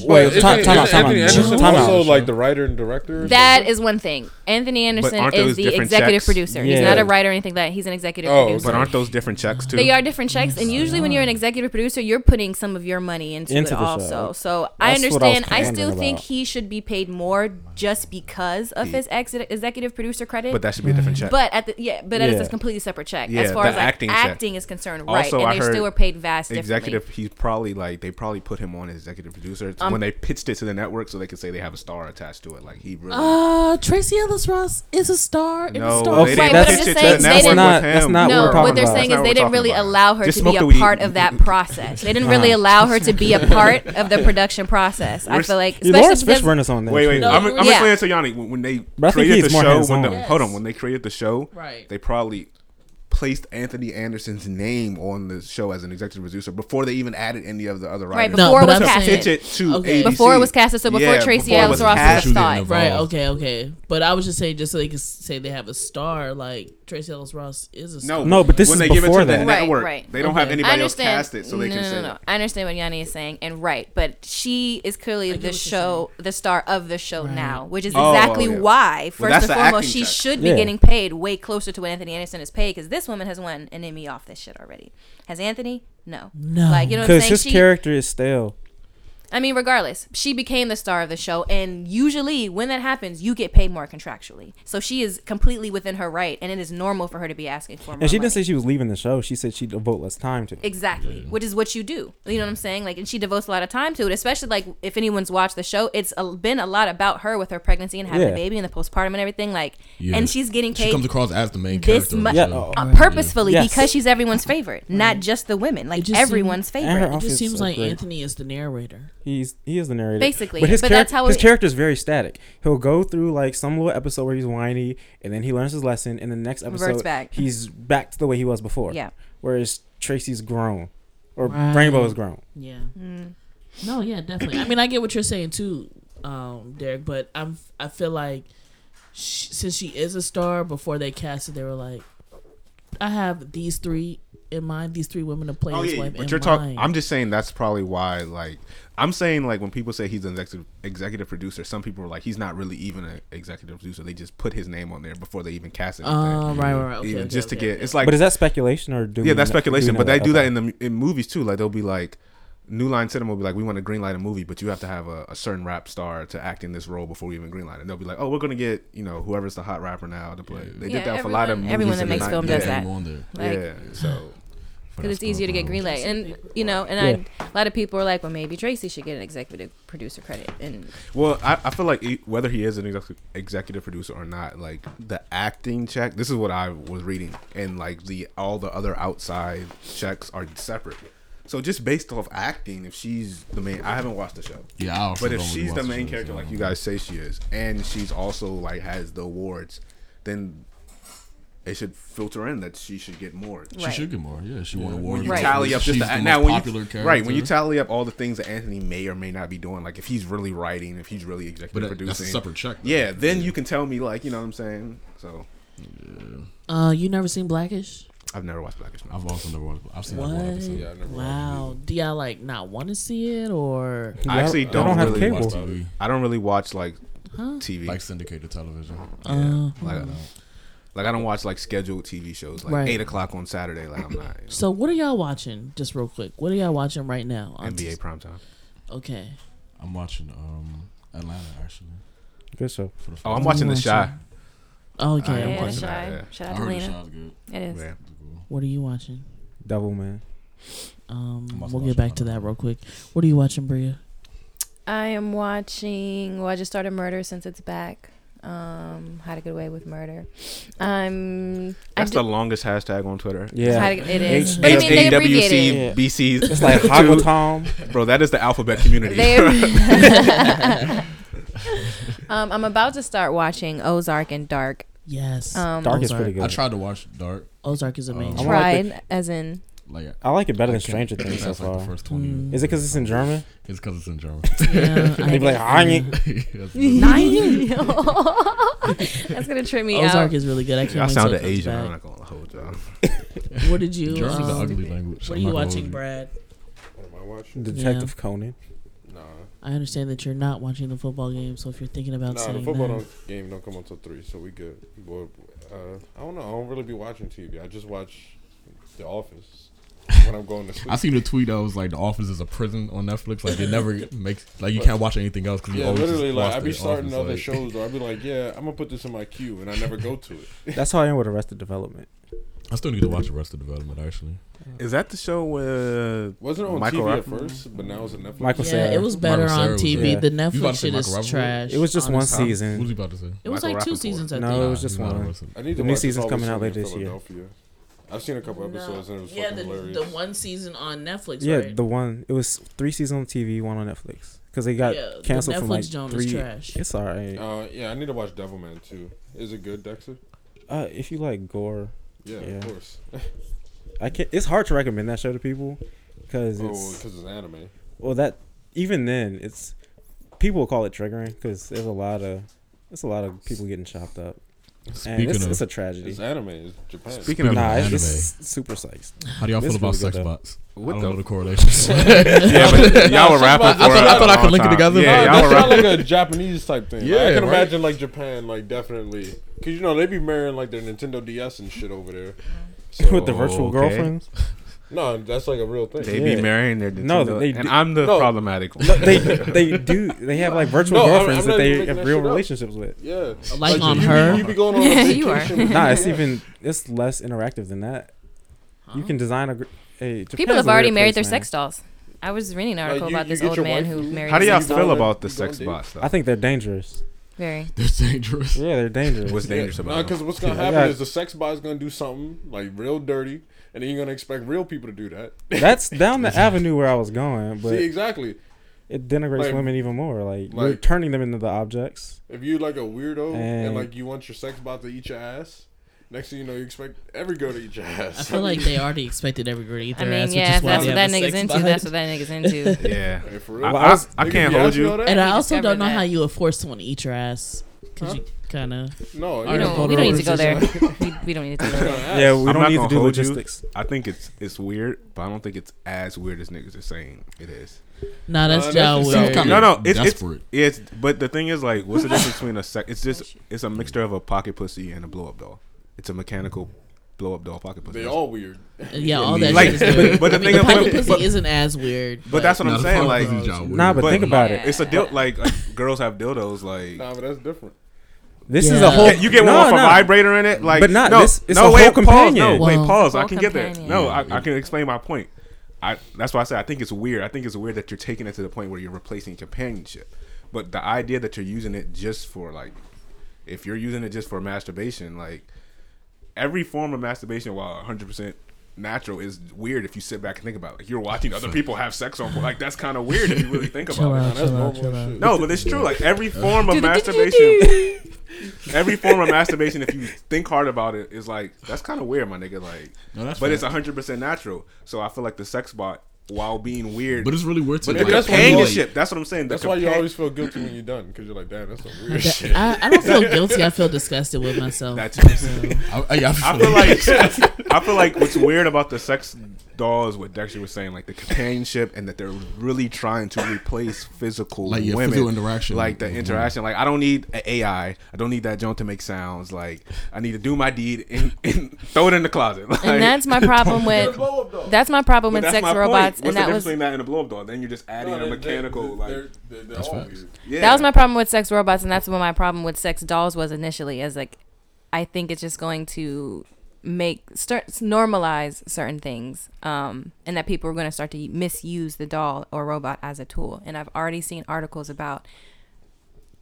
[SPEAKER 4] Wait, time, time out, time out,
[SPEAKER 5] Anthony Anderson
[SPEAKER 4] time out.
[SPEAKER 5] also like the writer and director. or
[SPEAKER 6] That is one thing. Anthony Anderson
[SPEAKER 2] aren't
[SPEAKER 6] is
[SPEAKER 2] those
[SPEAKER 6] the
[SPEAKER 2] different
[SPEAKER 6] executive
[SPEAKER 2] checks?
[SPEAKER 6] producer. He's
[SPEAKER 4] Yeah.
[SPEAKER 6] not a writer or anything like that. He's an executive
[SPEAKER 5] Oh,
[SPEAKER 6] producer.
[SPEAKER 2] But aren't those different checks too?
[SPEAKER 6] They are different checks, and usually when you're an executive producer, you're putting some of your money into,
[SPEAKER 4] Into
[SPEAKER 6] it
[SPEAKER 4] the show.
[SPEAKER 6] also. So I
[SPEAKER 4] That's what I was
[SPEAKER 6] understand. I, still
[SPEAKER 4] wondering
[SPEAKER 6] think
[SPEAKER 4] about.
[SPEAKER 6] he should be paid more just because of his ex- executive producer credit.
[SPEAKER 2] But that should be a different check.
[SPEAKER 6] But at the yeah, but it's
[SPEAKER 4] Yeah.
[SPEAKER 6] a completely separate check as
[SPEAKER 2] Yeah,
[SPEAKER 6] far
[SPEAKER 2] the
[SPEAKER 6] as like acting,
[SPEAKER 2] acting check.
[SPEAKER 6] is concerned,
[SPEAKER 2] Also,
[SPEAKER 6] right?
[SPEAKER 2] I
[SPEAKER 6] And they still
[SPEAKER 2] heard
[SPEAKER 6] were paid vast
[SPEAKER 2] executive,
[SPEAKER 6] executive.
[SPEAKER 2] he's probably like they probably put him on as executive producer
[SPEAKER 6] Um,
[SPEAKER 2] when they pitched it to the network, so they could say they have a star attached to it. Like he really.
[SPEAKER 3] Uh, Tracy Ellis Ross is a star in the
[SPEAKER 2] No,
[SPEAKER 3] star.
[SPEAKER 2] they
[SPEAKER 4] they didn't
[SPEAKER 2] didn't
[SPEAKER 4] Right, but
[SPEAKER 2] pitch
[SPEAKER 4] I'm
[SPEAKER 2] it
[SPEAKER 6] just
[SPEAKER 2] to
[SPEAKER 6] saying
[SPEAKER 2] the network.
[SPEAKER 6] they didn't-
[SPEAKER 4] That's
[SPEAKER 2] with
[SPEAKER 4] not- that's
[SPEAKER 2] him.
[SPEAKER 4] not
[SPEAKER 6] No,
[SPEAKER 4] we're
[SPEAKER 6] what,
[SPEAKER 4] talking
[SPEAKER 6] they're
[SPEAKER 4] about.
[SPEAKER 6] saying
[SPEAKER 2] That's
[SPEAKER 6] is
[SPEAKER 2] not
[SPEAKER 6] they
[SPEAKER 2] what
[SPEAKER 6] didn't
[SPEAKER 2] we're
[SPEAKER 6] really
[SPEAKER 2] talking about.
[SPEAKER 6] allow her
[SPEAKER 2] Just
[SPEAKER 6] to be
[SPEAKER 2] smoke
[SPEAKER 6] a
[SPEAKER 2] the weed.
[SPEAKER 6] part of that process. They didn't really allow her to be a part of the production process. I
[SPEAKER 2] We're-
[SPEAKER 6] feel like
[SPEAKER 4] Lawrence
[SPEAKER 6] especially
[SPEAKER 4] Fishburne is on there.
[SPEAKER 2] Wait, wait.
[SPEAKER 4] too.
[SPEAKER 3] No,
[SPEAKER 2] I'm,
[SPEAKER 3] we're-
[SPEAKER 2] I'm
[SPEAKER 6] Yeah.
[SPEAKER 2] explaining to Yanni when, when they
[SPEAKER 4] But I think
[SPEAKER 2] created
[SPEAKER 4] he's
[SPEAKER 2] the
[SPEAKER 4] more
[SPEAKER 2] show. When the,
[SPEAKER 4] hands-on.
[SPEAKER 2] Hold on, when they created the show,
[SPEAKER 3] Right.
[SPEAKER 2] They probably placed Anthony Anderson's name on the show as an executive producer before they even added any of the other
[SPEAKER 6] right
[SPEAKER 2] writers.
[SPEAKER 3] No,
[SPEAKER 6] before
[SPEAKER 3] but
[SPEAKER 6] it was
[SPEAKER 3] I'm
[SPEAKER 2] To
[SPEAKER 3] saying-
[SPEAKER 6] casted.
[SPEAKER 2] pitch it to
[SPEAKER 3] Okay.
[SPEAKER 2] ABC.
[SPEAKER 6] Before it was casted, so before
[SPEAKER 2] Yeah,
[SPEAKER 6] Tracy
[SPEAKER 2] before it
[SPEAKER 6] Ellis
[SPEAKER 2] was
[SPEAKER 6] Ross was
[SPEAKER 2] casted.
[SPEAKER 6] a star.
[SPEAKER 1] She was
[SPEAKER 3] Right.
[SPEAKER 1] involved.
[SPEAKER 3] Okay. Okay. But I was just saying, just so they could say they have a star, like Tracy Ellis Ross is a
[SPEAKER 2] No,
[SPEAKER 4] No, but this
[SPEAKER 2] when
[SPEAKER 4] is
[SPEAKER 2] they give it
[SPEAKER 4] before
[SPEAKER 2] to
[SPEAKER 4] that.
[SPEAKER 2] the
[SPEAKER 6] Right,
[SPEAKER 2] network,
[SPEAKER 6] right.
[SPEAKER 2] they don't have
[SPEAKER 3] Okay.
[SPEAKER 6] I
[SPEAKER 2] anybody else
[SPEAKER 6] understand.
[SPEAKER 2] cast it, so they
[SPEAKER 6] no,
[SPEAKER 2] can
[SPEAKER 6] no,
[SPEAKER 2] say
[SPEAKER 6] no, no. I understand what Yanni is saying, and right, but she is clearly
[SPEAKER 3] get
[SPEAKER 6] the
[SPEAKER 3] what you're
[SPEAKER 6] show, the star of the show now, which is
[SPEAKER 2] Oh,
[SPEAKER 6] exactly
[SPEAKER 2] oh, yeah.
[SPEAKER 6] why, first
[SPEAKER 2] that's
[SPEAKER 6] and
[SPEAKER 2] the
[SPEAKER 6] foremost,
[SPEAKER 2] acting
[SPEAKER 6] she
[SPEAKER 2] check.
[SPEAKER 6] should be
[SPEAKER 4] Yeah.
[SPEAKER 6] getting paid way closer to what Anthony Anderson is paid because this woman has won an Emmy off this shit already. Has Anthony? No.
[SPEAKER 3] No.
[SPEAKER 6] Like you know, what I'm
[SPEAKER 4] because
[SPEAKER 6] saying?
[SPEAKER 4] his
[SPEAKER 6] She-
[SPEAKER 4] character is stale.
[SPEAKER 6] I mean, regardless, she became the star of the show, and usually when that happens, you get paid more contractually. So she is completely within her right, and it is normal for her to be asking for more.
[SPEAKER 4] And she
[SPEAKER 6] money.
[SPEAKER 4] didn't say she was leaving the show. She said she'd devote less time to it.
[SPEAKER 6] Exactly, which is what you do. You know what I'm saying? Like, and she devotes a lot of time to it, especially like if anyone's watched the show, it's a, been a lot about her with her pregnancy and having
[SPEAKER 4] Yeah.
[SPEAKER 6] a baby and the postpartum and everything. Like,
[SPEAKER 1] Yeah.
[SPEAKER 6] and she's getting
[SPEAKER 1] [laughs]
[SPEAKER 6] paid
[SPEAKER 1] She comes across as the main
[SPEAKER 6] this
[SPEAKER 1] character.
[SPEAKER 6] much
[SPEAKER 4] Yeah,
[SPEAKER 1] so-
[SPEAKER 4] uh,
[SPEAKER 6] purposefully
[SPEAKER 4] Yes.
[SPEAKER 6] because she's everyone's favorite, not just the women, like
[SPEAKER 3] just
[SPEAKER 6] everyone's
[SPEAKER 4] And her
[SPEAKER 6] favorite.
[SPEAKER 3] It
[SPEAKER 4] outfit's
[SPEAKER 3] just seems
[SPEAKER 4] so
[SPEAKER 3] like
[SPEAKER 4] great.
[SPEAKER 3] Anthony is the narrator.
[SPEAKER 4] He's he is the narrator.
[SPEAKER 6] Basically,
[SPEAKER 4] but his,
[SPEAKER 6] but
[SPEAKER 4] charac-
[SPEAKER 6] that's how
[SPEAKER 4] his
[SPEAKER 6] it-
[SPEAKER 4] character is very static. He'll go through like some little episode where he's whiny, and then he learns his lesson, and the next
[SPEAKER 6] Reverts
[SPEAKER 4] episode
[SPEAKER 6] back.
[SPEAKER 4] he's back to the way he was before.
[SPEAKER 6] Yeah.
[SPEAKER 4] Where's Tracy's grown, or
[SPEAKER 3] Right.
[SPEAKER 4] Rainbow is grown.
[SPEAKER 3] Yeah. No, yeah, definitely. I mean, I get what you're saying too, um, Derek. But I'm I feel like sh since she is a star, before they cast it, they were like, I have these three in mind. These three women to play
[SPEAKER 2] Oh
[SPEAKER 3] his
[SPEAKER 2] yeah,
[SPEAKER 3] wife. in
[SPEAKER 2] but you're talking.
[SPEAKER 3] mind.
[SPEAKER 2] I'm just saying that's probably why. Like, I'm saying like when people say he's an executive executive producer, some people are like he's not really even an executive producer. They just put his name on there before they even cast it.
[SPEAKER 3] Oh, right, right, right. Okay,
[SPEAKER 2] even
[SPEAKER 3] okay,
[SPEAKER 2] just to
[SPEAKER 3] okay,
[SPEAKER 2] get
[SPEAKER 3] okay.
[SPEAKER 2] it's like
[SPEAKER 4] But is that speculation or do
[SPEAKER 2] yeah,
[SPEAKER 4] we
[SPEAKER 2] that's
[SPEAKER 4] kn- do we
[SPEAKER 2] speculation.
[SPEAKER 4] know
[SPEAKER 2] But they
[SPEAKER 4] that
[SPEAKER 2] do that
[SPEAKER 4] about-
[SPEAKER 2] in the in movies too. Like they'll be like, New Line Cinema will be like, we want to greenlight a movie, but you have to have a, a certain rap star to act in this role before we even greenlight it. And they'll be like, oh, we're gonna get you know whoever's the hot rapper now to play. They
[SPEAKER 6] Yeah,
[SPEAKER 2] did that for a lot of
[SPEAKER 6] everyone-
[SPEAKER 2] movies.
[SPEAKER 6] everyone that
[SPEAKER 2] in the
[SPEAKER 6] makes film
[SPEAKER 2] 90s.
[SPEAKER 6] does
[SPEAKER 2] yeah.
[SPEAKER 6] that.
[SPEAKER 1] Came on there.
[SPEAKER 6] Like,
[SPEAKER 2] yeah, so
[SPEAKER 1] But
[SPEAKER 6] because it's easier to get
[SPEAKER 1] probably-
[SPEAKER 6] greenlight. And you know, and I a lot of people are like, well, maybe Tracy should get an executive producer credit. And
[SPEAKER 2] Well, I, I feel like e- whether he is an exec- executive producer or not, like the acting check, this is what I was reading, and like the all the other outside checks are separate. So just based off acting, if she's the main, I haven't watched the show.
[SPEAKER 1] Yeah, I also
[SPEAKER 2] but if
[SPEAKER 1] don't really
[SPEAKER 2] she's the
[SPEAKER 1] watch
[SPEAKER 2] main
[SPEAKER 1] shows,
[SPEAKER 2] character,
[SPEAKER 1] I
[SPEAKER 2] like
[SPEAKER 1] don't
[SPEAKER 2] you guys say she is, and she's also like has the awards, then it should filter in that she should get more.
[SPEAKER 1] She
[SPEAKER 6] Right.
[SPEAKER 1] should get more. Yeah, she won awards.
[SPEAKER 2] When you
[SPEAKER 6] Right.
[SPEAKER 2] tally up
[SPEAKER 1] She's
[SPEAKER 2] just the,
[SPEAKER 1] the
[SPEAKER 2] now
[SPEAKER 1] most
[SPEAKER 2] when you,
[SPEAKER 1] popular character.
[SPEAKER 2] right when you tally up all the things that Anthony may or may not be doing, like if he's really writing, if he's really executive
[SPEAKER 1] But that-
[SPEAKER 2] producing,
[SPEAKER 1] that's a separate check. though.
[SPEAKER 2] yeah, then you can tell me like you know what I'm saying. So
[SPEAKER 3] Uh, you never seen Blackish?
[SPEAKER 2] I've never watched Blackish. No.
[SPEAKER 1] I've also never watched. I've seen
[SPEAKER 3] What?
[SPEAKER 1] like one episode.
[SPEAKER 5] Yeah, I never
[SPEAKER 3] wow. Do y'all like not want to see it or?
[SPEAKER 4] Yeah,
[SPEAKER 2] I actually
[SPEAKER 4] I
[SPEAKER 2] don't,
[SPEAKER 4] don't have
[SPEAKER 2] really
[SPEAKER 4] cable.
[SPEAKER 2] watch
[SPEAKER 1] Watch
[SPEAKER 2] TV.
[SPEAKER 1] TV,
[SPEAKER 2] I don't really watch like
[SPEAKER 3] Huh?
[SPEAKER 2] TV.
[SPEAKER 1] like syndicated television.
[SPEAKER 2] Yeah.
[SPEAKER 3] Uh,
[SPEAKER 2] like, I don't, like I don't watch like scheduled TV shows like
[SPEAKER 3] Right.
[SPEAKER 2] eight o'clock on Saturday. Like I'm not you know,
[SPEAKER 3] So what are y'all watching? Just real quick, what are y'all watching right now? on
[SPEAKER 2] NBA
[SPEAKER 3] t-
[SPEAKER 2] primetime.
[SPEAKER 3] Okay.
[SPEAKER 1] I'm watching um Atlanta actually.
[SPEAKER 4] Good show.
[SPEAKER 1] For the first
[SPEAKER 2] Oh, I'm watching The
[SPEAKER 3] watching-
[SPEAKER 2] Shy. I am
[SPEAKER 3] Okay.
[SPEAKER 2] Yeah,
[SPEAKER 6] yeah,
[SPEAKER 2] watching
[SPEAKER 6] shout,
[SPEAKER 2] that, yeah.
[SPEAKER 6] shout
[SPEAKER 1] I
[SPEAKER 6] out to
[SPEAKER 1] heard The
[SPEAKER 6] Lena.
[SPEAKER 1] Shy's good.
[SPEAKER 6] It is.
[SPEAKER 2] Yeah.
[SPEAKER 3] What are you watching?
[SPEAKER 4] Double man.
[SPEAKER 3] Um,
[SPEAKER 1] I'm also
[SPEAKER 3] we'll
[SPEAKER 1] watching
[SPEAKER 3] get back to
[SPEAKER 1] Atlanta.
[SPEAKER 3] that real quick. What are you watching, Bria?
[SPEAKER 6] I am watching. Well, I just started Murder since it's back. Um, How to Get Away with Murder. Um, I
[SPEAKER 2] That's
[SPEAKER 6] do-
[SPEAKER 2] the longest hashtag on Twitter.
[SPEAKER 4] Yeah.
[SPEAKER 6] How to- it is.
[SPEAKER 4] H-
[SPEAKER 6] But I mean, they abbreviate it.
[SPEAKER 4] it.
[SPEAKER 2] BC.
[SPEAKER 4] [laughs] It's
[SPEAKER 2] [laughs]
[SPEAKER 4] like Hot with Tom.
[SPEAKER 2] bro. That is the alphabet community. [laughs]
[SPEAKER 6] They- [laughs] um, I'm about to start watching Ozark and Dark.
[SPEAKER 3] Yes.
[SPEAKER 6] Um,
[SPEAKER 4] Dark is
[SPEAKER 3] Ozark.
[SPEAKER 4] pretty good.
[SPEAKER 1] I
[SPEAKER 4] I,
[SPEAKER 1] tried to watch Dark.
[SPEAKER 3] Ozark is amazing.
[SPEAKER 1] I'm
[SPEAKER 4] gonna like
[SPEAKER 6] tried as in
[SPEAKER 1] Like
[SPEAKER 4] like it better
[SPEAKER 1] I
[SPEAKER 4] than
[SPEAKER 1] can't-
[SPEAKER 4] Stranger
[SPEAKER 1] I think
[SPEAKER 4] Things so
[SPEAKER 1] that's like
[SPEAKER 4] far.
[SPEAKER 1] the first twenty.
[SPEAKER 3] Mm.
[SPEAKER 4] Is it because it's in German?
[SPEAKER 1] It's because it's in German. [laughs]
[SPEAKER 3] yeah,
[SPEAKER 4] They be like, I ain't.
[SPEAKER 1] That's really-
[SPEAKER 6] nine. That's gonna trip me
[SPEAKER 3] Ozark
[SPEAKER 6] out.
[SPEAKER 3] is really good. I can't
[SPEAKER 2] I
[SPEAKER 3] wait
[SPEAKER 2] sounded
[SPEAKER 3] till it comes
[SPEAKER 2] Asian. I'm
[SPEAKER 3] back.
[SPEAKER 2] not gonna hold y'all.
[SPEAKER 3] What did you?
[SPEAKER 1] German's an
[SPEAKER 3] um,
[SPEAKER 1] ugly language.
[SPEAKER 3] what are
[SPEAKER 1] I'm not gonna
[SPEAKER 3] you
[SPEAKER 1] hold
[SPEAKER 3] watching, Brad?
[SPEAKER 5] What am I watching?
[SPEAKER 4] Detective Conan.
[SPEAKER 5] Nah,
[SPEAKER 3] I understand that you're not watching the football game, so if you're thinking about
[SPEAKER 5] nah. The
[SPEAKER 3] seeing
[SPEAKER 5] football
[SPEAKER 3] that,
[SPEAKER 5] don't, game don't come until three, so we good. But uh, I don't know. I don't really be watching TV. I just watch The Office when I'm going to
[SPEAKER 1] [laughs]
[SPEAKER 5] sleep.
[SPEAKER 1] I seen a tweet that was like, "The Office is a prison on Netflix. Like it never makes like you can't watch anything else because you
[SPEAKER 5] yeah,
[SPEAKER 1] always just
[SPEAKER 5] literally, like
[SPEAKER 1] watch
[SPEAKER 5] I be
[SPEAKER 1] The
[SPEAKER 5] starting
[SPEAKER 1] Office,
[SPEAKER 5] other
[SPEAKER 1] like-
[SPEAKER 5] shows, or I be like, yeah, I'm gonna put this in my queue, and I never go to it.
[SPEAKER 4] That's how I am with Arrested Development.
[SPEAKER 1] [laughs] I still need to watch the rest of Development actually.
[SPEAKER 2] Is that the show where
[SPEAKER 5] Wasn't it on
[SPEAKER 2] Michael
[SPEAKER 5] TV at
[SPEAKER 2] Rappaport?
[SPEAKER 5] first, but now it's on Netflix.
[SPEAKER 4] Michael
[SPEAKER 3] yeah,
[SPEAKER 4] Cera.
[SPEAKER 3] it was better
[SPEAKER 1] Michael Cera
[SPEAKER 3] on
[SPEAKER 1] was
[SPEAKER 3] TV.
[SPEAKER 4] good.
[SPEAKER 3] The
[SPEAKER 1] You about
[SPEAKER 3] Netflix
[SPEAKER 1] to say
[SPEAKER 3] shit
[SPEAKER 1] Michael
[SPEAKER 3] is
[SPEAKER 1] Rappaport?
[SPEAKER 3] trash.
[SPEAKER 4] It was just one
[SPEAKER 3] honestly.
[SPEAKER 4] season.
[SPEAKER 1] What was he about to say?
[SPEAKER 3] It was
[SPEAKER 2] Michael
[SPEAKER 3] like two
[SPEAKER 2] Rappaport.
[SPEAKER 3] seasons. I
[SPEAKER 4] No,
[SPEAKER 3] think.
[SPEAKER 4] it was just
[SPEAKER 1] Nah,
[SPEAKER 4] one.
[SPEAKER 1] wasn't.
[SPEAKER 5] I need to
[SPEAKER 4] The new
[SPEAKER 5] watch this
[SPEAKER 4] season's
[SPEAKER 5] Always
[SPEAKER 4] coming out
[SPEAKER 5] Sunny in
[SPEAKER 4] later this year.
[SPEAKER 5] Philadelphia. I've seen a couple episodes and it was
[SPEAKER 3] yeah,
[SPEAKER 5] fucking
[SPEAKER 3] the,
[SPEAKER 5] hilarious.
[SPEAKER 3] the one season on Netflix.
[SPEAKER 4] Yeah,
[SPEAKER 3] right?
[SPEAKER 4] the one. It was three seasons on TV, one on Netflix. Because they got
[SPEAKER 3] Yeah, the
[SPEAKER 4] canceled from
[SPEAKER 3] Netflix
[SPEAKER 4] like
[SPEAKER 3] joint is
[SPEAKER 4] three.
[SPEAKER 3] trash.
[SPEAKER 4] It's alright.
[SPEAKER 5] Uh, yeah, I need to watch Devilman too. Is it good, Dexter?
[SPEAKER 4] Uh, if you like gore,
[SPEAKER 5] Yeah,
[SPEAKER 4] Yeah.
[SPEAKER 5] of course.
[SPEAKER 4] I can not It's hard to recommend that show to people because
[SPEAKER 5] Oh,
[SPEAKER 4] it's
[SPEAKER 5] because it's anime.
[SPEAKER 4] well that even then it's people call it triggering because there's a lot of it's a lot of people getting chopped up. And
[SPEAKER 1] Speaking
[SPEAKER 4] it's,
[SPEAKER 1] of,
[SPEAKER 4] it's a tragedy.
[SPEAKER 5] It's anime. It's Japan.
[SPEAKER 2] Speaking of,
[SPEAKER 4] Nah, it's,
[SPEAKER 1] anime.
[SPEAKER 4] it's super
[SPEAKER 5] [laughs]
[SPEAKER 4] psyched.
[SPEAKER 1] how do y'all feel
[SPEAKER 4] this
[SPEAKER 1] about
[SPEAKER 4] was good,
[SPEAKER 1] sex
[SPEAKER 4] though.
[SPEAKER 1] bots? I
[SPEAKER 2] What
[SPEAKER 1] don't
[SPEAKER 2] the
[SPEAKER 1] know the correlations. [laughs]
[SPEAKER 2] yeah, but y'all were rapping
[SPEAKER 1] I
[SPEAKER 2] for
[SPEAKER 1] thought- I
[SPEAKER 2] a
[SPEAKER 1] thought I could
[SPEAKER 2] long
[SPEAKER 1] link it
[SPEAKER 2] time.
[SPEAKER 1] together.
[SPEAKER 2] Yeah,
[SPEAKER 1] Nah,
[SPEAKER 2] y'all were
[SPEAKER 5] That's not
[SPEAKER 2] rapping.
[SPEAKER 5] like a Japanese type thing. Yeah, I
[SPEAKER 1] Yeah,
[SPEAKER 5] can
[SPEAKER 1] right?
[SPEAKER 5] imagine like Japan, like definitely, because you know they be marrying like their Nintendo DS and shit over there. So,
[SPEAKER 4] With the virtual
[SPEAKER 2] okay.
[SPEAKER 4] girlfriends.
[SPEAKER 5] no, that's like a real thing.
[SPEAKER 2] They
[SPEAKER 4] Yeah.
[SPEAKER 2] be marrying their
[SPEAKER 4] No,
[SPEAKER 2] Nintendo-
[SPEAKER 4] they
[SPEAKER 2] and
[SPEAKER 4] do-
[SPEAKER 2] I'm the
[SPEAKER 5] No.
[SPEAKER 2] problematic one.
[SPEAKER 4] they they do. They have like virtual
[SPEAKER 5] No, I'm- I'm
[SPEAKER 4] girlfriends
[SPEAKER 5] not
[SPEAKER 4] that they
[SPEAKER 5] making
[SPEAKER 4] have
[SPEAKER 5] that
[SPEAKER 4] real
[SPEAKER 5] shit up.
[SPEAKER 4] relationships with.
[SPEAKER 5] Yeah,
[SPEAKER 3] Like on
[SPEAKER 5] you be-
[SPEAKER 3] her?
[SPEAKER 5] you be going
[SPEAKER 3] [laughs]
[SPEAKER 5] on a
[SPEAKER 6] Yeah,
[SPEAKER 5] vacation.
[SPEAKER 6] you are.
[SPEAKER 5] with
[SPEAKER 4] Nah,
[SPEAKER 5] your [laughs]
[SPEAKER 4] it's
[SPEAKER 5] DS.
[SPEAKER 4] even it's less interactive than that. You can design a. gr- Hey,
[SPEAKER 6] People
[SPEAKER 4] Japan's
[SPEAKER 6] have
[SPEAKER 4] a
[SPEAKER 6] already
[SPEAKER 4] weird
[SPEAKER 6] married their
[SPEAKER 4] place, man.
[SPEAKER 6] sex dolls. I was reading an
[SPEAKER 5] Like,
[SPEAKER 6] article
[SPEAKER 5] you-
[SPEAKER 6] about
[SPEAKER 5] you
[SPEAKER 6] this
[SPEAKER 5] get
[SPEAKER 6] old
[SPEAKER 5] your
[SPEAKER 6] man
[SPEAKER 5] wife-
[SPEAKER 6] who
[SPEAKER 2] [laughs]
[SPEAKER 6] married.
[SPEAKER 2] How do
[SPEAKER 6] his
[SPEAKER 2] y'all
[SPEAKER 6] sex
[SPEAKER 5] You
[SPEAKER 2] feel
[SPEAKER 6] doll.
[SPEAKER 5] don't-
[SPEAKER 2] about the
[SPEAKER 5] you
[SPEAKER 2] sex
[SPEAKER 5] don't
[SPEAKER 2] bots? though?
[SPEAKER 4] I think they're dangerous.
[SPEAKER 6] Very.
[SPEAKER 1] They're dangerous.
[SPEAKER 4] [laughs] Yeah, they're dangerous.
[SPEAKER 2] What's dangerous
[SPEAKER 5] Yeah.
[SPEAKER 2] about
[SPEAKER 5] Nah,
[SPEAKER 2] it?
[SPEAKER 5] because what's gonna
[SPEAKER 4] Yeah, I
[SPEAKER 5] happen
[SPEAKER 4] got-
[SPEAKER 5] is the sex bot's gonna do something like real dirty, and then you're gonna expect real people to do that.
[SPEAKER 4] That's down the avenue where I was going, but
[SPEAKER 5] [laughs] See, exactly.
[SPEAKER 4] it denigrates
[SPEAKER 5] like-
[SPEAKER 4] women even more. Like, you're
[SPEAKER 5] like-
[SPEAKER 4] turning them into the objects.
[SPEAKER 5] If you like a weirdo and,
[SPEAKER 4] And-
[SPEAKER 5] like you want your sex bot to eat your ass, next thing you know, you expect every girl to eat your ass.
[SPEAKER 3] I feel
[SPEAKER 5] [laughs]
[SPEAKER 3] like they already expected every girl to eat
[SPEAKER 6] I
[SPEAKER 3] their
[SPEAKER 6] mean,
[SPEAKER 3] ass,
[SPEAKER 6] yeah, if
[SPEAKER 3] which is why
[SPEAKER 6] that's
[SPEAKER 3] they
[SPEAKER 6] what that
[SPEAKER 3] have a
[SPEAKER 6] nigga's
[SPEAKER 3] sex
[SPEAKER 6] into.
[SPEAKER 3] bot.
[SPEAKER 6] That's what that nigga's
[SPEAKER 2] [laughs]
[SPEAKER 6] into.
[SPEAKER 5] [laughs]
[SPEAKER 2] yeah.
[SPEAKER 5] Hey, for real.
[SPEAKER 2] I-
[SPEAKER 4] Well, I was-
[SPEAKER 2] I
[SPEAKER 5] Nigga,
[SPEAKER 2] can't
[SPEAKER 5] you
[SPEAKER 2] hold
[SPEAKER 5] ask me
[SPEAKER 2] you.
[SPEAKER 5] all that?
[SPEAKER 3] And I
[SPEAKER 6] You
[SPEAKER 3] also
[SPEAKER 6] discovered
[SPEAKER 3] don't know
[SPEAKER 6] that.
[SPEAKER 3] how you would force someone to eat your ass because you kind of.
[SPEAKER 5] No,
[SPEAKER 3] I
[SPEAKER 6] We
[SPEAKER 5] you
[SPEAKER 6] don't,
[SPEAKER 5] don't.
[SPEAKER 6] we don't need to go there. we, we don't need to go there.
[SPEAKER 4] Yeah, we
[SPEAKER 2] I'm
[SPEAKER 4] don't
[SPEAKER 2] not
[SPEAKER 4] need to
[SPEAKER 2] gonna
[SPEAKER 4] do
[SPEAKER 2] hold you.
[SPEAKER 4] logistics.
[SPEAKER 2] I think it's it's weird, but I don't think it's as weird as niggas are saying it is.
[SPEAKER 3] Nah, that's
[SPEAKER 5] Uh,
[SPEAKER 3] y'all
[SPEAKER 5] that's just
[SPEAKER 3] weird.
[SPEAKER 5] some
[SPEAKER 2] No, no, it's
[SPEAKER 1] desperate.
[SPEAKER 2] It's, it's but the thing is like, what's the difference between a sec? It's just it's a mixture of a pocket pussy and a blow up doll. It's a mechanical blow up doll pocket pussy.
[SPEAKER 5] They all weird.
[SPEAKER 3] Yeah, all that
[SPEAKER 2] Like,
[SPEAKER 3] shit is weird.
[SPEAKER 2] but- but the
[SPEAKER 3] I mean,
[SPEAKER 2] thing
[SPEAKER 3] the
[SPEAKER 2] is-
[SPEAKER 3] pocket
[SPEAKER 2] but-
[SPEAKER 3] pussy
[SPEAKER 2] but-
[SPEAKER 3] isn't as weird.
[SPEAKER 2] but that's what
[SPEAKER 1] Nah,
[SPEAKER 2] I'm
[SPEAKER 1] the
[SPEAKER 2] saying.
[SPEAKER 1] fuck
[SPEAKER 2] Like,
[SPEAKER 1] is y'all weird.
[SPEAKER 4] Nah, but,
[SPEAKER 2] But-
[SPEAKER 4] think about it.
[SPEAKER 2] it's a deal. Like, like, girls have dildos. Like,
[SPEAKER 5] Nah, but that's different.
[SPEAKER 4] This is
[SPEAKER 3] Yeah.
[SPEAKER 4] a whole.
[SPEAKER 2] you get one
[SPEAKER 4] Oh, No,
[SPEAKER 2] with a
[SPEAKER 4] no.
[SPEAKER 2] vibrator in it. Like,
[SPEAKER 4] But not
[SPEAKER 2] no,
[SPEAKER 4] this- it's
[SPEAKER 2] no,
[SPEAKER 4] a whole
[SPEAKER 2] wait, Pause,
[SPEAKER 4] companion.
[SPEAKER 2] no, wait,
[SPEAKER 3] Well-
[SPEAKER 2] pause. I
[SPEAKER 6] Whole
[SPEAKER 2] can get there.
[SPEAKER 6] companion.
[SPEAKER 2] No, I, I can explain my point. I that's why I said I think it's weird. I think it's weird that you're taking it to the point where you're replacing companionship. But the idea that you're using it just for like, if you're using it just for masturbation, like every form of masturbation, while 100 percent natural, is weird if you sit back and think about. it. Like you're watching other people have sex on, like that's kind of weird if you really think
[SPEAKER 3] Chill
[SPEAKER 2] about it.
[SPEAKER 3] out,
[SPEAKER 5] That's
[SPEAKER 3] chill out,
[SPEAKER 5] normal
[SPEAKER 3] chill out.
[SPEAKER 5] shit.
[SPEAKER 2] No, but it's true. Like every form of
[SPEAKER 6] [laughs]
[SPEAKER 2] masturbation, every form of masturbation, if you think hard about it, is like that's kind of weird, my nigga. Like,
[SPEAKER 1] No, that's
[SPEAKER 2] but
[SPEAKER 1] fair.
[SPEAKER 2] it's hundred percent natural. So I feel like the sex bot, while being weird,
[SPEAKER 1] But it's really weird to
[SPEAKER 2] the
[SPEAKER 1] like,
[SPEAKER 5] that's why you
[SPEAKER 2] companionship. that's what I'm saying. The
[SPEAKER 5] That's why you
[SPEAKER 2] compan-
[SPEAKER 5] always feel guilty when you're done, because you're like, damn, that's some
[SPEAKER 3] [laughs]
[SPEAKER 5] weird
[SPEAKER 3] That-
[SPEAKER 5] shit.
[SPEAKER 3] I, I don't feel guilty. I feel disgusted with myself.
[SPEAKER 2] [laughs] That too.
[SPEAKER 1] I, I, I
[SPEAKER 2] I
[SPEAKER 1] [laughs]
[SPEAKER 2] feel like I feel like what's weird about the sex doll is what Dexter was saying, like the companionship, and that they're really trying to replace physical
[SPEAKER 1] Like, yeah,
[SPEAKER 2] women,
[SPEAKER 1] physical interaction Mm-hmm.
[SPEAKER 2] like the
[SPEAKER 1] with women.
[SPEAKER 2] interaction. Like I don't need an AI, I don't need that junk to make sounds. Like I need to do my deed and, and [laughs] throw it in the closet. Like,
[SPEAKER 6] And that's my
[SPEAKER 2] [laughs]
[SPEAKER 6] problem with that's my problem
[SPEAKER 2] but
[SPEAKER 6] with
[SPEAKER 2] that's
[SPEAKER 6] sex
[SPEAKER 2] my point. What's
[SPEAKER 6] robots, and
[SPEAKER 2] the
[SPEAKER 6] that
[SPEAKER 2] difference
[SPEAKER 6] was
[SPEAKER 2] between that and a blow up doll. Then you're just adding a mechanical
[SPEAKER 5] They're,
[SPEAKER 2] like
[SPEAKER 5] they're, they're all
[SPEAKER 1] facts.
[SPEAKER 5] weird.
[SPEAKER 2] yeah.
[SPEAKER 6] that was my problem with sex robots, and that's what my problem with sex dolls was initially. Is like, I think it's just going to make start normalize certain things, um, and that people are going to start to misuse the doll or robot as a tool. And I've already seen articles about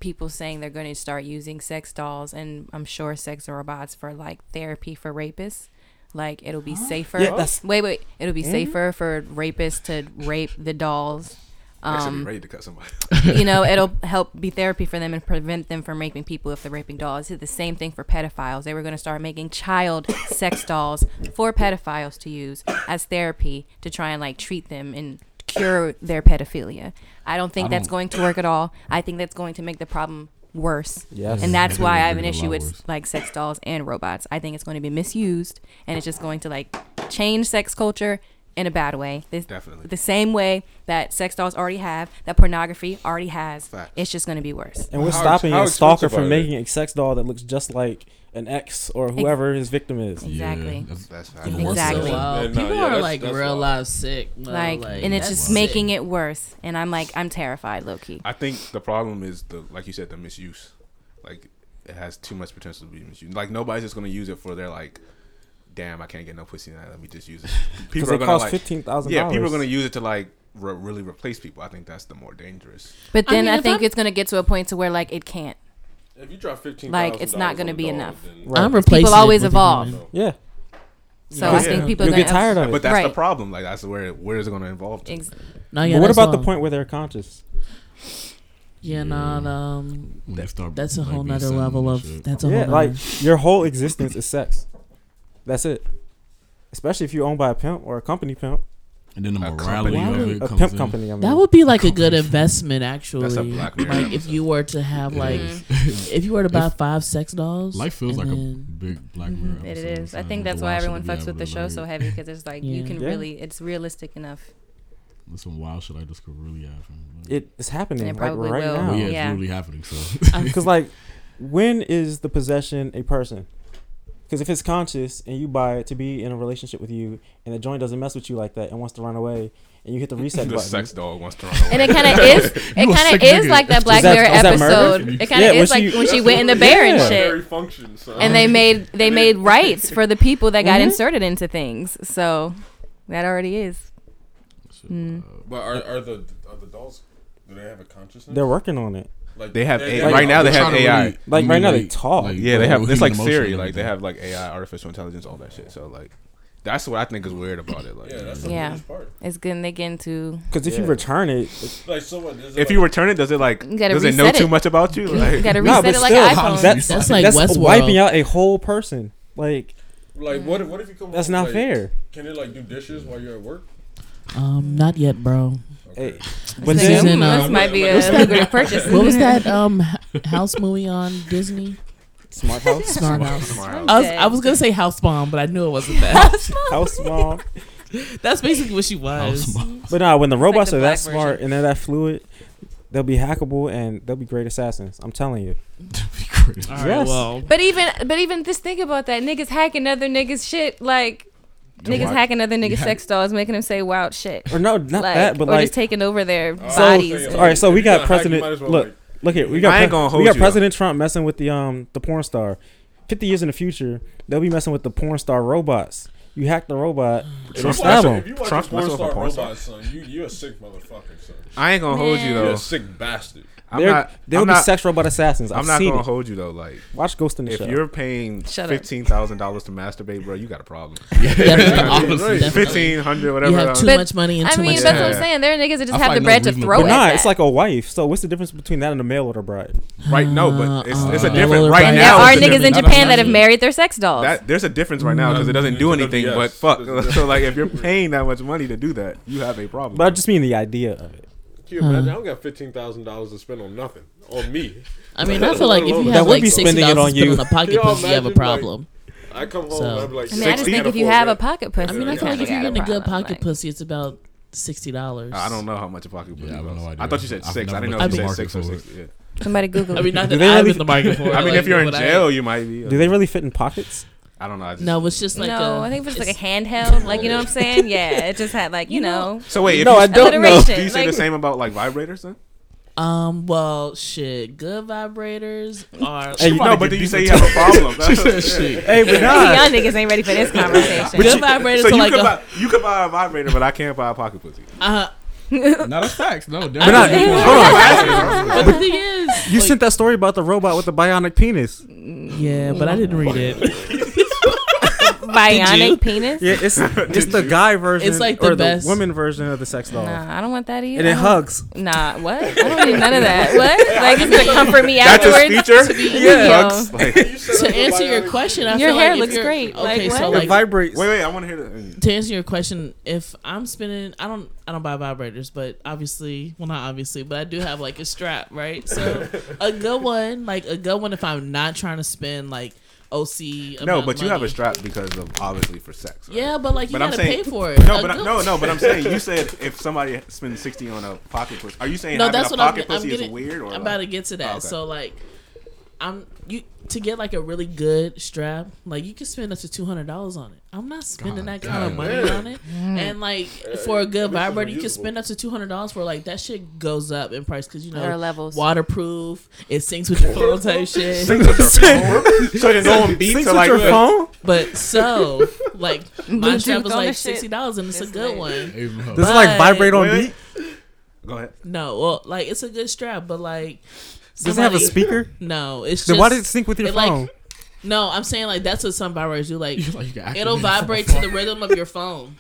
[SPEAKER 6] people saying they're going to start using sex dolls and I'm sure sex robots for like therapy for rapists. Like it'll be safer.
[SPEAKER 4] Yeah, that's-
[SPEAKER 6] wait, wait. It'll be safer for rapists to rape the dolls.
[SPEAKER 2] Dexter be
[SPEAKER 6] Um,
[SPEAKER 2] ready to cut somebody.
[SPEAKER 6] you know, it'll help be therapy for them and prevent them from raping people if they're raping dolls. It's the same thing for pedophiles. They were going to start making child sex dolls for pedophiles to use as therapy to try and like treat them and cure their pedophilia. I don't think
[SPEAKER 1] I
[SPEAKER 6] that's
[SPEAKER 1] don't-
[SPEAKER 6] going to work at all. I think that's going to make the problem worse.
[SPEAKER 4] Yes.
[SPEAKER 6] And that's
[SPEAKER 1] It'll
[SPEAKER 6] why I have an
[SPEAKER 1] make it a
[SPEAKER 6] issue
[SPEAKER 1] lot
[SPEAKER 6] with
[SPEAKER 1] worse.
[SPEAKER 6] like sex dolls and robots. I think it's going to be misused and it's just going to like change sex culture in a bad way. This,
[SPEAKER 2] Definitely.
[SPEAKER 6] The same way that sex dolls already have, that pornography already has.
[SPEAKER 2] Facts.
[SPEAKER 6] It's just going to be worse.
[SPEAKER 4] And we're
[SPEAKER 5] How-
[SPEAKER 4] stopping
[SPEAKER 5] how
[SPEAKER 4] a stalker
[SPEAKER 5] expensive are
[SPEAKER 4] from
[SPEAKER 5] they?
[SPEAKER 4] making a sex doll that looks just like an ex or whoever his victim is.
[SPEAKER 6] Exactly.
[SPEAKER 2] [laughs] That's fine.
[SPEAKER 1] Even worse
[SPEAKER 6] Exactly.
[SPEAKER 1] than-
[SPEAKER 3] Wow,
[SPEAKER 5] Yeah, nah,
[SPEAKER 3] people
[SPEAKER 5] yeah,
[SPEAKER 3] are
[SPEAKER 5] that's-
[SPEAKER 3] like
[SPEAKER 5] that's
[SPEAKER 3] real
[SPEAKER 5] wild.
[SPEAKER 3] life sick. bro,
[SPEAKER 6] Like, and it's
[SPEAKER 3] that's
[SPEAKER 6] just
[SPEAKER 3] sick.
[SPEAKER 6] making it worse. And I'm like, I'm terrified, low key.
[SPEAKER 2] I think the problem is the like you said the misuse. Like it has too much potential to be misused. Like nobody's just gonna use it for their like, damn, I can't get no pussy now. Let me just use it.
[SPEAKER 4] Because
[SPEAKER 2] [laughs] People
[SPEAKER 4] it
[SPEAKER 2] are gonna
[SPEAKER 4] costs
[SPEAKER 2] like,
[SPEAKER 4] fifteen thousand
[SPEAKER 2] yeah,
[SPEAKER 4] dollars.
[SPEAKER 2] people are gonna use it to like re- really replace people. I think that's the more dangerous.
[SPEAKER 6] But
[SPEAKER 3] I
[SPEAKER 6] then
[SPEAKER 3] mean,
[SPEAKER 6] I,
[SPEAKER 3] if
[SPEAKER 6] think
[SPEAKER 3] I'm-
[SPEAKER 6] it's going to get to a point to where like it can't.
[SPEAKER 5] If you drop fifteen,
[SPEAKER 6] Like, it's not gonna be enough.
[SPEAKER 4] Right.
[SPEAKER 3] I'm replacing
[SPEAKER 6] People
[SPEAKER 3] it
[SPEAKER 6] always
[SPEAKER 3] with
[SPEAKER 6] evolve.
[SPEAKER 3] human.
[SPEAKER 4] Yeah,
[SPEAKER 6] So I
[SPEAKER 2] Yeah.
[SPEAKER 6] think people
[SPEAKER 4] you'll
[SPEAKER 6] are
[SPEAKER 4] get
[SPEAKER 6] going
[SPEAKER 4] tired of
[SPEAKER 2] But
[SPEAKER 4] it.
[SPEAKER 2] that's the
[SPEAKER 6] Right.
[SPEAKER 2] problem. Like that's where where is it gonna involve? to?
[SPEAKER 6] Ex-
[SPEAKER 3] No, Oh, yeah,
[SPEAKER 4] But what
[SPEAKER 3] that's
[SPEAKER 4] about the
[SPEAKER 3] wild.
[SPEAKER 4] point where they're conscious?
[SPEAKER 3] Yeah, no, no, um,
[SPEAKER 1] When they start,
[SPEAKER 3] that's a
[SPEAKER 1] like,
[SPEAKER 3] whole
[SPEAKER 1] being
[SPEAKER 3] nother
[SPEAKER 1] sudden
[SPEAKER 3] level
[SPEAKER 1] and
[SPEAKER 3] of.
[SPEAKER 1] shit.
[SPEAKER 3] That's a
[SPEAKER 4] Yeah,
[SPEAKER 3] whole
[SPEAKER 4] like
[SPEAKER 3] nother.
[SPEAKER 4] your whole existence is sex. That's it. Especially if you're owned by a pimp or a company pimp.
[SPEAKER 1] and then the
[SPEAKER 2] A company,
[SPEAKER 1] morality of
[SPEAKER 2] yeah.
[SPEAKER 1] it
[SPEAKER 4] A
[SPEAKER 1] comes
[SPEAKER 4] pimp
[SPEAKER 1] in.
[SPEAKER 4] company. I mean.
[SPEAKER 3] That would be like a good investment, actually.
[SPEAKER 2] That's a Black Mirror
[SPEAKER 3] like if you were to have like, if you were to buy five sex dolls,
[SPEAKER 1] Life feels
[SPEAKER 3] and
[SPEAKER 1] like a
[SPEAKER 3] then-
[SPEAKER 1] big Black Mirror.
[SPEAKER 6] Mm-hmm. It
[SPEAKER 1] episode,
[SPEAKER 6] is.
[SPEAKER 1] so
[SPEAKER 6] I think
[SPEAKER 1] you
[SPEAKER 6] that's
[SPEAKER 1] can
[SPEAKER 6] why
[SPEAKER 1] watch it
[SPEAKER 6] everyone
[SPEAKER 1] to be
[SPEAKER 6] fucks with
[SPEAKER 1] able
[SPEAKER 6] the
[SPEAKER 1] to,
[SPEAKER 6] show so
[SPEAKER 1] like,
[SPEAKER 6] heavy because it's like you
[SPEAKER 3] Yeah.
[SPEAKER 6] can
[SPEAKER 4] Yeah.
[SPEAKER 6] really, it's realistic enough.
[SPEAKER 1] There's some wild shit I just could really happen. Like,
[SPEAKER 4] It is happening
[SPEAKER 6] It
[SPEAKER 4] like
[SPEAKER 6] probably
[SPEAKER 4] right
[SPEAKER 6] will.
[SPEAKER 1] well, yeah,
[SPEAKER 4] now.
[SPEAKER 6] yeah.
[SPEAKER 1] it's really happening. So
[SPEAKER 4] Because like, when is the possession a person? Because if it's conscious and you buy it to be in a relationship with you, and the joint doesn't mess with you like that and wants to run away, and you hit the reset
[SPEAKER 2] the
[SPEAKER 4] button.
[SPEAKER 2] sex dog
[SPEAKER 6] [laughs]
[SPEAKER 2] wants to run away.
[SPEAKER 6] And it kind of is. It
[SPEAKER 1] a
[SPEAKER 6] kind
[SPEAKER 1] sick
[SPEAKER 6] of is
[SPEAKER 1] nigga.
[SPEAKER 6] like that Black
[SPEAKER 4] that-
[SPEAKER 6] Mirror
[SPEAKER 4] is that murder?
[SPEAKER 6] episode. It kind
[SPEAKER 4] Yeah,
[SPEAKER 6] of
[SPEAKER 4] when
[SPEAKER 6] is like
[SPEAKER 4] she-
[SPEAKER 6] when
[SPEAKER 4] [laughs]
[SPEAKER 6] she went in the bear and
[SPEAKER 4] Yeah.
[SPEAKER 6] shit,
[SPEAKER 5] function. So.
[SPEAKER 6] and they made they made rights for the people that got
[SPEAKER 4] Mhm.
[SPEAKER 6] inserted into things. So that already is.
[SPEAKER 1] Shit,
[SPEAKER 6] Mm.
[SPEAKER 1] uh,
[SPEAKER 5] But are, are the are the dolls? Do they have a consciousness?
[SPEAKER 4] They're working on it.
[SPEAKER 5] Like
[SPEAKER 2] They have
[SPEAKER 5] they're-
[SPEAKER 2] A-
[SPEAKER 5] they're-
[SPEAKER 2] right now they
[SPEAKER 1] they're
[SPEAKER 2] have
[SPEAKER 1] trying to
[SPEAKER 2] AI.
[SPEAKER 1] really-
[SPEAKER 4] Like, right now they
[SPEAKER 1] like-
[SPEAKER 4] talk.
[SPEAKER 1] like,
[SPEAKER 2] yeah, they
[SPEAKER 1] uh,
[SPEAKER 2] have. It's
[SPEAKER 1] human
[SPEAKER 2] like
[SPEAKER 1] emotion
[SPEAKER 2] Siri.
[SPEAKER 1] and
[SPEAKER 2] Like they
[SPEAKER 1] everything.
[SPEAKER 2] have like AI, artificial intelligence, all that shit. So like, that's what I think is weird about it. Like,
[SPEAKER 5] Yeah, that's the
[SPEAKER 6] Yeah.
[SPEAKER 5] yeah. part.
[SPEAKER 6] It's good. They get into
[SPEAKER 4] Because if you
[SPEAKER 2] Yeah.
[SPEAKER 4] return it,
[SPEAKER 5] Like someone. there's
[SPEAKER 2] if
[SPEAKER 5] a-
[SPEAKER 2] you return it, does it like
[SPEAKER 6] You gotta
[SPEAKER 2] does it know
[SPEAKER 6] reset
[SPEAKER 2] too
[SPEAKER 6] it.
[SPEAKER 2] much about you?
[SPEAKER 6] [laughs] you
[SPEAKER 2] Like, [laughs]
[SPEAKER 6] got to
[SPEAKER 4] Nah,
[SPEAKER 6] reset
[SPEAKER 4] but
[SPEAKER 6] it like
[SPEAKER 4] still,
[SPEAKER 6] an iPhone.
[SPEAKER 1] honestly,
[SPEAKER 4] that's
[SPEAKER 3] That's like
[SPEAKER 4] that's
[SPEAKER 3] Westworld.
[SPEAKER 4] wiping out a whole person. Like
[SPEAKER 5] like what? If, what if you come?
[SPEAKER 4] that's
[SPEAKER 5] home,
[SPEAKER 4] not
[SPEAKER 5] like,
[SPEAKER 4] fair.
[SPEAKER 5] Can it like do dishes while you're at work?
[SPEAKER 3] um, not yet, bro.
[SPEAKER 4] Hey,
[SPEAKER 6] It's
[SPEAKER 4] but
[SPEAKER 3] This
[SPEAKER 6] like,
[SPEAKER 3] is
[SPEAKER 4] then,
[SPEAKER 3] in,
[SPEAKER 6] "Ooh,
[SPEAKER 3] uh,
[SPEAKER 6] this might be a
[SPEAKER 5] what's
[SPEAKER 3] that-
[SPEAKER 6] lucrative purchase.
[SPEAKER 3] What was that um h- house movie on Disney?
[SPEAKER 6] [laughs]
[SPEAKER 4] smart house,
[SPEAKER 3] Smart House.
[SPEAKER 2] Smile.
[SPEAKER 3] I was, I was gonna say House Bomb, but I knew it wasn't that.
[SPEAKER 6] House mom.
[SPEAKER 4] house mom.
[SPEAKER 3] [laughs] That's basically what she was.
[SPEAKER 4] But nah, when the
[SPEAKER 6] like
[SPEAKER 4] robots
[SPEAKER 6] the
[SPEAKER 4] are that
[SPEAKER 6] black version.
[SPEAKER 4] smart and they're that fluid, they'll be hackable and they'll be great assassins. I'm telling you.
[SPEAKER 3] All right,
[SPEAKER 4] Yes.
[SPEAKER 3] well,
[SPEAKER 6] But even but even just think about that. Niggas hacking other niggas shit like niggas
[SPEAKER 2] what?
[SPEAKER 6] hacking other niggas
[SPEAKER 1] Yeah.
[SPEAKER 6] sex dolls, making them say wild shit.
[SPEAKER 4] Or no, not
[SPEAKER 6] like,
[SPEAKER 4] that, but
[SPEAKER 6] or
[SPEAKER 4] like
[SPEAKER 6] just taking over their
[SPEAKER 4] So,
[SPEAKER 6] bodies.
[SPEAKER 4] all right, so we got President- look,
[SPEAKER 5] Like,
[SPEAKER 4] look here, we got
[SPEAKER 2] I ain't
[SPEAKER 4] pre-
[SPEAKER 2] gonna hold
[SPEAKER 4] we got
[SPEAKER 2] you
[SPEAKER 4] President Trump messing with the um the porn star. Fifty years in the future, they'll be messing with the porn star robots. You hack the robot, it'll
[SPEAKER 2] Trump-
[SPEAKER 4] stab
[SPEAKER 2] Trump-
[SPEAKER 4] him.
[SPEAKER 5] if you watch
[SPEAKER 2] Trump's
[SPEAKER 5] a porn
[SPEAKER 2] myself a
[SPEAKER 5] star
[SPEAKER 2] porn
[SPEAKER 5] robot,
[SPEAKER 2] star. Oh.
[SPEAKER 5] son, you you a sick motherfucker, son.
[SPEAKER 2] I ain't gonna hold you
[SPEAKER 6] Man.
[SPEAKER 5] You're
[SPEAKER 2] though.
[SPEAKER 5] a sick bastard.
[SPEAKER 2] I'm
[SPEAKER 4] There-
[SPEAKER 2] not.
[SPEAKER 4] There will
[SPEAKER 2] I'm
[SPEAKER 4] be
[SPEAKER 2] not.
[SPEAKER 4] sex robot assassins. I've
[SPEAKER 2] I'm not
[SPEAKER 4] seen
[SPEAKER 2] gonna
[SPEAKER 4] it.
[SPEAKER 2] hold you though. Like,
[SPEAKER 4] Watch Ghost in the
[SPEAKER 2] if
[SPEAKER 4] Shell.
[SPEAKER 2] you're paying
[SPEAKER 6] Shut up.
[SPEAKER 2] fifteen thousand dollars to masturbate, bro, you got a problem.
[SPEAKER 3] definitely, definitely.
[SPEAKER 2] Fifteen hundred,
[SPEAKER 3] you
[SPEAKER 2] whatever.
[SPEAKER 3] have
[SPEAKER 2] um,
[SPEAKER 3] too
[SPEAKER 6] But,
[SPEAKER 3] much money and
[SPEAKER 6] I
[SPEAKER 3] too
[SPEAKER 6] mean,
[SPEAKER 3] much
[SPEAKER 6] that's
[SPEAKER 2] Yeah.
[SPEAKER 6] what
[SPEAKER 3] time.
[SPEAKER 6] I'm saying. There are niggas that
[SPEAKER 1] I
[SPEAKER 6] just have
[SPEAKER 1] find
[SPEAKER 6] the
[SPEAKER 1] no
[SPEAKER 6] bread to
[SPEAKER 1] reason to
[SPEAKER 6] throw
[SPEAKER 4] but
[SPEAKER 6] at
[SPEAKER 1] put-
[SPEAKER 4] nah,
[SPEAKER 6] that.
[SPEAKER 4] it's like a wife. So what's the difference between that and a male order bride?
[SPEAKER 2] right? No, but it's, it's a
[SPEAKER 3] Uh,
[SPEAKER 2] different.
[SPEAKER 3] uh,
[SPEAKER 2] Right
[SPEAKER 6] and there
[SPEAKER 2] now,
[SPEAKER 6] are
[SPEAKER 2] it's a
[SPEAKER 6] niggas in
[SPEAKER 2] different-
[SPEAKER 6] Japan that
[SPEAKER 3] not
[SPEAKER 6] have
[SPEAKER 3] me.
[SPEAKER 6] married their sex dolls.
[SPEAKER 2] That there's a difference right now because it doesn't do
[SPEAKER 5] It's a
[SPEAKER 2] anything.
[SPEAKER 5] yes.
[SPEAKER 2] But fuck,
[SPEAKER 5] It's a
[SPEAKER 2] so like if you're paying that much money to do that, you have a problem.
[SPEAKER 4] But I just mean the idea of it.
[SPEAKER 5] Can you imagine? I don't got fifteen thousand dollars to spend on nothing on me.
[SPEAKER 3] I mean, I feel like if you
[SPEAKER 5] That
[SPEAKER 3] have
[SPEAKER 4] would
[SPEAKER 3] like
[SPEAKER 4] be
[SPEAKER 3] sixty
[SPEAKER 4] spending it
[SPEAKER 3] dollars
[SPEAKER 4] on you.
[SPEAKER 3] in a pocket
[SPEAKER 5] Y'all
[SPEAKER 3] pussy, you have a
[SPEAKER 5] imagine,
[SPEAKER 3] problem.
[SPEAKER 5] I come home
[SPEAKER 3] So-
[SPEAKER 5] and I'm like,
[SPEAKER 6] I mean, I just think if you have a pocket pussy,
[SPEAKER 3] I mean, I
[SPEAKER 6] you
[SPEAKER 3] feel like if
[SPEAKER 6] kinda
[SPEAKER 3] you're
[SPEAKER 6] got
[SPEAKER 3] getting a good
[SPEAKER 6] problem,
[SPEAKER 3] pocket
[SPEAKER 6] like-
[SPEAKER 3] pussy, it's about sixty dollars.
[SPEAKER 2] I don't know how much a pocket pussy
[SPEAKER 1] Yeah, I have
[SPEAKER 2] was.
[SPEAKER 1] no idea.
[SPEAKER 2] I thought you said
[SPEAKER 1] I've
[SPEAKER 2] six. I
[SPEAKER 1] never
[SPEAKER 2] didn't know
[SPEAKER 1] looked
[SPEAKER 2] if
[SPEAKER 1] at
[SPEAKER 2] you
[SPEAKER 1] the
[SPEAKER 2] said six or
[SPEAKER 1] market
[SPEAKER 2] six. Yeah.
[SPEAKER 6] Somebody Google.
[SPEAKER 3] I mean, not
[SPEAKER 4] Do
[SPEAKER 3] that
[SPEAKER 4] they
[SPEAKER 3] I'm
[SPEAKER 4] really-
[SPEAKER 3] in the market for.
[SPEAKER 2] [laughs]
[SPEAKER 3] it,
[SPEAKER 2] I mean,
[SPEAKER 3] like,
[SPEAKER 2] if you're in
[SPEAKER 3] what I-
[SPEAKER 2] jail, you might be.
[SPEAKER 4] Do they really fit in pockets?
[SPEAKER 2] I don't know. I just,
[SPEAKER 3] no, it's just like
[SPEAKER 6] no,
[SPEAKER 3] a-
[SPEAKER 6] I think if it's like a handheld, like you know what
[SPEAKER 3] [laughs]
[SPEAKER 6] I'm saying? Yeah, it just had like you know
[SPEAKER 2] So wait, if
[SPEAKER 4] No,
[SPEAKER 2] you,
[SPEAKER 4] I don't know.
[SPEAKER 6] alliteration.
[SPEAKER 2] do you say the
[SPEAKER 6] like-
[SPEAKER 2] same about like vibrators then?
[SPEAKER 3] Um. Well, shit. Good vibrators are.
[SPEAKER 4] Hey, you-
[SPEAKER 2] No, but then you say you have a problem.
[SPEAKER 1] She
[SPEAKER 2] That's-
[SPEAKER 1] said shit.
[SPEAKER 4] [laughs] Hey, but nah.
[SPEAKER 6] Y'all niggas ain't ready for this conversation.
[SPEAKER 3] good vibrators
[SPEAKER 2] So
[SPEAKER 3] are
[SPEAKER 2] you
[SPEAKER 3] like
[SPEAKER 2] could
[SPEAKER 3] a.
[SPEAKER 2] buy you could buy a vibrator, but I can't buy a pocket pussy.
[SPEAKER 3] uh,
[SPEAKER 1] No, that's facts. No,
[SPEAKER 4] not-
[SPEAKER 1] definitely.
[SPEAKER 3] [laughs] but the thing is,
[SPEAKER 4] You
[SPEAKER 3] like-
[SPEAKER 4] sent that story about the robot with the bionic penis.
[SPEAKER 3] Yeah, but I didn't read it. Did you?
[SPEAKER 6] Bionic penis?
[SPEAKER 4] Yeah, it's it's the guy version
[SPEAKER 3] It's like the
[SPEAKER 4] or
[SPEAKER 3] best.
[SPEAKER 4] the woman version of the sex doll.
[SPEAKER 6] Nah, I don't want that either.
[SPEAKER 4] And it hugs.
[SPEAKER 6] Nah, what? I don't need none of that. What? Like it's gonna comfort
[SPEAKER 2] [laughs]
[SPEAKER 6] me
[SPEAKER 2] That's his
[SPEAKER 6] afterwards.
[SPEAKER 2] feature.
[SPEAKER 6] Yeah.
[SPEAKER 2] Bugs. Like, wait,
[SPEAKER 3] [laughs] to answer your question, I
[SPEAKER 6] Your
[SPEAKER 3] feel
[SPEAKER 6] hair
[SPEAKER 3] like if
[SPEAKER 6] looks
[SPEAKER 3] you're-
[SPEAKER 6] great. Like,
[SPEAKER 3] Okay, so
[SPEAKER 6] what?
[SPEAKER 4] It
[SPEAKER 3] like
[SPEAKER 4] vibrates.
[SPEAKER 2] wait, I want to hear the.
[SPEAKER 3] to answer your question, if I'm spending, I don't, I don't buy vibrators, but obviously, well, not obviously, but I do have like a strap, right? So a good one, like a good one, if I'm not trying to spend like OC.
[SPEAKER 2] No,
[SPEAKER 3] amount
[SPEAKER 2] but
[SPEAKER 3] of
[SPEAKER 2] you have a
[SPEAKER 3] money.
[SPEAKER 2] strap because of obviously for sex. right?
[SPEAKER 3] Yeah, but like you
[SPEAKER 2] But I'm
[SPEAKER 3] gotta
[SPEAKER 2] saying-
[SPEAKER 3] pay for it.
[SPEAKER 2] No,
[SPEAKER 3] A
[SPEAKER 2] but I,
[SPEAKER 3] good-
[SPEAKER 2] no, no, but I'm saying
[SPEAKER 3] [laughs]
[SPEAKER 2] you said if somebody spends sixty on a pocket pussy, are you saying
[SPEAKER 3] No,
[SPEAKER 2] having
[SPEAKER 3] that's
[SPEAKER 2] a
[SPEAKER 3] what I'm,
[SPEAKER 2] pocket
[SPEAKER 3] I'm
[SPEAKER 2] pussy
[SPEAKER 3] getting.
[SPEAKER 2] is weird or
[SPEAKER 3] I'm
[SPEAKER 2] like-
[SPEAKER 3] about
[SPEAKER 2] [laughs]
[SPEAKER 3] to get to that.
[SPEAKER 2] Oh, okay.
[SPEAKER 3] So like, I'm you to get like a really good strap. Like you can spend up to two hundred dollars on it. I'm not spending
[SPEAKER 1] God
[SPEAKER 3] that kind of
[SPEAKER 1] damn.
[SPEAKER 3] money on it. And like for a good vibrator, you can spend up to two hundred dollars for like that. Shit goes up in price because you know
[SPEAKER 6] There are levels.
[SPEAKER 3] waterproof. It syncs with your phone type shit. [laughs]
[SPEAKER 2] so you're going beat
[SPEAKER 4] Syncs
[SPEAKER 2] to
[SPEAKER 4] with
[SPEAKER 2] like
[SPEAKER 4] your
[SPEAKER 2] the-
[SPEAKER 4] phone.
[SPEAKER 3] But so
[SPEAKER 6] [laughs]
[SPEAKER 3] like my
[SPEAKER 6] Bluetooth
[SPEAKER 3] strap is
[SPEAKER 6] on
[SPEAKER 3] like
[SPEAKER 6] the shit.
[SPEAKER 3] sixty dollars and it's a
[SPEAKER 6] This
[SPEAKER 3] good
[SPEAKER 6] nigga.
[SPEAKER 3] one.
[SPEAKER 1] Abraham.
[SPEAKER 4] Does it like
[SPEAKER 3] But-
[SPEAKER 4] vibrate on
[SPEAKER 2] Wait, wait.
[SPEAKER 4] beat?
[SPEAKER 2] Go ahead.
[SPEAKER 3] No, well, like it's a good strap, but like
[SPEAKER 4] Does it have a
[SPEAKER 3] somebody-
[SPEAKER 4] speaker?
[SPEAKER 3] No, it's just
[SPEAKER 4] Then why did it sync with your
[SPEAKER 3] it, like,
[SPEAKER 4] phone?
[SPEAKER 3] No, I'm saying like that's what some vibrators do.
[SPEAKER 1] [laughs]
[SPEAKER 3] Like,
[SPEAKER 1] Like, you can
[SPEAKER 3] it'll
[SPEAKER 1] activate
[SPEAKER 3] vibrate to the rhythm of your phone.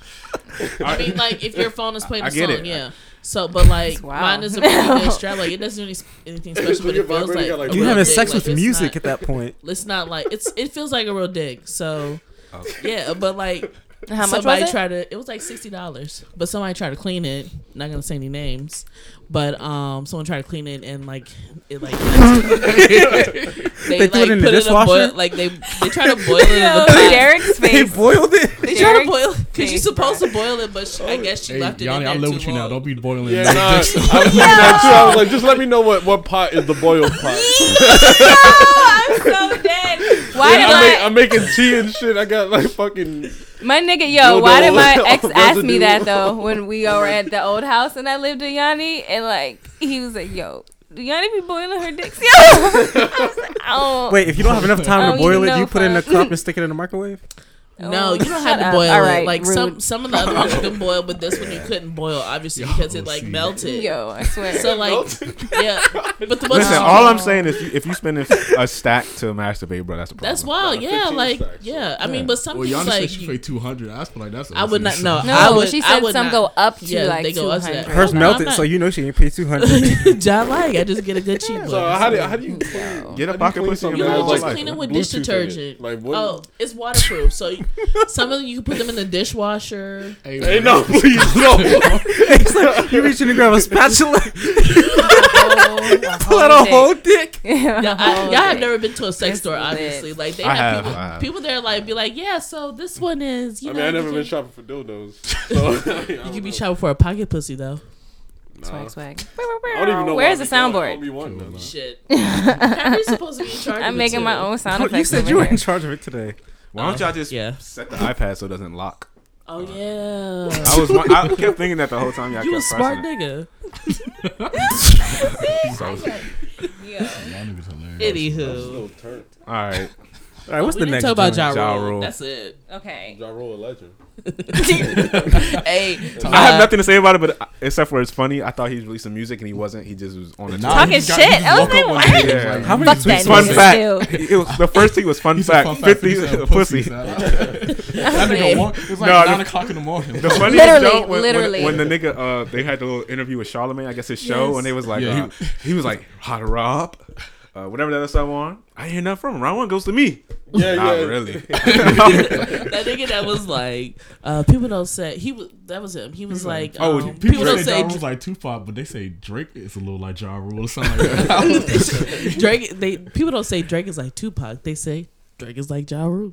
[SPEAKER 3] I mean, like if your phone is playing a
[SPEAKER 2] I get
[SPEAKER 3] song,
[SPEAKER 2] it.
[SPEAKER 3] yeah. So, but like
[SPEAKER 6] Wow.
[SPEAKER 3] mine is a pretty good strap. Like it doesn't do any, anything special, but
[SPEAKER 5] your
[SPEAKER 3] it feels
[SPEAKER 5] vibrator
[SPEAKER 3] like,
[SPEAKER 5] got, like,
[SPEAKER 3] a
[SPEAKER 4] you
[SPEAKER 3] real
[SPEAKER 4] having
[SPEAKER 3] dig.
[SPEAKER 4] sex
[SPEAKER 3] Like,
[SPEAKER 4] with
[SPEAKER 3] it's
[SPEAKER 4] music
[SPEAKER 3] Not,
[SPEAKER 4] at that point.
[SPEAKER 3] it's not like it's. It feels like a real dig. So, yeah, but like
[SPEAKER 6] How much
[SPEAKER 3] somebody
[SPEAKER 6] was it?
[SPEAKER 3] tried to it was like sixty dollars. But somebody tried to clean it. Not gonna say any names. But um someone tried to clean it and like it like [laughs] they,
[SPEAKER 4] They threw it in the
[SPEAKER 3] put a boil-
[SPEAKER 4] dishwasher?
[SPEAKER 3] like they they try to boil
[SPEAKER 6] [laughs]
[SPEAKER 3] it in [laughs] the pot.
[SPEAKER 6] Derek's
[SPEAKER 4] They [laughs]
[SPEAKER 6] face. [laughs]
[SPEAKER 4] boiled it.
[SPEAKER 3] They try to
[SPEAKER 6] Derek's
[SPEAKER 3] boil because
[SPEAKER 6] face,
[SPEAKER 3] she's supposed to boil it, but she, I guess she
[SPEAKER 1] Hey,
[SPEAKER 3] left it
[SPEAKER 1] Yanni,
[SPEAKER 3] in there
[SPEAKER 1] I live
[SPEAKER 3] too
[SPEAKER 1] with you now.
[SPEAKER 3] long.
[SPEAKER 1] Don't be boiling
[SPEAKER 5] Yeah,
[SPEAKER 1] no
[SPEAKER 5] nah, I was
[SPEAKER 1] dish.
[SPEAKER 5] thinking that too. I was like, just let me know what, what pot is the boiled pot.
[SPEAKER 6] I'm so dead. Why
[SPEAKER 5] Yeah,
[SPEAKER 6] did
[SPEAKER 5] I
[SPEAKER 6] I?
[SPEAKER 5] am making tea and shit. I got like fucking.
[SPEAKER 6] My nigga,
[SPEAKER 5] Yo,
[SPEAKER 6] yo, why
[SPEAKER 5] the
[SPEAKER 6] did my
[SPEAKER 5] old- [laughs]
[SPEAKER 6] ex
[SPEAKER 5] old
[SPEAKER 6] ask me
[SPEAKER 5] residue.
[SPEAKER 6] that though when
[SPEAKER 5] [laughs]
[SPEAKER 6] we were at the old house and I lived in Yanni and like he was like, yo, do Yanni be boiling her dicks? [laughs] Yo, I was like, oh,
[SPEAKER 4] Wait, if you don't have enough
[SPEAKER 6] I
[SPEAKER 4] time
[SPEAKER 6] don't
[SPEAKER 4] to boil
[SPEAKER 6] even
[SPEAKER 4] it,
[SPEAKER 6] know
[SPEAKER 4] you
[SPEAKER 6] if
[SPEAKER 4] put it in
[SPEAKER 6] I-
[SPEAKER 4] a cup and stick it in the microwave.
[SPEAKER 3] No, you don't
[SPEAKER 6] Oh, shut
[SPEAKER 3] have to
[SPEAKER 6] up.
[SPEAKER 3] boil
[SPEAKER 6] All
[SPEAKER 3] it.
[SPEAKER 6] right,
[SPEAKER 3] like some
[SPEAKER 6] rude.
[SPEAKER 3] some of the other ones you
[SPEAKER 1] [laughs]
[SPEAKER 3] can boil, but this one you couldn't boil, obviously, because it like
[SPEAKER 1] see.
[SPEAKER 3] melted.
[SPEAKER 6] yo, I swear.
[SPEAKER 3] So like, yeah,
[SPEAKER 1] [laughs]
[SPEAKER 3] but the ones
[SPEAKER 2] [laughs] Listen,
[SPEAKER 3] you-
[SPEAKER 2] all I'm saying is you, if you spend a stack to masturbate, bro, that's a problem.
[SPEAKER 3] that's wild. Yeah,
[SPEAKER 5] 15
[SPEAKER 3] like
[SPEAKER 5] stacks,
[SPEAKER 3] yeah. I mean, but some
[SPEAKER 1] Well,
[SPEAKER 3] things
[SPEAKER 1] Yanni said
[SPEAKER 3] like
[SPEAKER 1] she
[SPEAKER 3] you-
[SPEAKER 1] paid 200. I was like, that's
[SPEAKER 3] I would not.
[SPEAKER 1] awesome.
[SPEAKER 3] No,
[SPEAKER 6] No,
[SPEAKER 3] I would.
[SPEAKER 6] she
[SPEAKER 3] I
[SPEAKER 6] said
[SPEAKER 3] would
[SPEAKER 6] some
[SPEAKER 3] not.
[SPEAKER 6] go up to,
[SPEAKER 3] yeah,
[SPEAKER 6] like,
[SPEAKER 3] they go up to that.
[SPEAKER 6] 200.
[SPEAKER 4] Hers
[SPEAKER 3] Hold on, I'm
[SPEAKER 4] melted,
[SPEAKER 3] not-
[SPEAKER 4] so you know she didn't pay two
[SPEAKER 3] [laughs]
[SPEAKER 4] hundred.
[SPEAKER 3] John like I just get a [laughs] good cheap one.
[SPEAKER 5] So how do how do you
[SPEAKER 2] Get
[SPEAKER 5] How do you
[SPEAKER 2] a pocket
[SPEAKER 5] clean
[SPEAKER 2] pussy and
[SPEAKER 5] something
[SPEAKER 3] you
[SPEAKER 5] Yeah,
[SPEAKER 3] know,
[SPEAKER 5] it's
[SPEAKER 3] just
[SPEAKER 5] like
[SPEAKER 3] clean it with
[SPEAKER 5] Bluetooth
[SPEAKER 3] dish
[SPEAKER 5] in it.
[SPEAKER 3] detergent.
[SPEAKER 5] Like, what-
[SPEAKER 3] oh, it's waterproof. So you- some of them you can put them in the [laughs] dishwasher.
[SPEAKER 1] Hey,
[SPEAKER 5] Hey,
[SPEAKER 1] man.
[SPEAKER 5] no, please, no.
[SPEAKER 4] you reaching to grab a spatula,
[SPEAKER 6] pull
[SPEAKER 3] Oh,
[SPEAKER 4] pull out a whole dick.
[SPEAKER 3] Yeah, I, y'all have never been to a sex
[SPEAKER 6] It's
[SPEAKER 3] store,
[SPEAKER 6] lit.
[SPEAKER 3] obviously. Like they
[SPEAKER 2] I
[SPEAKER 3] have,
[SPEAKER 2] have,
[SPEAKER 3] people,
[SPEAKER 2] I have.
[SPEAKER 3] people there like be like, yeah. So this one is. You
[SPEAKER 5] I
[SPEAKER 3] know,
[SPEAKER 5] mean, I never
[SPEAKER 3] you
[SPEAKER 5] been
[SPEAKER 3] can-
[SPEAKER 5] shopping for [laughs] dildos. So, I mean, I
[SPEAKER 3] You
[SPEAKER 5] don't
[SPEAKER 3] could be
[SPEAKER 5] know.
[SPEAKER 3] shopping for a pocket pussy though.
[SPEAKER 6] Swag, swag.
[SPEAKER 5] I don't even know.
[SPEAKER 6] Where's
[SPEAKER 5] why
[SPEAKER 6] the
[SPEAKER 5] I be going. I
[SPEAKER 6] soundboard?
[SPEAKER 5] don't be wanting
[SPEAKER 3] [laughs]
[SPEAKER 6] [laughs]
[SPEAKER 5] them.
[SPEAKER 3] Shit, Harry's supposed to be in charge. of
[SPEAKER 6] I'm
[SPEAKER 3] it,
[SPEAKER 6] making my
[SPEAKER 3] too.
[SPEAKER 6] own sound
[SPEAKER 4] you
[SPEAKER 6] effects.
[SPEAKER 4] said
[SPEAKER 6] over
[SPEAKER 4] you were
[SPEAKER 6] here.
[SPEAKER 4] in charge of it today.
[SPEAKER 2] Why don't y'all just
[SPEAKER 3] Yeah.
[SPEAKER 2] set the iPad so it doesn't
[SPEAKER 3] [laughs]
[SPEAKER 2] lock? [laughs]
[SPEAKER 3] Oh yeah.
[SPEAKER 2] I was I kept thinking that the whole time. Y'all
[SPEAKER 3] You a
[SPEAKER 2] kept
[SPEAKER 3] smart
[SPEAKER 2] pressing
[SPEAKER 3] nigga.
[SPEAKER 2] it. So,
[SPEAKER 1] Y'all niggas hilarious.
[SPEAKER 3] Anywho.
[SPEAKER 5] Little turn.
[SPEAKER 2] all right,
[SPEAKER 4] All right, what's
[SPEAKER 3] we
[SPEAKER 4] the
[SPEAKER 3] didn't
[SPEAKER 4] next?
[SPEAKER 3] talk about
[SPEAKER 4] joint?
[SPEAKER 2] Ja
[SPEAKER 3] Ja Rule.
[SPEAKER 2] Rule.
[SPEAKER 3] That's it.
[SPEAKER 6] Okay.
[SPEAKER 5] Y'all roll a legend.
[SPEAKER 3] Hey,
[SPEAKER 2] I
[SPEAKER 3] uh,
[SPEAKER 2] have nothing to say about it, but I- except for it's funny. I thought he was releasing music and he wasn't. He just was on a
[SPEAKER 1] Nah,
[SPEAKER 6] Talking
[SPEAKER 1] he got-
[SPEAKER 6] shit.
[SPEAKER 1] he just
[SPEAKER 6] I was
[SPEAKER 1] woke
[SPEAKER 6] like,
[SPEAKER 1] up one
[SPEAKER 6] what?
[SPEAKER 1] day and was
[SPEAKER 2] Yeah.
[SPEAKER 1] like,
[SPEAKER 4] How many
[SPEAKER 6] Fuck that
[SPEAKER 4] tweets
[SPEAKER 2] Fun
[SPEAKER 4] was
[SPEAKER 6] nigga.
[SPEAKER 4] it?
[SPEAKER 2] fact.
[SPEAKER 6] Ew.
[SPEAKER 2] It was the first thing was fun
[SPEAKER 1] He said,
[SPEAKER 2] fact.
[SPEAKER 1] "Fun fact,
[SPEAKER 2] Fifty
[SPEAKER 1] said
[SPEAKER 2] pussy.
[SPEAKER 1] [laughs] salad." that nigga
[SPEAKER 3] Literally.
[SPEAKER 1] walked. It was like
[SPEAKER 2] No,
[SPEAKER 1] nine
[SPEAKER 2] the-
[SPEAKER 1] o'clock in the morning.
[SPEAKER 2] The funniest
[SPEAKER 6] Literally,
[SPEAKER 2] joke when,
[SPEAKER 6] literally.
[SPEAKER 2] When, when the nigga uh, they had the little interview with Charlemagne, I guess his show, and it was like
[SPEAKER 1] Yeah.
[SPEAKER 2] uh, he, was like hot Rob, uh, whatever that other song on. I hear nothing from him. round one goes to me.
[SPEAKER 5] Yeah,
[SPEAKER 2] Not
[SPEAKER 5] yeah. [laughs]
[SPEAKER 2] really.
[SPEAKER 3] that nigga that was like, uh, people don't say he was. That was him. He was like, um,
[SPEAKER 2] Oh,
[SPEAKER 3] people,
[SPEAKER 1] People
[SPEAKER 3] don't
[SPEAKER 1] say Ja
[SPEAKER 3] say
[SPEAKER 1] Rule's like Tupac, but they say Drake is a little like Ja Rule or something like that.
[SPEAKER 3] Drake. They people don't say Drake is like Tupac. They say Drake is like Ja Rule.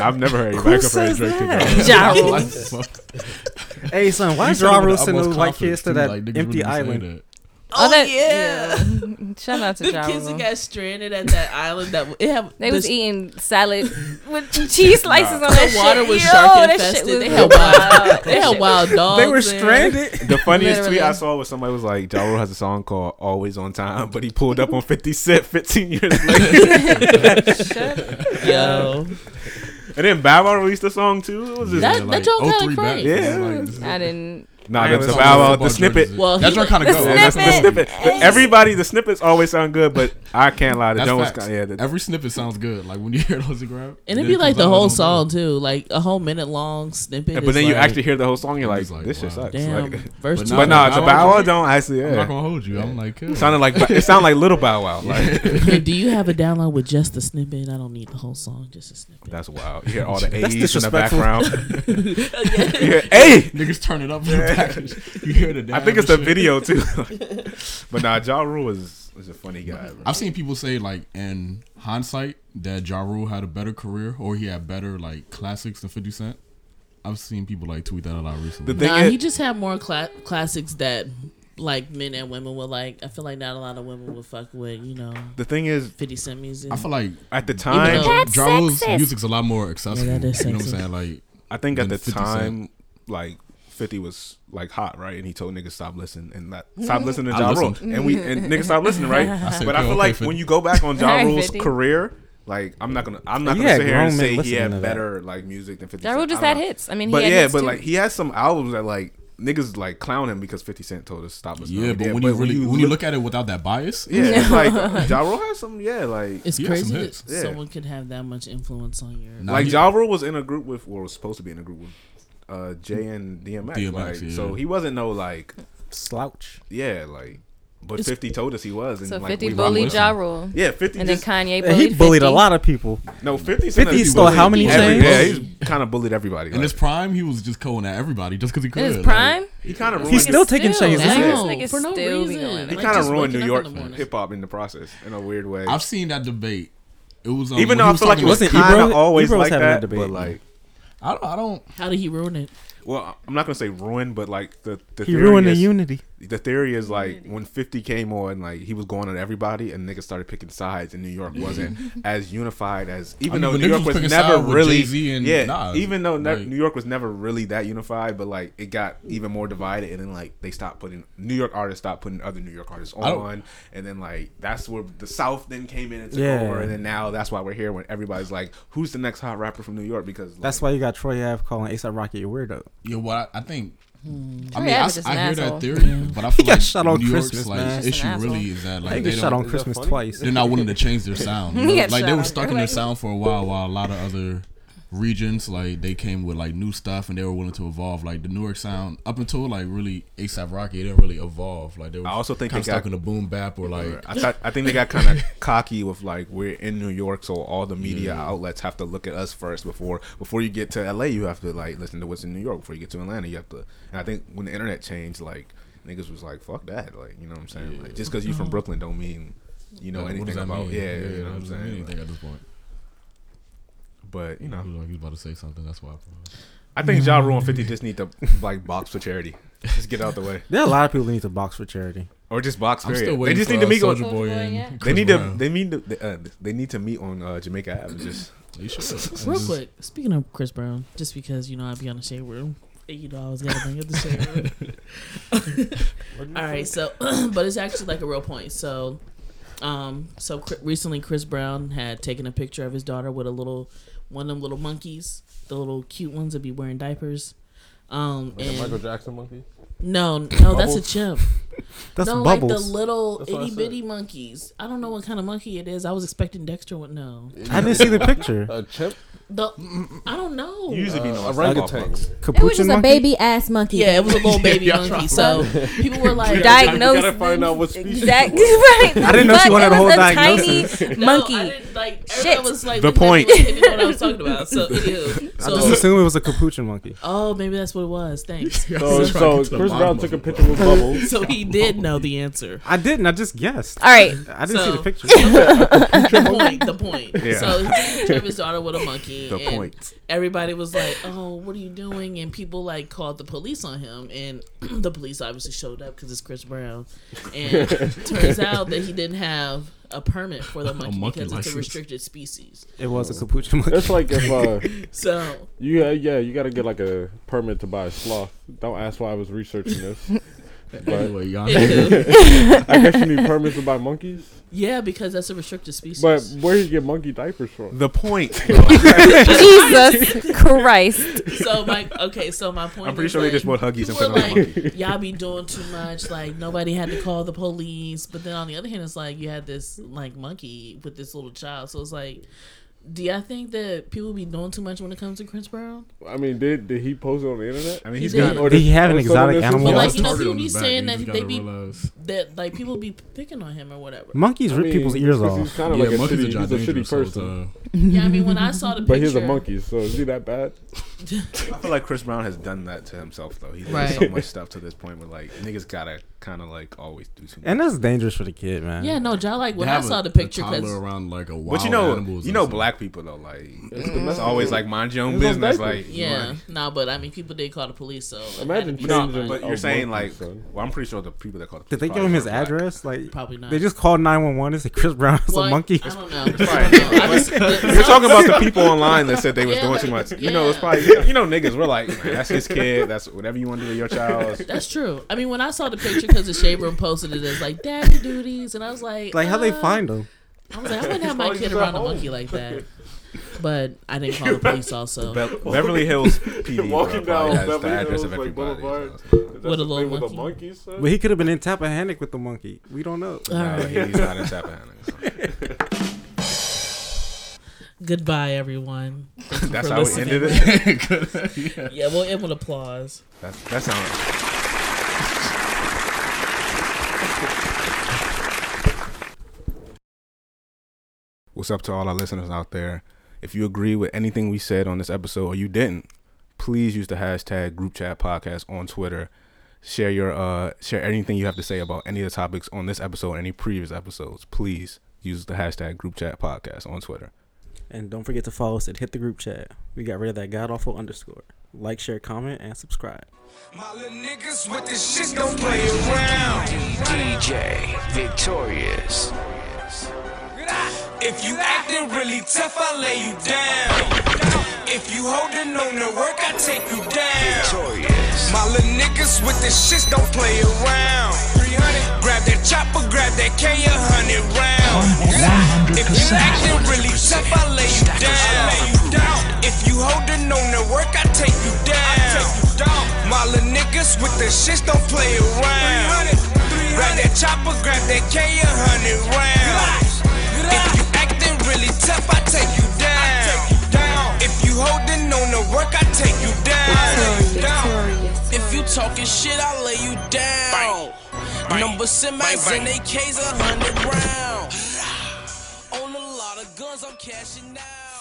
[SPEAKER 2] I've never heard anybody compare
[SPEAKER 4] says
[SPEAKER 2] Drake to
[SPEAKER 4] that?
[SPEAKER 2] Drake.
[SPEAKER 6] Ja Rule.
[SPEAKER 1] Like, fuck.
[SPEAKER 4] Hey son, why is Ja Rule sending those white kids to that empty island?
[SPEAKER 6] Oh, that-
[SPEAKER 3] yeah.
[SPEAKER 6] yeah. [laughs] Shout out to
[SPEAKER 3] The kids that
[SPEAKER 6] John.
[SPEAKER 3] got stranded at that island that it had
[SPEAKER 6] They
[SPEAKER 3] the
[SPEAKER 6] was eating salad with cheese slices on that
[SPEAKER 3] The water
[SPEAKER 6] shit.
[SPEAKER 3] was
[SPEAKER 6] Yo,
[SPEAKER 3] shark
[SPEAKER 6] that shit
[SPEAKER 3] infested. [laughs]
[SPEAKER 6] was [laughs]
[SPEAKER 3] they had
[SPEAKER 6] wild.
[SPEAKER 3] wild. they
[SPEAKER 6] That
[SPEAKER 3] had
[SPEAKER 6] shit
[SPEAKER 3] wild dogs.
[SPEAKER 4] They
[SPEAKER 3] there.
[SPEAKER 4] were stranded.
[SPEAKER 2] [laughs] The funniest
[SPEAKER 6] Literally.
[SPEAKER 2] tweet I saw was somebody was like, Ja Rule has a song called Always on Time, but he pulled up on 50 Cent 15 years later. [laughs]
[SPEAKER 3] Yo,
[SPEAKER 2] and then Bow Wow released a song too. It was just,
[SPEAKER 3] That- that joke kinda crazy.
[SPEAKER 6] I didn't.
[SPEAKER 2] nah,
[SPEAKER 4] Yeah,
[SPEAKER 2] that's
[SPEAKER 4] it was
[SPEAKER 2] Bow Wow. The snippet.
[SPEAKER 3] Well,
[SPEAKER 1] that's
[SPEAKER 3] he-
[SPEAKER 1] kind of
[SPEAKER 6] the
[SPEAKER 1] go.
[SPEAKER 6] snippet-
[SPEAKER 2] Yeah, that's the snippet.
[SPEAKER 6] Hey.
[SPEAKER 2] Everybody, the snippets always sound good, but I can't lie. The
[SPEAKER 1] That's
[SPEAKER 2] joint was
[SPEAKER 1] facts.
[SPEAKER 2] kind of, yeah, the,
[SPEAKER 1] Every snippet sounds good. Like when you hear those you grab,
[SPEAKER 3] and
[SPEAKER 1] then
[SPEAKER 3] it'd be like
[SPEAKER 1] comes
[SPEAKER 3] the
[SPEAKER 1] out,
[SPEAKER 3] whole
[SPEAKER 1] it's
[SPEAKER 3] song
[SPEAKER 1] good.
[SPEAKER 3] too, like a whole minute long snippet.
[SPEAKER 2] but
[SPEAKER 3] is
[SPEAKER 2] then you
[SPEAKER 3] like,
[SPEAKER 2] actually hear the whole song, you're like,
[SPEAKER 1] It's like,
[SPEAKER 2] this shit
[SPEAKER 1] wow.
[SPEAKER 2] sucks.
[SPEAKER 3] damn
[SPEAKER 2] [laughs] Like,
[SPEAKER 3] verse.
[SPEAKER 1] But
[SPEAKER 3] two.
[SPEAKER 1] Nah,
[SPEAKER 2] but nah, it's a
[SPEAKER 1] Bow
[SPEAKER 2] Bow
[SPEAKER 1] Wow
[SPEAKER 2] Wow
[SPEAKER 1] joint-
[SPEAKER 2] don't actually.
[SPEAKER 1] I'm not
[SPEAKER 2] Yeah.
[SPEAKER 1] gonna hold you. I'm like, cool.
[SPEAKER 2] Sounded like it sounded like Little Bow Wow. Like
[SPEAKER 3] Do you have a download with just the snippet? I don't need the whole song, just a snippet.
[SPEAKER 2] that's wild. You hear
[SPEAKER 1] [laughs]
[SPEAKER 2] all the
[SPEAKER 4] That's
[SPEAKER 2] A's in the
[SPEAKER 4] disrespectful.
[SPEAKER 2] background.
[SPEAKER 3] yeah.
[SPEAKER 2] You hear, hey,
[SPEAKER 1] [laughs] niggas turn it up
[SPEAKER 2] [laughs]
[SPEAKER 1] in the package. [laughs] You hear the.
[SPEAKER 2] I
[SPEAKER 1] dab
[SPEAKER 2] think it's the
[SPEAKER 1] and shit.
[SPEAKER 2] video too.
[SPEAKER 1] [laughs]
[SPEAKER 2] but nah, Ja Rule is is a funny guy. Bro.
[SPEAKER 1] I've seen people say like in hindsight that Ja Rule had a better career or he had better like classics than 50 Cent. I've seen people like tweet that a lot recently.
[SPEAKER 2] The thing
[SPEAKER 3] Nah,
[SPEAKER 2] is,
[SPEAKER 3] he just had more cla- classics that like men and women would like. I feel like not a lot of women would fuck with, you know,
[SPEAKER 2] the thing is,
[SPEAKER 3] Fifty Cent music.
[SPEAKER 1] I feel like
[SPEAKER 2] at the
[SPEAKER 3] Even though-
[SPEAKER 2] time,
[SPEAKER 6] That's
[SPEAKER 1] Ja Rule's
[SPEAKER 6] sexist.
[SPEAKER 1] music's a lot more accessible.
[SPEAKER 3] Yeah, that is
[SPEAKER 1] you know what I'm
[SPEAKER 3] sexist.
[SPEAKER 1] saying? Like
[SPEAKER 2] I think at
[SPEAKER 1] than
[SPEAKER 2] the
[SPEAKER 1] 50 Cent.
[SPEAKER 2] time, like. 50 was like hot, right? And he told niggas stop listening and
[SPEAKER 6] [laughs]
[SPEAKER 2] that stop listening to
[SPEAKER 1] I
[SPEAKER 2] Ja Rule.
[SPEAKER 1] listened.
[SPEAKER 2] And we and niggas stop listening,
[SPEAKER 1] [laughs]
[SPEAKER 2] right?
[SPEAKER 1] said,
[SPEAKER 2] but I
[SPEAKER 1] "Yo,
[SPEAKER 2] feel
[SPEAKER 1] okay,
[SPEAKER 2] like
[SPEAKER 1] 50."
[SPEAKER 2] when you go back
[SPEAKER 6] [laughs]
[SPEAKER 2] on Ja
[SPEAKER 6] Alright,
[SPEAKER 2] Rule's
[SPEAKER 6] 50.
[SPEAKER 2] career, like I'm not gonna I'm not
[SPEAKER 4] You
[SPEAKER 2] gonna
[SPEAKER 4] had
[SPEAKER 2] sit here and
[SPEAKER 4] grown men
[SPEAKER 2] say he
[SPEAKER 4] listening to
[SPEAKER 2] had
[SPEAKER 4] that.
[SPEAKER 2] better like music than 50
[SPEAKER 6] Ja
[SPEAKER 2] Cent.
[SPEAKER 6] Rule
[SPEAKER 2] I
[SPEAKER 6] just
[SPEAKER 2] don't
[SPEAKER 6] had
[SPEAKER 2] know.
[SPEAKER 6] hits. I mean, he
[SPEAKER 2] Uh, But
[SPEAKER 6] had
[SPEAKER 2] yeah,
[SPEAKER 6] hits
[SPEAKER 2] but
[SPEAKER 6] too.
[SPEAKER 2] like he has some albums that like niggas like clown him because Fifty Cent told us to stop. listening.
[SPEAKER 1] yeah, but when you really when you look at it without that bias,
[SPEAKER 2] yeah, it's
[SPEAKER 6] [laughs]
[SPEAKER 2] like Ja Rule has some yeah, like
[SPEAKER 3] it's
[SPEAKER 1] He had
[SPEAKER 3] crazy
[SPEAKER 1] some
[SPEAKER 3] that
[SPEAKER 1] hits.
[SPEAKER 2] Yeah.
[SPEAKER 3] someone could have that much influence on your.
[SPEAKER 1] Nah,
[SPEAKER 2] like
[SPEAKER 1] he-
[SPEAKER 2] Ja Rule was in a group with or was supposed to be in a group with uh Jay and DMX,
[SPEAKER 1] DMX,
[SPEAKER 2] like
[SPEAKER 1] yeah.
[SPEAKER 2] so he wasn't no like
[SPEAKER 4] Slouch.
[SPEAKER 2] yeah like But Fifty told us he was, and
[SPEAKER 8] So
[SPEAKER 2] like,
[SPEAKER 8] 50
[SPEAKER 2] we rock
[SPEAKER 8] bullied
[SPEAKER 2] with
[SPEAKER 8] Ja
[SPEAKER 2] him.
[SPEAKER 8] Rule.
[SPEAKER 2] Yeah, Fifty.
[SPEAKER 8] And then
[SPEAKER 2] just-
[SPEAKER 8] Kanye
[SPEAKER 4] And
[SPEAKER 8] bullied
[SPEAKER 4] he bullied
[SPEAKER 8] 50.
[SPEAKER 4] a lot of people.
[SPEAKER 2] no, Fifty.
[SPEAKER 4] 50 stole how many
[SPEAKER 2] every,
[SPEAKER 4] chains?
[SPEAKER 2] Yeah, he's kind of bullied everybody.
[SPEAKER 1] In
[SPEAKER 2] like,
[SPEAKER 1] his prime, he was just going at everybody just because he could.
[SPEAKER 8] In his
[SPEAKER 1] like,
[SPEAKER 8] prime?
[SPEAKER 2] he kind of
[SPEAKER 4] He's
[SPEAKER 2] ruined.
[SPEAKER 4] still taking
[SPEAKER 8] still,
[SPEAKER 4] chains.
[SPEAKER 8] like,
[SPEAKER 2] Yeah.
[SPEAKER 8] this
[SPEAKER 2] No,
[SPEAKER 8] nigga's
[SPEAKER 3] for no
[SPEAKER 8] still be
[SPEAKER 3] reason.
[SPEAKER 8] going
[SPEAKER 2] he
[SPEAKER 8] at
[SPEAKER 3] Like,
[SPEAKER 8] it.
[SPEAKER 2] kind of
[SPEAKER 3] just
[SPEAKER 2] ruined
[SPEAKER 3] waking
[SPEAKER 2] New
[SPEAKER 3] up
[SPEAKER 2] York
[SPEAKER 3] in the morning.
[SPEAKER 2] hip hop in the process in a weird way.
[SPEAKER 1] I've seen that debate. It was um,
[SPEAKER 2] Even
[SPEAKER 1] when
[SPEAKER 2] though
[SPEAKER 1] he
[SPEAKER 2] I
[SPEAKER 1] was
[SPEAKER 2] feel like it e-
[SPEAKER 1] talking
[SPEAKER 2] was
[SPEAKER 1] about-
[SPEAKER 4] Wasn't
[SPEAKER 2] kind of
[SPEAKER 4] Ebro-
[SPEAKER 2] always
[SPEAKER 4] Ebro was
[SPEAKER 2] like
[SPEAKER 4] having
[SPEAKER 2] that,
[SPEAKER 4] that debate.
[SPEAKER 2] but like,
[SPEAKER 1] I don't. I don't.
[SPEAKER 3] How did he ruin it?
[SPEAKER 2] well, I'm not gonna say ruined, but like the the
[SPEAKER 4] He
[SPEAKER 2] theory
[SPEAKER 4] ruined the
[SPEAKER 2] is-
[SPEAKER 4] unity.
[SPEAKER 2] the theory is like when 50 came on like he was going at everybody and niggas started picking sides and new york wasn't as unified as even
[SPEAKER 1] mean,
[SPEAKER 2] though
[SPEAKER 1] but
[SPEAKER 2] new
[SPEAKER 1] niggas
[SPEAKER 2] york
[SPEAKER 1] was
[SPEAKER 2] was,
[SPEAKER 1] picking
[SPEAKER 2] never
[SPEAKER 1] side with
[SPEAKER 2] really
[SPEAKER 1] Jay-Z and
[SPEAKER 2] yeah
[SPEAKER 1] Nas,
[SPEAKER 2] even though ne-
[SPEAKER 1] like-
[SPEAKER 2] new york was never really that unified but like it got even more divided and then like they stopped putting new york artists stopped putting other new york artists
[SPEAKER 1] don't-
[SPEAKER 2] on and then like that's where the south then came in and took
[SPEAKER 4] Yeah.
[SPEAKER 2] over and then now that's why we're here when everybody's like who's the next hot rapper from new york because like,
[SPEAKER 4] That's why you got Troy Ave calling ASAP Rocky a weirdo.
[SPEAKER 1] Yeah, what I, I think. I
[SPEAKER 8] Troy
[SPEAKER 1] mean, I,
[SPEAKER 8] Ave Hmm. is just
[SPEAKER 1] I
[SPEAKER 8] an
[SPEAKER 1] hear
[SPEAKER 8] asshole.
[SPEAKER 1] that
[SPEAKER 8] [laughs]
[SPEAKER 1] theory, but I feel
[SPEAKER 4] got
[SPEAKER 1] like
[SPEAKER 4] shot on
[SPEAKER 1] New York's
[SPEAKER 4] Christmas,
[SPEAKER 1] like
[SPEAKER 4] man.
[SPEAKER 1] issue
[SPEAKER 8] Just an
[SPEAKER 1] really
[SPEAKER 8] asshole.
[SPEAKER 1] is that
[SPEAKER 4] They
[SPEAKER 1] like
[SPEAKER 4] get
[SPEAKER 1] they
[SPEAKER 4] shot on
[SPEAKER 1] don't,
[SPEAKER 4] Christmas
[SPEAKER 5] funny?
[SPEAKER 4] twice.
[SPEAKER 1] they're not willing to change
[SPEAKER 2] [laughs]
[SPEAKER 1] their sound.
[SPEAKER 6] He got
[SPEAKER 1] like they
[SPEAKER 6] shot
[SPEAKER 1] were
[SPEAKER 6] on
[SPEAKER 1] stuck in their
[SPEAKER 6] Christmas.
[SPEAKER 1] sound for a while, while a lot of other regions like they came with like new stuff and they were willing to evolve. Like the New York sound up until like really ASAP Rocky, it didn't really evolve. Like they were
[SPEAKER 2] I also think
[SPEAKER 1] kind of
[SPEAKER 2] they got-
[SPEAKER 1] stuck in the boom bap or like
[SPEAKER 2] I, thought, I think they got kind of cocky with like we're in New York, so all the media
[SPEAKER 1] Mm-hmm.
[SPEAKER 2] outlets have to look at us first before before you get to LA. You have to like listen to what's in New York before you get to Atlanta. You have to. And I think when the internet changed, like niggas was like, "Fuck that!" Like you know what I'm saying? Like just because you from Brooklyn don't mean you know
[SPEAKER 1] like, what does
[SPEAKER 2] anything
[SPEAKER 1] Mm-hmm. that
[SPEAKER 2] about
[SPEAKER 1] mean?
[SPEAKER 2] yeah, You know
[SPEAKER 1] that
[SPEAKER 2] what I'm
[SPEAKER 1] doesn't mean
[SPEAKER 2] saying?
[SPEAKER 1] anything
[SPEAKER 2] Like,
[SPEAKER 1] at this point.
[SPEAKER 2] but you know,
[SPEAKER 1] He was like- he was about to say something. That's why. I-
[SPEAKER 2] I think Ja Rule and Fifty just need to like box for charity. Just get out the way,
[SPEAKER 4] There are a lot of people who need to box for charity.
[SPEAKER 2] or just box.
[SPEAKER 1] I'm
[SPEAKER 2] Period.
[SPEAKER 1] still
[SPEAKER 2] they
[SPEAKER 1] waiting
[SPEAKER 2] just
[SPEAKER 1] for uh,
[SPEAKER 2] need to meet.
[SPEAKER 1] Soldier
[SPEAKER 2] On,
[SPEAKER 8] Soulja
[SPEAKER 1] Boy
[SPEAKER 8] Boy,
[SPEAKER 1] and
[SPEAKER 8] yeah.
[SPEAKER 2] they
[SPEAKER 1] Chris
[SPEAKER 2] need to.
[SPEAKER 1] Brown.
[SPEAKER 2] They mean to. Uh, they need to meet on uh, Jamaica Ave. Just [laughs]
[SPEAKER 1] They should.
[SPEAKER 3] Real
[SPEAKER 1] Just-
[SPEAKER 3] quick, speaking of Chris Brown, just because you know I'd be on the shade room, you know I was gonna bring up the shade room.
[SPEAKER 5] [laughs]
[SPEAKER 3] All right, so [clears throat] but it's actually like a real point. So, um, so cr- recently Chris Brown had taken a picture of his daughter with a little one of them little monkeys, the little cute ones that be wearing diapers. Um, and-
[SPEAKER 5] Michael Jackson monkey.
[SPEAKER 3] no, no, that's a chimp.
[SPEAKER 4] That's
[SPEAKER 3] no, like the
[SPEAKER 4] bubbles.
[SPEAKER 3] little
[SPEAKER 5] what I
[SPEAKER 3] itty
[SPEAKER 5] said.
[SPEAKER 3] bitty monkeys. I don't know what kind of monkey it is. I was expecting Dexter would know.
[SPEAKER 4] I didn't see
[SPEAKER 3] [laughs]
[SPEAKER 4] the picture.
[SPEAKER 5] [laughs] A chip.
[SPEAKER 3] The I don't know.
[SPEAKER 2] You
[SPEAKER 1] Uh,
[SPEAKER 2] usually be knowing
[SPEAKER 5] a
[SPEAKER 2] stuff about
[SPEAKER 5] orangutan.
[SPEAKER 2] folks.
[SPEAKER 4] Capuchin
[SPEAKER 8] It was just a
[SPEAKER 4] monkey?
[SPEAKER 8] baby ass monkey.
[SPEAKER 3] [laughs] yeah, it was a little baby monkey. So [laughs] people were like,
[SPEAKER 6] Diagnosed.
[SPEAKER 5] gotta find
[SPEAKER 6] [laughs]
[SPEAKER 5] out what species
[SPEAKER 6] Exactly. Right.
[SPEAKER 4] I didn't know she
[SPEAKER 6] But
[SPEAKER 4] wanted
[SPEAKER 6] it
[SPEAKER 4] a whole
[SPEAKER 6] was
[SPEAKER 4] diagnosis.
[SPEAKER 3] [laughs] [laughs]
[SPEAKER 6] Tiny
[SPEAKER 3] No, I
[SPEAKER 6] monkey.
[SPEAKER 3] didn't, like everyone
[SPEAKER 6] Shit.
[SPEAKER 3] was like
[SPEAKER 2] The
[SPEAKER 3] looking at me
[SPEAKER 2] point.
[SPEAKER 3] like they didn't know what I was talking about. So, anywho,
[SPEAKER 4] I just
[SPEAKER 3] so
[SPEAKER 4] assume it was a capuchin monkey.
[SPEAKER 3] oh, maybe that's what it was. [laughs] Thanks.
[SPEAKER 5] So, so Chris Brown took a picture with Bubbles.
[SPEAKER 3] So he did know the answer.
[SPEAKER 4] I didn't. I just guessed.
[SPEAKER 6] All right.
[SPEAKER 4] I didn't see
[SPEAKER 3] So- [laughs]
[SPEAKER 4] the picture.
[SPEAKER 3] The point. The point.
[SPEAKER 2] Yeah.
[SPEAKER 3] So he took a picture of his daughter with a monkey.
[SPEAKER 2] The
[SPEAKER 3] and
[SPEAKER 2] point.
[SPEAKER 3] Everybody was like, "Oh, what are you doing?" And people like called the police on him, and [clears throat] the police obviously showed up because it's Chris Brown. And turns out that he didn't have a permit for the monkey,
[SPEAKER 1] monkey
[SPEAKER 3] because it's
[SPEAKER 1] license.
[SPEAKER 3] a restricted species.
[SPEAKER 4] It was a capuchin monkey.
[SPEAKER 5] That's like if [laughs] uh,
[SPEAKER 3] So
[SPEAKER 5] you uh, yeah you gotta get like a permit to buy a sloth. Don't ask why I was
[SPEAKER 4] [laughs]
[SPEAKER 5] researching this. But
[SPEAKER 1] Anyway, y'all.
[SPEAKER 3] anywho,
[SPEAKER 5] I guess you need permits to buy monkeys.
[SPEAKER 3] yeah, because that's a restricted species.
[SPEAKER 5] But where you get monkey diapers from?
[SPEAKER 2] The
[SPEAKER 3] [laughs]
[SPEAKER 2] point.
[SPEAKER 8] Jesus Christ.
[SPEAKER 3] So my okay, so my point.
[SPEAKER 2] I'm pretty
[SPEAKER 3] is,
[SPEAKER 2] sure they
[SPEAKER 3] like,
[SPEAKER 2] just bought Huggies and
[SPEAKER 3] people
[SPEAKER 2] put it
[SPEAKER 3] were
[SPEAKER 2] on the monkey.
[SPEAKER 3] like, y'all be doing too much. Like nobody had to call the police, but then on the other hand, it's like you had this like monkey with this little child. So it's like, do y'all think that people be doing too much when it comes to Chris Brown?
[SPEAKER 5] I mean, did did he post it on the internet?
[SPEAKER 2] I mean, he's
[SPEAKER 3] He
[SPEAKER 2] got.
[SPEAKER 3] did.
[SPEAKER 5] Or
[SPEAKER 4] Did he have an
[SPEAKER 5] or someone
[SPEAKER 4] exotic
[SPEAKER 5] that's
[SPEAKER 4] animal?
[SPEAKER 3] But
[SPEAKER 4] Yeah,
[SPEAKER 3] like
[SPEAKER 4] it's
[SPEAKER 3] you know,
[SPEAKER 1] started
[SPEAKER 3] people
[SPEAKER 1] on
[SPEAKER 3] be
[SPEAKER 1] his back,
[SPEAKER 3] saying
[SPEAKER 1] you
[SPEAKER 3] that
[SPEAKER 1] just
[SPEAKER 3] they
[SPEAKER 1] gotta
[SPEAKER 3] be
[SPEAKER 1] realize.
[SPEAKER 3] that like people be picking on him or whatever.
[SPEAKER 4] Monkeys
[SPEAKER 5] I
[SPEAKER 4] rip
[SPEAKER 5] mean,
[SPEAKER 4] people's
[SPEAKER 5] [laughs]
[SPEAKER 4] ears
[SPEAKER 5] because
[SPEAKER 4] off.
[SPEAKER 5] He's kind of
[SPEAKER 1] yeah,
[SPEAKER 5] like a
[SPEAKER 1] monkeys
[SPEAKER 5] shitty,
[SPEAKER 1] are uh,
[SPEAKER 5] he's a shitty
[SPEAKER 4] uh,
[SPEAKER 5] person,
[SPEAKER 3] Yeah, I mean when I saw the picture,
[SPEAKER 5] [laughs] but he's a monkey, so is he that bad?
[SPEAKER 2] I feel like Chris Brown has done that to himself though. He's done
[SPEAKER 3] Right.
[SPEAKER 2] so much stuff to this point where like niggas gotta kind of like always do too much.
[SPEAKER 4] And that's dangerous for the kid, man.
[SPEAKER 3] Yeah, no, y'all like when
[SPEAKER 1] They
[SPEAKER 3] I
[SPEAKER 1] have a-
[SPEAKER 3] saw the
[SPEAKER 1] a
[SPEAKER 3] picture
[SPEAKER 1] toddler
[SPEAKER 3] because
[SPEAKER 1] around like a wild
[SPEAKER 2] but you know,
[SPEAKER 1] animal is
[SPEAKER 2] you know,
[SPEAKER 1] insane.
[SPEAKER 2] black people though, like it's always like mind your own
[SPEAKER 5] It's on
[SPEAKER 2] business.
[SPEAKER 5] diapers.
[SPEAKER 2] Like
[SPEAKER 3] yeah, no, but I mean people did call the police. So it had to
[SPEAKER 5] Imagine
[SPEAKER 3] be
[SPEAKER 2] No,
[SPEAKER 5] changing.
[SPEAKER 2] but
[SPEAKER 5] a
[SPEAKER 2] you're saying
[SPEAKER 5] monkey,
[SPEAKER 2] like,
[SPEAKER 5] son.
[SPEAKER 2] well, I'm pretty sure the people that called. the
[SPEAKER 4] Did they
[SPEAKER 2] police
[SPEAKER 4] give him his
[SPEAKER 2] probably were
[SPEAKER 4] address? Like,
[SPEAKER 3] Probably not.
[SPEAKER 4] they just called 911 and said Chris Brown has
[SPEAKER 3] Well,
[SPEAKER 4] a monkey.
[SPEAKER 3] I don't know. I
[SPEAKER 2] [laughs]
[SPEAKER 3] don't
[SPEAKER 2] Right.
[SPEAKER 3] know. I just-
[SPEAKER 2] black. You're talking about [laughs] the people online that said they was
[SPEAKER 3] Yeah,
[SPEAKER 2] doing
[SPEAKER 3] like,
[SPEAKER 2] too much. You know, it's
[SPEAKER 3] yeah.
[SPEAKER 2] probably you know niggas. We're like, man, that's his kid. That's whatever you want to do to your
[SPEAKER 3] [laughs]
[SPEAKER 2] child.
[SPEAKER 3] That's true. I mean, when I saw the picture, because the shade room posted it as like daddy duties, and I was like,
[SPEAKER 4] Like, how they
[SPEAKER 3] uh,
[SPEAKER 4] find him?
[SPEAKER 3] I was like, I wouldn't have my kid around a monkey like that. But I didn't call the
[SPEAKER 2] [laughs]
[SPEAKER 3] police also with
[SPEAKER 5] [laughs]
[SPEAKER 2] Be- Beverly Hills PD
[SPEAKER 5] Walking
[SPEAKER 2] bro, probably
[SPEAKER 5] down
[SPEAKER 2] has the
[SPEAKER 5] Beverly
[SPEAKER 2] address of
[SPEAKER 5] Hills, like,
[SPEAKER 2] everybody.
[SPEAKER 5] Boulevard. That's
[SPEAKER 3] a
[SPEAKER 5] the
[SPEAKER 3] little
[SPEAKER 5] thing with a
[SPEAKER 3] monkey.
[SPEAKER 5] monkey, son.
[SPEAKER 4] But he could have been in Tappahannock with the monkey. We don't know.
[SPEAKER 3] All
[SPEAKER 2] Nah,
[SPEAKER 3] right.
[SPEAKER 2] he's not in Tappahannock. so.
[SPEAKER 3] [laughs] Goodbye, everyone.
[SPEAKER 2] That's
[SPEAKER 3] for
[SPEAKER 2] how we
[SPEAKER 3] listening.
[SPEAKER 2] ended it. [laughs]
[SPEAKER 3] [laughs] Yeah, we'll end with applause.
[SPEAKER 2] That's, that sounds. What's up to all our listeners out there? If you agree with anything we said on this episode or you didn't, please use the hashtag group chat podcast on Twitter. Share your uh share anything you have to say about any of the topics on this episode, any previous episodes. Please use the hashtag group chat podcast on Twitter.
[SPEAKER 4] And don't forget to follow us at Hit the Group Chat. We got rid of that god awful underscore. Like, share, comment, and subscribe.
[SPEAKER 9] My little niggas with this shit don't play around. DJ Victorious. If you acting really tough, I lay you down. If you holding on to work, I take you down. Victorious. My little niggas with this shit don't play around. Grab that chopper, grab that K, a hundred round. If you acting really tough, I lay you down. If you holding on to work, I take you down. My little niggas with the shit don't play around. Grab that chopper, grab that K, a hundred round. If you acting really tough, I take you down. If you holding on to work, I take you down.
[SPEAKER 7] If you talking shit, I lay you down. Number semis and AKs a hundred round. Own a lot of guns, I'm cashing out.